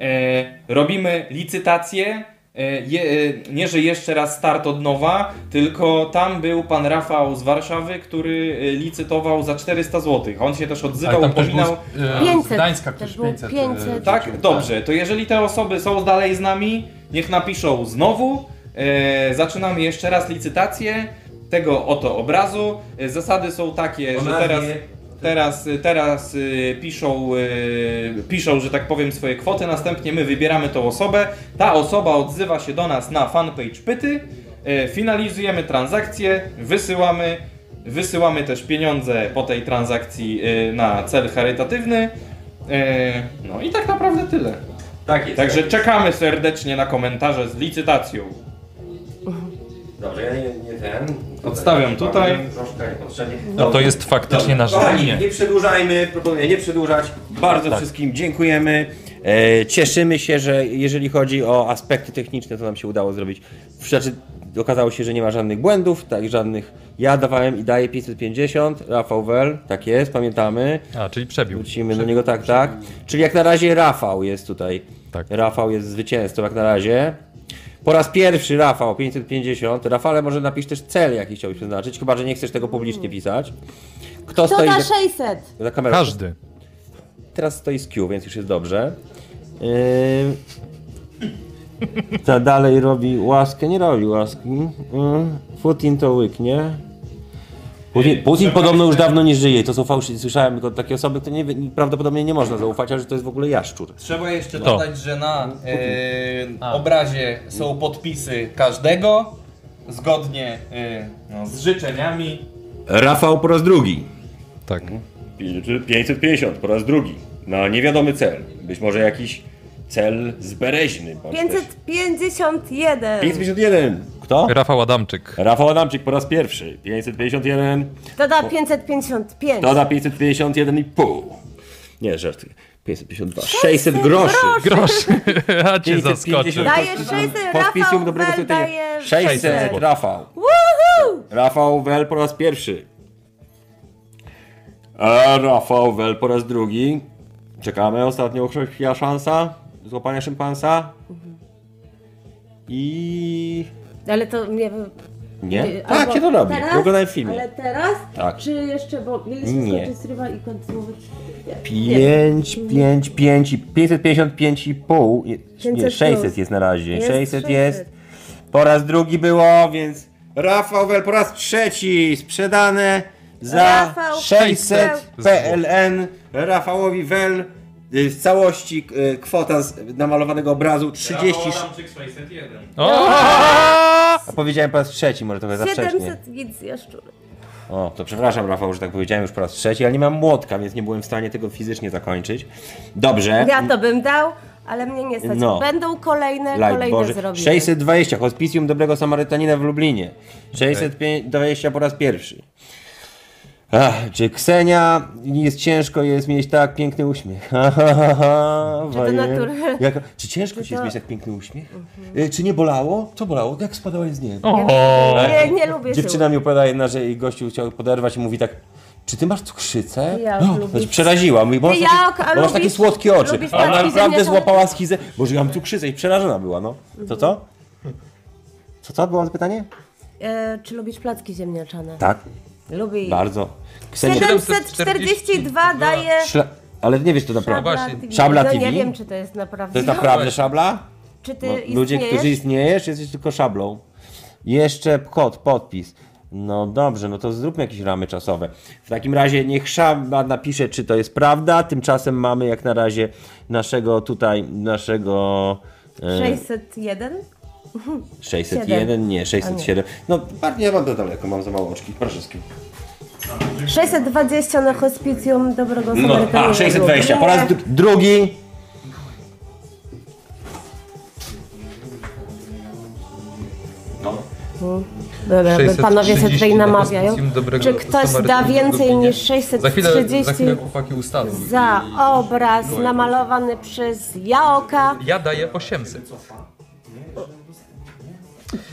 Speaker 3: E, robimy licytację. E, je, e, nie, że jeszcze raz start od nowa, tylko tam był pan Rafał z Warszawy, który e, licytował za 400 zł. On się też odzywał,
Speaker 2: tam też
Speaker 3: upominał.
Speaker 2: był e,
Speaker 6: 500,
Speaker 2: z Gdańska
Speaker 6: też
Speaker 2: ktoś
Speaker 6: był
Speaker 2: 500. e,
Speaker 6: 500.
Speaker 3: Tak, dobrze. To jeżeli te osoby są dalej z nami, niech napiszą znowu. E, zaczynamy jeszcze raz licytację tego oto obrazu. E, zasady są takie, że teraz, teraz, teraz y, piszą, y, piszą, że tak powiem, swoje kwoty. Następnie my wybieramy tą osobę. Ta osoba odzywa się do nas na fanpage Pyty. E, finalizujemy transakcję, wysyłamy. Wysyłamy też pieniądze po tej transakcji y, na cel charytatywny. E, No i tak naprawdę tyle.
Speaker 1: Tak jest.
Speaker 3: Także czekamy serdecznie na komentarze z licytacją.
Speaker 1: Dobrze, ja nie, nie ten.
Speaker 3: Odstawiam tutaj.
Speaker 1: Troszkę niepotrzebnie.
Speaker 2: No to jest faktycznie nasz
Speaker 1: Kochani,
Speaker 2: żonie.
Speaker 1: nie przedłużajmy, proponuję nie przedłużać. Bardzo wszystkim dziękujemy. E, cieszymy się, że jeżeli chodzi o aspekty techniczne, to nam się udało zrobić. Znaczy, okazało się, że nie ma żadnych błędów, tak żadnych. Ja dawałem i daję 550, Rafał Wel, tak jest, pamiętamy.
Speaker 2: A, czyli przebił.
Speaker 1: Wrócimy do niego, tak, tak. Czyli jak na razie Rafał jest tutaj.
Speaker 2: Tak.
Speaker 1: Rafał jest zwycięzcą, jak na razie. Po raz pierwszy Rafał, 550. Rafale, może napisz też cel, jaki chciałbyś przeznaczyć, chyba, że nie chcesz tego publicznie pisać. Kto
Speaker 6: Hmm. To
Speaker 1: stoi
Speaker 6: na
Speaker 1: za,
Speaker 6: 600.
Speaker 1: za kamerą?
Speaker 2: Każdy.
Speaker 1: Teraz stoi z Q, więc już jest dobrze. Yy... Ta dalej robi łaskę, nie robi łaski. Yy. Putin to łyknie. Putin, Putin podobno już dawno nie żyje. To są fałszywe. Słyszałem tylko takie osoby, które nie, wie- prawdopodobnie nie można zaufać, a że to jest w ogóle jaszczur.
Speaker 3: Trzeba jeszcze
Speaker 2: To.
Speaker 3: dodać, że na e, obrazie są podpisy każdego zgodnie e, no, z życzeniami.
Speaker 1: Rafał po raz drugi.
Speaker 2: Tak.
Speaker 1: 550 po raz drugi. Na niewiadomy cel. Być może jakiś cel zbereźny.
Speaker 6: 551.
Speaker 1: 551. Kto?
Speaker 2: Rafał Adamczyk.
Speaker 1: Rafał Adamczyk po raz pierwszy. 551.
Speaker 6: To da 555.
Speaker 1: To za 551,5. Nie, żarty. 552. 600 groszy.
Speaker 2: Grosz. <laughs> A cię
Speaker 1: 550.
Speaker 2: zaskoczę.
Speaker 6: Daje 600, Rafał Wel daje
Speaker 1: 600, Rafał. Rafał Wel po raz pierwszy. A Rafał Wel po raz drugi. Czekamy. Ostatnia chrześcija szansa złapania szympansa.
Speaker 6: Mhm.
Speaker 1: I...
Speaker 6: Ale to nie wiem.
Speaker 1: Nie?
Speaker 6: Y, albo
Speaker 1: Tak, się to robi.
Speaker 6: teraz,
Speaker 1: Oglądałem w filmie.
Speaker 6: Ale teraz?
Speaker 1: Tak.
Speaker 6: Czy jeszcze, bo mieliśmy
Speaker 1: Nie.
Speaker 6: skończyć streama i kontynuować.
Speaker 1: 5, 5, 5 i 555,5. Nie,
Speaker 6: 500
Speaker 1: 600
Speaker 6: plus.
Speaker 1: jest na razie.
Speaker 6: Jest
Speaker 1: 600
Speaker 6: 600.
Speaker 1: jest. Po raz drugi było, więc Rafał Wel po raz trzeci sprzedane
Speaker 4: za
Speaker 6: Rafał
Speaker 4: 600 PLN Rafałowi Wel y, w całości y, kwota z namalowanego obrazu 30.
Speaker 6: No.
Speaker 4: A powiedziałem po raz trzeci, może trochę za wcześnie.
Speaker 6: 700 git z jaszczurem.
Speaker 4: O, to przepraszam Rafał, że tak powiedziałem już po raz trzeci, ale nie mam młotka, więc nie byłem w stanie tego fizycznie zakończyć. Dobrze.
Speaker 6: Ja to bym dał, ale mnie nie stać.
Speaker 4: No.
Speaker 6: Będą kolejne,
Speaker 4: Light
Speaker 6: kolejne
Speaker 4: Boże.
Speaker 6: zrobię.
Speaker 4: 620, Hospicjum Dobrego Samarytanina w Lublinie. 620 po raz pierwszy. Ach, czy Ksenia jest ciężko jest mieć tak piękny uśmiech? Ha, ha, ha, ha, wajem.
Speaker 6: naturalne?
Speaker 4: Jak, czy ciężko
Speaker 6: No
Speaker 4: ci jest mieć tak piękny uśmiech? Y, Czy nie bolało? Co bolało? Jak spadałeś z nieba?
Speaker 6: Nie, nie lubię
Speaker 4: Dziewczyna mi opowiada jedna, że jej gościu chciał poderwać i mówi tak, czy ty masz cukrzycę?
Speaker 6: Ja lubię
Speaker 4: Znaczy, przeraziła. Mówi, bo masz,
Speaker 6: Ty
Speaker 4: takie,
Speaker 6: jak, a
Speaker 4: bo masz takie
Speaker 6: lubisz-
Speaker 4: słodkie oczy.
Speaker 6: lubisz
Speaker 4: A ona
Speaker 6: taki
Speaker 4: naprawdę
Speaker 6: ziemniaczany-
Speaker 4: złapała schizę. Boże, ja mam cukrzycę i przerażona była, no. Co to? Co to? Było pytanie?
Speaker 6: sył. E, czy lubisz placki ziemniaczane?
Speaker 4: Tak,
Speaker 6: Lubię ich.
Speaker 4: bardzo. Ksenia,
Speaker 6: 742 daje...
Speaker 4: szla... ale nie wiesz to naprawdę.
Speaker 2: właśnie.
Speaker 6: Szabla
Speaker 4: Szabla
Speaker 6: No,
Speaker 4: TV?
Speaker 6: nie wiem, czy to jest naprawdę.
Speaker 4: To jest naprawdę szabla?
Speaker 6: Czy ty
Speaker 4: No,
Speaker 6: istniejesz?
Speaker 4: ludzie, którzy istniejesz, jesteś tylko szablą. Jeszcze kod, podpis. No dobrze, no to zróbmy jakieś ramy czasowe. W takim razie niech szabla napisze, czy to jest prawda. Tymczasem mamy jak na razie naszego tutaj, naszego... e,
Speaker 6: 601?
Speaker 4: 601,
Speaker 6: siedem.
Speaker 4: nie, 607. No, bardziej ja mam to daleko, mam za mało oczki. Proszę z kim.
Speaker 6: 620 na hospicjum Dobrego
Speaker 4: No,
Speaker 6: Samarytanina.
Speaker 4: a, 620. Po raz dru- drugi.
Speaker 6: Dobra, bo panowie się tutaj
Speaker 2: 630 na
Speaker 6: namawiają.
Speaker 2: hospicjum Dobrego
Speaker 6: Czy ktoś da
Speaker 2: Samarytanina
Speaker 6: więcej
Speaker 2: do
Speaker 6: niż
Speaker 2: Za chwilę,
Speaker 6: 630
Speaker 2: za chwilę chłopaki ustalą.
Speaker 6: za
Speaker 2: I-
Speaker 6: obraz namalowany przez Jaoka?
Speaker 2: Ja daję 800.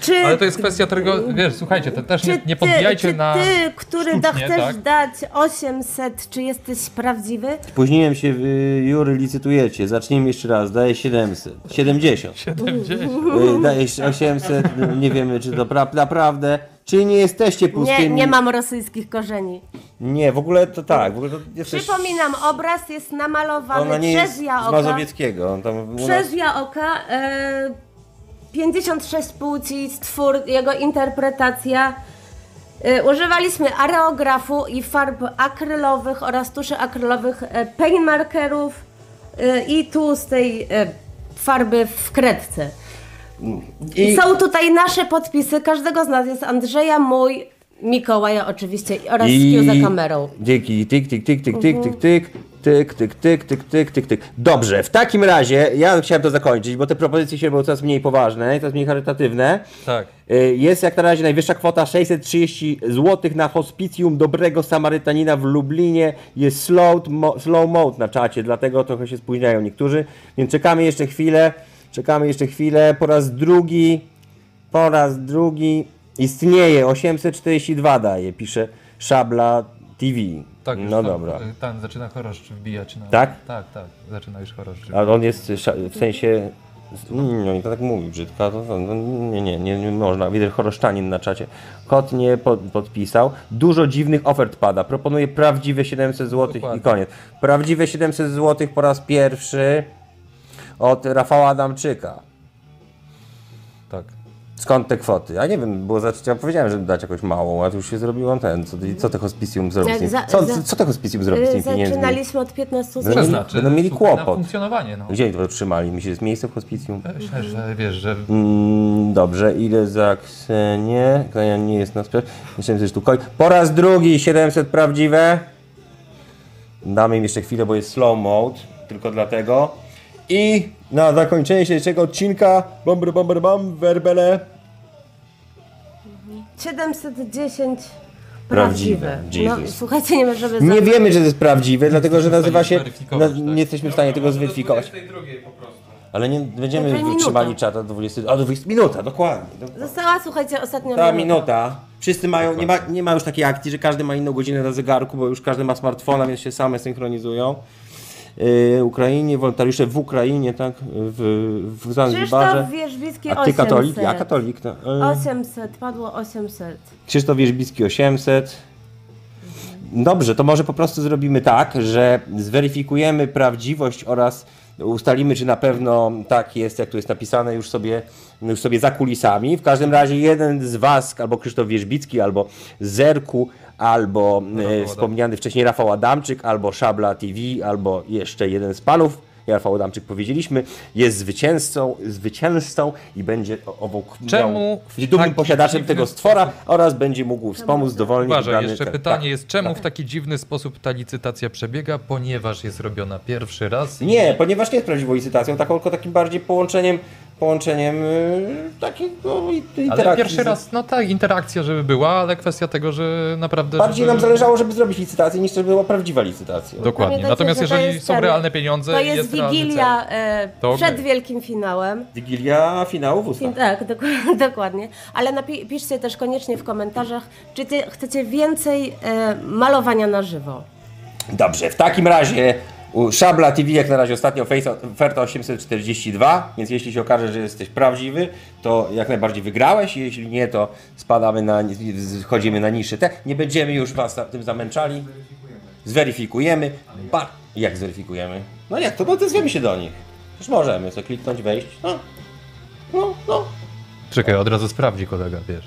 Speaker 6: Czy,
Speaker 2: Ale to jest kwestia którego, wiesz, słuchajcie, to też
Speaker 6: czy,
Speaker 2: nie, nie podbijajcie
Speaker 6: ty,
Speaker 2: na...
Speaker 6: czy ty, który da
Speaker 2: Nie,
Speaker 6: chcesz
Speaker 2: tak.
Speaker 6: dać 800, czy jesteś prawdziwy?
Speaker 4: Spóźniłem się, y, Jury, licytujecie. Zacznijmy jeszcze raz. Daję 700. 70.
Speaker 2: 70.
Speaker 4: Y, dajesz 800, no, nie wiemy czy to pra- naprawdę, czy nie jesteście pustymi.
Speaker 6: Nie, nie mam rosyjskich korzeni.
Speaker 4: Nie, w ogóle to tak, w ogóle to jesteś...
Speaker 6: Przypominam, obraz jest
Speaker 4: Ona
Speaker 6: namalowany
Speaker 4: nie
Speaker 6: przez
Speaker 4: jest z
Speaker 6: Jaoka.
Speaker 4: Mazowieckiego, on tam u nas-
Speaker 6: Przez Jaoka e, 56 płci, stwór, jego interpretacja. E, używaliśmy areografu i farb akrylowych oraz tuszy akrylowych, e, paintmarkerów e, i tu z tej e, farby w kredce.
Speaker 4: I-
Speaker 6: Są tutaj nasze podpisy, każdego z nas jest Andrzeja, mój, Mikołaja oczywiście oraz I...
Speaker 4: I...
Speaker 6: za kamerą. Mhm.
Speaker 4: Dzięki, tik, tik, tik, tik, tik, tik, tik. Tyk, tyk, tyk, tyk, tyk, tyk, tyk. Dobrze, w takim razie ja chciałem to zakończyć, bo te propozycje się robią coraz mniej poważne, coraz mniej charytatywne.
Speaker 2: Tak.
Speaker 4: Y, Jest jak na razie najwyższa kwota 630 zł na hospicjum Dobrego Samarytanina w Lublinie. Jest slow, mo, slow mode na czacie, dlatego trochę się spóźniają niektórzy. Więc czekamy jeszcze chwilę, czekamy jeszcze chwilę. Po raz drugi, po raz drugi istnieje 842 daje, pisze Szabla TV.
Speaker 2: Tak, już
Speaker 4: no
Speaker 2: tam,
Speaker 4: dobra.
Speaker 2: y, Tam zaczyna choroszcz wbijać na...
Speaker 4: Tak?
Speaker 2: Tak, tak, zaczyna już choroszcz.
Speaker 4: Ale on jest y, sza- w sensie. No i to tak mówi brzydko. To, to, no, nie, nie, nie, nie można. Widzę choroszczanin na czacie. Kot nie pod, podpisał. Dużo dziwnych ofert pada. Proponuję prawdziwe 700 zł i
Speaker 2: Dokładnie.
Speaker 4: koniec. Prawdziwe 700 zł po raz pierwszy od Rafała Adamczyka.
Speaker 2: Tak.
Speaker 4: Skąd te kwoty? Ja nie wiem, bo za, ja powiedziałem, żeby dać jakąś małą, a tu już się zrobiło ten. Co, i co te hospicjum zrobi z tym?
Speaker 6: Tak, Za-
Speaker 4: Co,
Speaker 6: za-
Speaker 4: co te hospicjum zrobi z
Speaker 6: Y,
Speaker 4: tym pieniędzmi?
Speaker 6: Zaczynaliśmy od 15
Speaker 4: Będą mieli,
Speaker 2: Znaczy,
Speaker 4: będą mieli
Speaker 2: słuchaj, Na
Speaker 4: kłopot.
Speaker 2: funkcjonowanie, no.
Speaker 4: Gdzie oni to trzymali? Myślisz, jest miejsce w hospicjum?
Speaker 2: Że, że, wiesz, że
Speaker 4: Mm, dobrze, ile za Ksenię? Ksenia nie jest na sprzedaż. 700 sztuk. koi. Po raz drugi 700 prawdziwe. Damy im jeszcze chwilę, bo jest slow mode. Tylko dlatego. I na zakończenie dzisiejszego odcinka bomber bomber bam werbele
Speaker 6: 710
Speaker 4: Prawdziwe.
Speaker 6: prawdziwe. No,
Speaker 4: Jesus.
Speaker 6: słuchajcie, nie możemy
Speaker 4: Nie
Speaker 6: za-
Speaker 4: wiemy, że to jest prawdziwe, dlatego że nazywa się... Na,
Speaker 2: zweryfikować, tak.
Speaker 4: nie jesteśmy w stanie tego zweryfikować. Ale nie będziemy
Speaker 6: Dobra, minuta.
Speaker 4: wytrzymali czata do 20... A, do 20... Minuta, dokładnie. dokładnie.
Speaker 6: Została, słuchajcie, ostatnia
Speaker 4: Ta
Speaker 6: minuta.
Speaker 4: minuta. Wszyscy mają, nie ma, nie ma już takiej akcji, że każdy ma inną godzinę na zegarku, bo już każdy ma smartfona, więc się same synchronizują. Yy, Ukrainie, wolontariusze w Ukrainie, tak? W, w Zanzibarze.
Speaker 6: Krzysztof Wierzbicki
Speaker 4: A ty
Speaker 6: 800.
Speaker 4: katolik? Ja katolik. No. Yy.
Speaker 6: 800, padło 800.
Speaker 4: Krzysztof Wierzbicki 800. Dobrze, to może po prostu zrobimy tak, że zweryfikujemy prawdziwość oraz ustalimy, czy na pewno tak jest, jak tu jest napisane, już sobie, już sobie za kulisami. W każdym razie jeden z Was, albo Krzysztof Wierzbicki, albo Zerku,
Speaker 1: albo e, wspomniany wcześniej Rafał Adamczyk, albo Szabla TV, albo jeszcze jeden z panów. Ja Rafał Adamczyk powiedzieliśmy, jest zwycięzcą, zwycięzcą i będzie o- obok
Speaker 2: Czemu w
Speaker 1: niedługim
Speaker 2: taki
Speaker 1: posiadaczem
Speaker 2: dziwny
Speaker 1: tego stwora oraz będzie mógł wspomóc dowolnie
Speaker 2: Uważaj,
Speaker 1: wybrany
Speaker 2: jeszcze
Speaker 1: ten-
Speaker 2: pytanie
Speaker 1: tak.
Speaker 2: jest, czemu w taki dziwny sposób ta licytacja przebiega, ponieważ jest robiona pierwszy raz?
Speaker 1: Nie, ponieważ nie jest prawdziwą licytacją, taką, tylko takim bardziej połączeniem, połączeniem y, takiego i- interakcji.
Speaker 2: Ale pierwszy
Speaker 1: z-
Speaker 2: raz, no tak, interakcja, żeby była, ale kwestia tego, że naprawdę...
Speaker 1: Bardziej
Speaker 2: żeby...
Speaker 1: nam zależało, żeby zrobić licytację, niż żeby była prawdziwa licytacja.
Speaker 2: Dokładnie.
Speaker 6: Pamiętajcie,
Speaker 2: Natomiast
Speaker 6: że to
Speaker 2: jeżeli
Speaker 6: jest
Speaker 2: są
Speaker 6: ten-
Speaker 2: realne pieniądze,
Speaker 6: To jest
Speaker 2: realny
Speaker 6: wigilia e,
Speaker 2: To
Speaker 6: przed
Speaker 2: okej.
Speaker 6: wielkim finałem.
Speaker 1: Wigilia finału w
Speaker 6: Fin-
Speaker 1: ustach.
Speaker 6: tak, dok- <laughs> dokładnie. Ale napi- piszcie też koniecznie w komentarzach, czy ty chcecie więcej e, malowania na żywo.
Speaker 1: Dobrze, w takim razie u Szabla TV jak na razie ostatnio fejsa- oferta 842, więc jeśli się okaże, że jesteś prawdziwy, to jak najbardziej wygrałeś, jeśli nie, to spadamy na, schodzimy na niższe te. Nie będziemy już Was na- tym zamęczali. Zweryfikujemy. Ba- jak zweryfikujemy? No jak to? No odezwiemy się do nich. Już możemy co kliknąć, wejść. No, no, no.
Speaker 2: cel. Czekaj, od razu sprawdzi kolega, wiesz.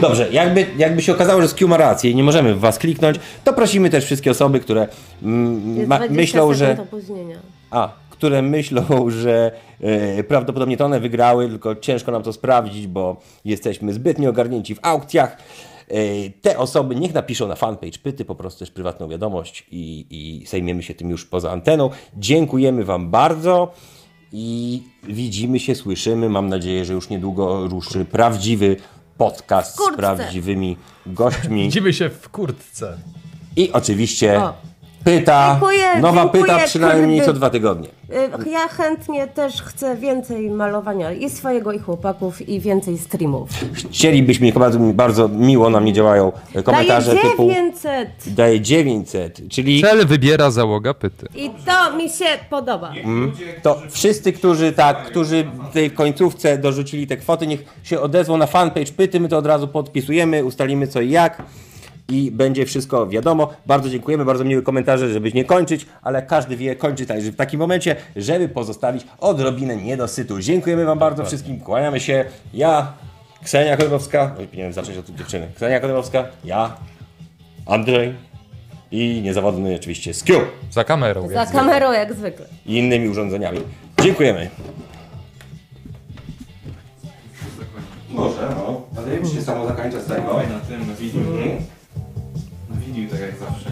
Speaker 1: Dobrze, jakby, jakby się okazało, że Skiu ma rację i nie możemy w Was kliknąć, to prosimy też wszystkie osoby, które mm,
Speaker 6: Jest
Speaker 1: ma,
Speaker 6: 20
Speaker 1: myślą, że...
Speaker 6: sekund Opóźnienia.
Speaker 1: A, które myślą, <laughs> że e, prawdopodobnie to one wygrały, tylko ciężko nam to sprawdzić, bo jesteśmy zbyt nieogarnięci w aukcjach. E, te osoby niech napiszą na fanpage pyty, po prostu też prywatną wiadomość i, i zajmiemy się tym już poza anteną. Dziękujemy Wam bardzo i widzimy się, słyszymy. Mam nadzieję, że już niedługo ruszy prawdziwy podcast z
Speaker 6: Kurczę.
Speaker 1: prawdziwymi gośćmi.
Speaker 2: Widzimy się w kurtce.
Speaker 1: I oczywiście
Speaker 6: O.
Speaker 1: pyta,
Speaker 6: Dziękuję,
Speaker 1: nowa
Speaker 6: dziękuję,
Speaker 1: pyta przynajmniej
Speaker 6: kurde.
Speaker 1: co dwa tygodnie.
Speaker 6: Y, Ja chętnie też chcę więcej malowania i swojego, i chłopaków, i więcej streamów.
Speaker 1: Chcielibyśmy, bardzo, bardzo miło nam nie działają
Speaker 6: Daję
Speaker 1: komentarze typu
Speaker 6: 900
Speaker 1: daje 900, czyli
Speaker 2: Cel wybiera załoga pyty.
Speaker 6: i to mi się podoba.
Speaker 1: to wszyscy, którzy tak, którzy w tej końcówce dorzucili te kwoty, niech się odezwą na fanpage pyty, my to od razu podpisujemy, ustalimy co i jak i będzie wszystko wiadomo. Bardzo dziękujemy, bardzo miłe komentarze, żebyś nie kończyć, ale każdy wie, kończy także w takim momencie, żeby pozostawić odrobinę niedosytu. Dziękujemy Wam bardzo wszystkim, kłaniamy się. Ja, Ksenia Kolebowska, oj, powinienem zacząć od tej dziewczyny, Ksenia Kolebowska, ja, Andrzej i niezawodny oczywiście Skiu
Speaker 2: Za kamerą.
Speaker 6: Za kamerą jak zwykle.
Speaker 1: i innymi urządzeniami. Dziękujemy. Może, no. Ale już się samo zakończa z tego.
Speaker 3: Na tym, na widniu. Na widniu, tak jak zawsze.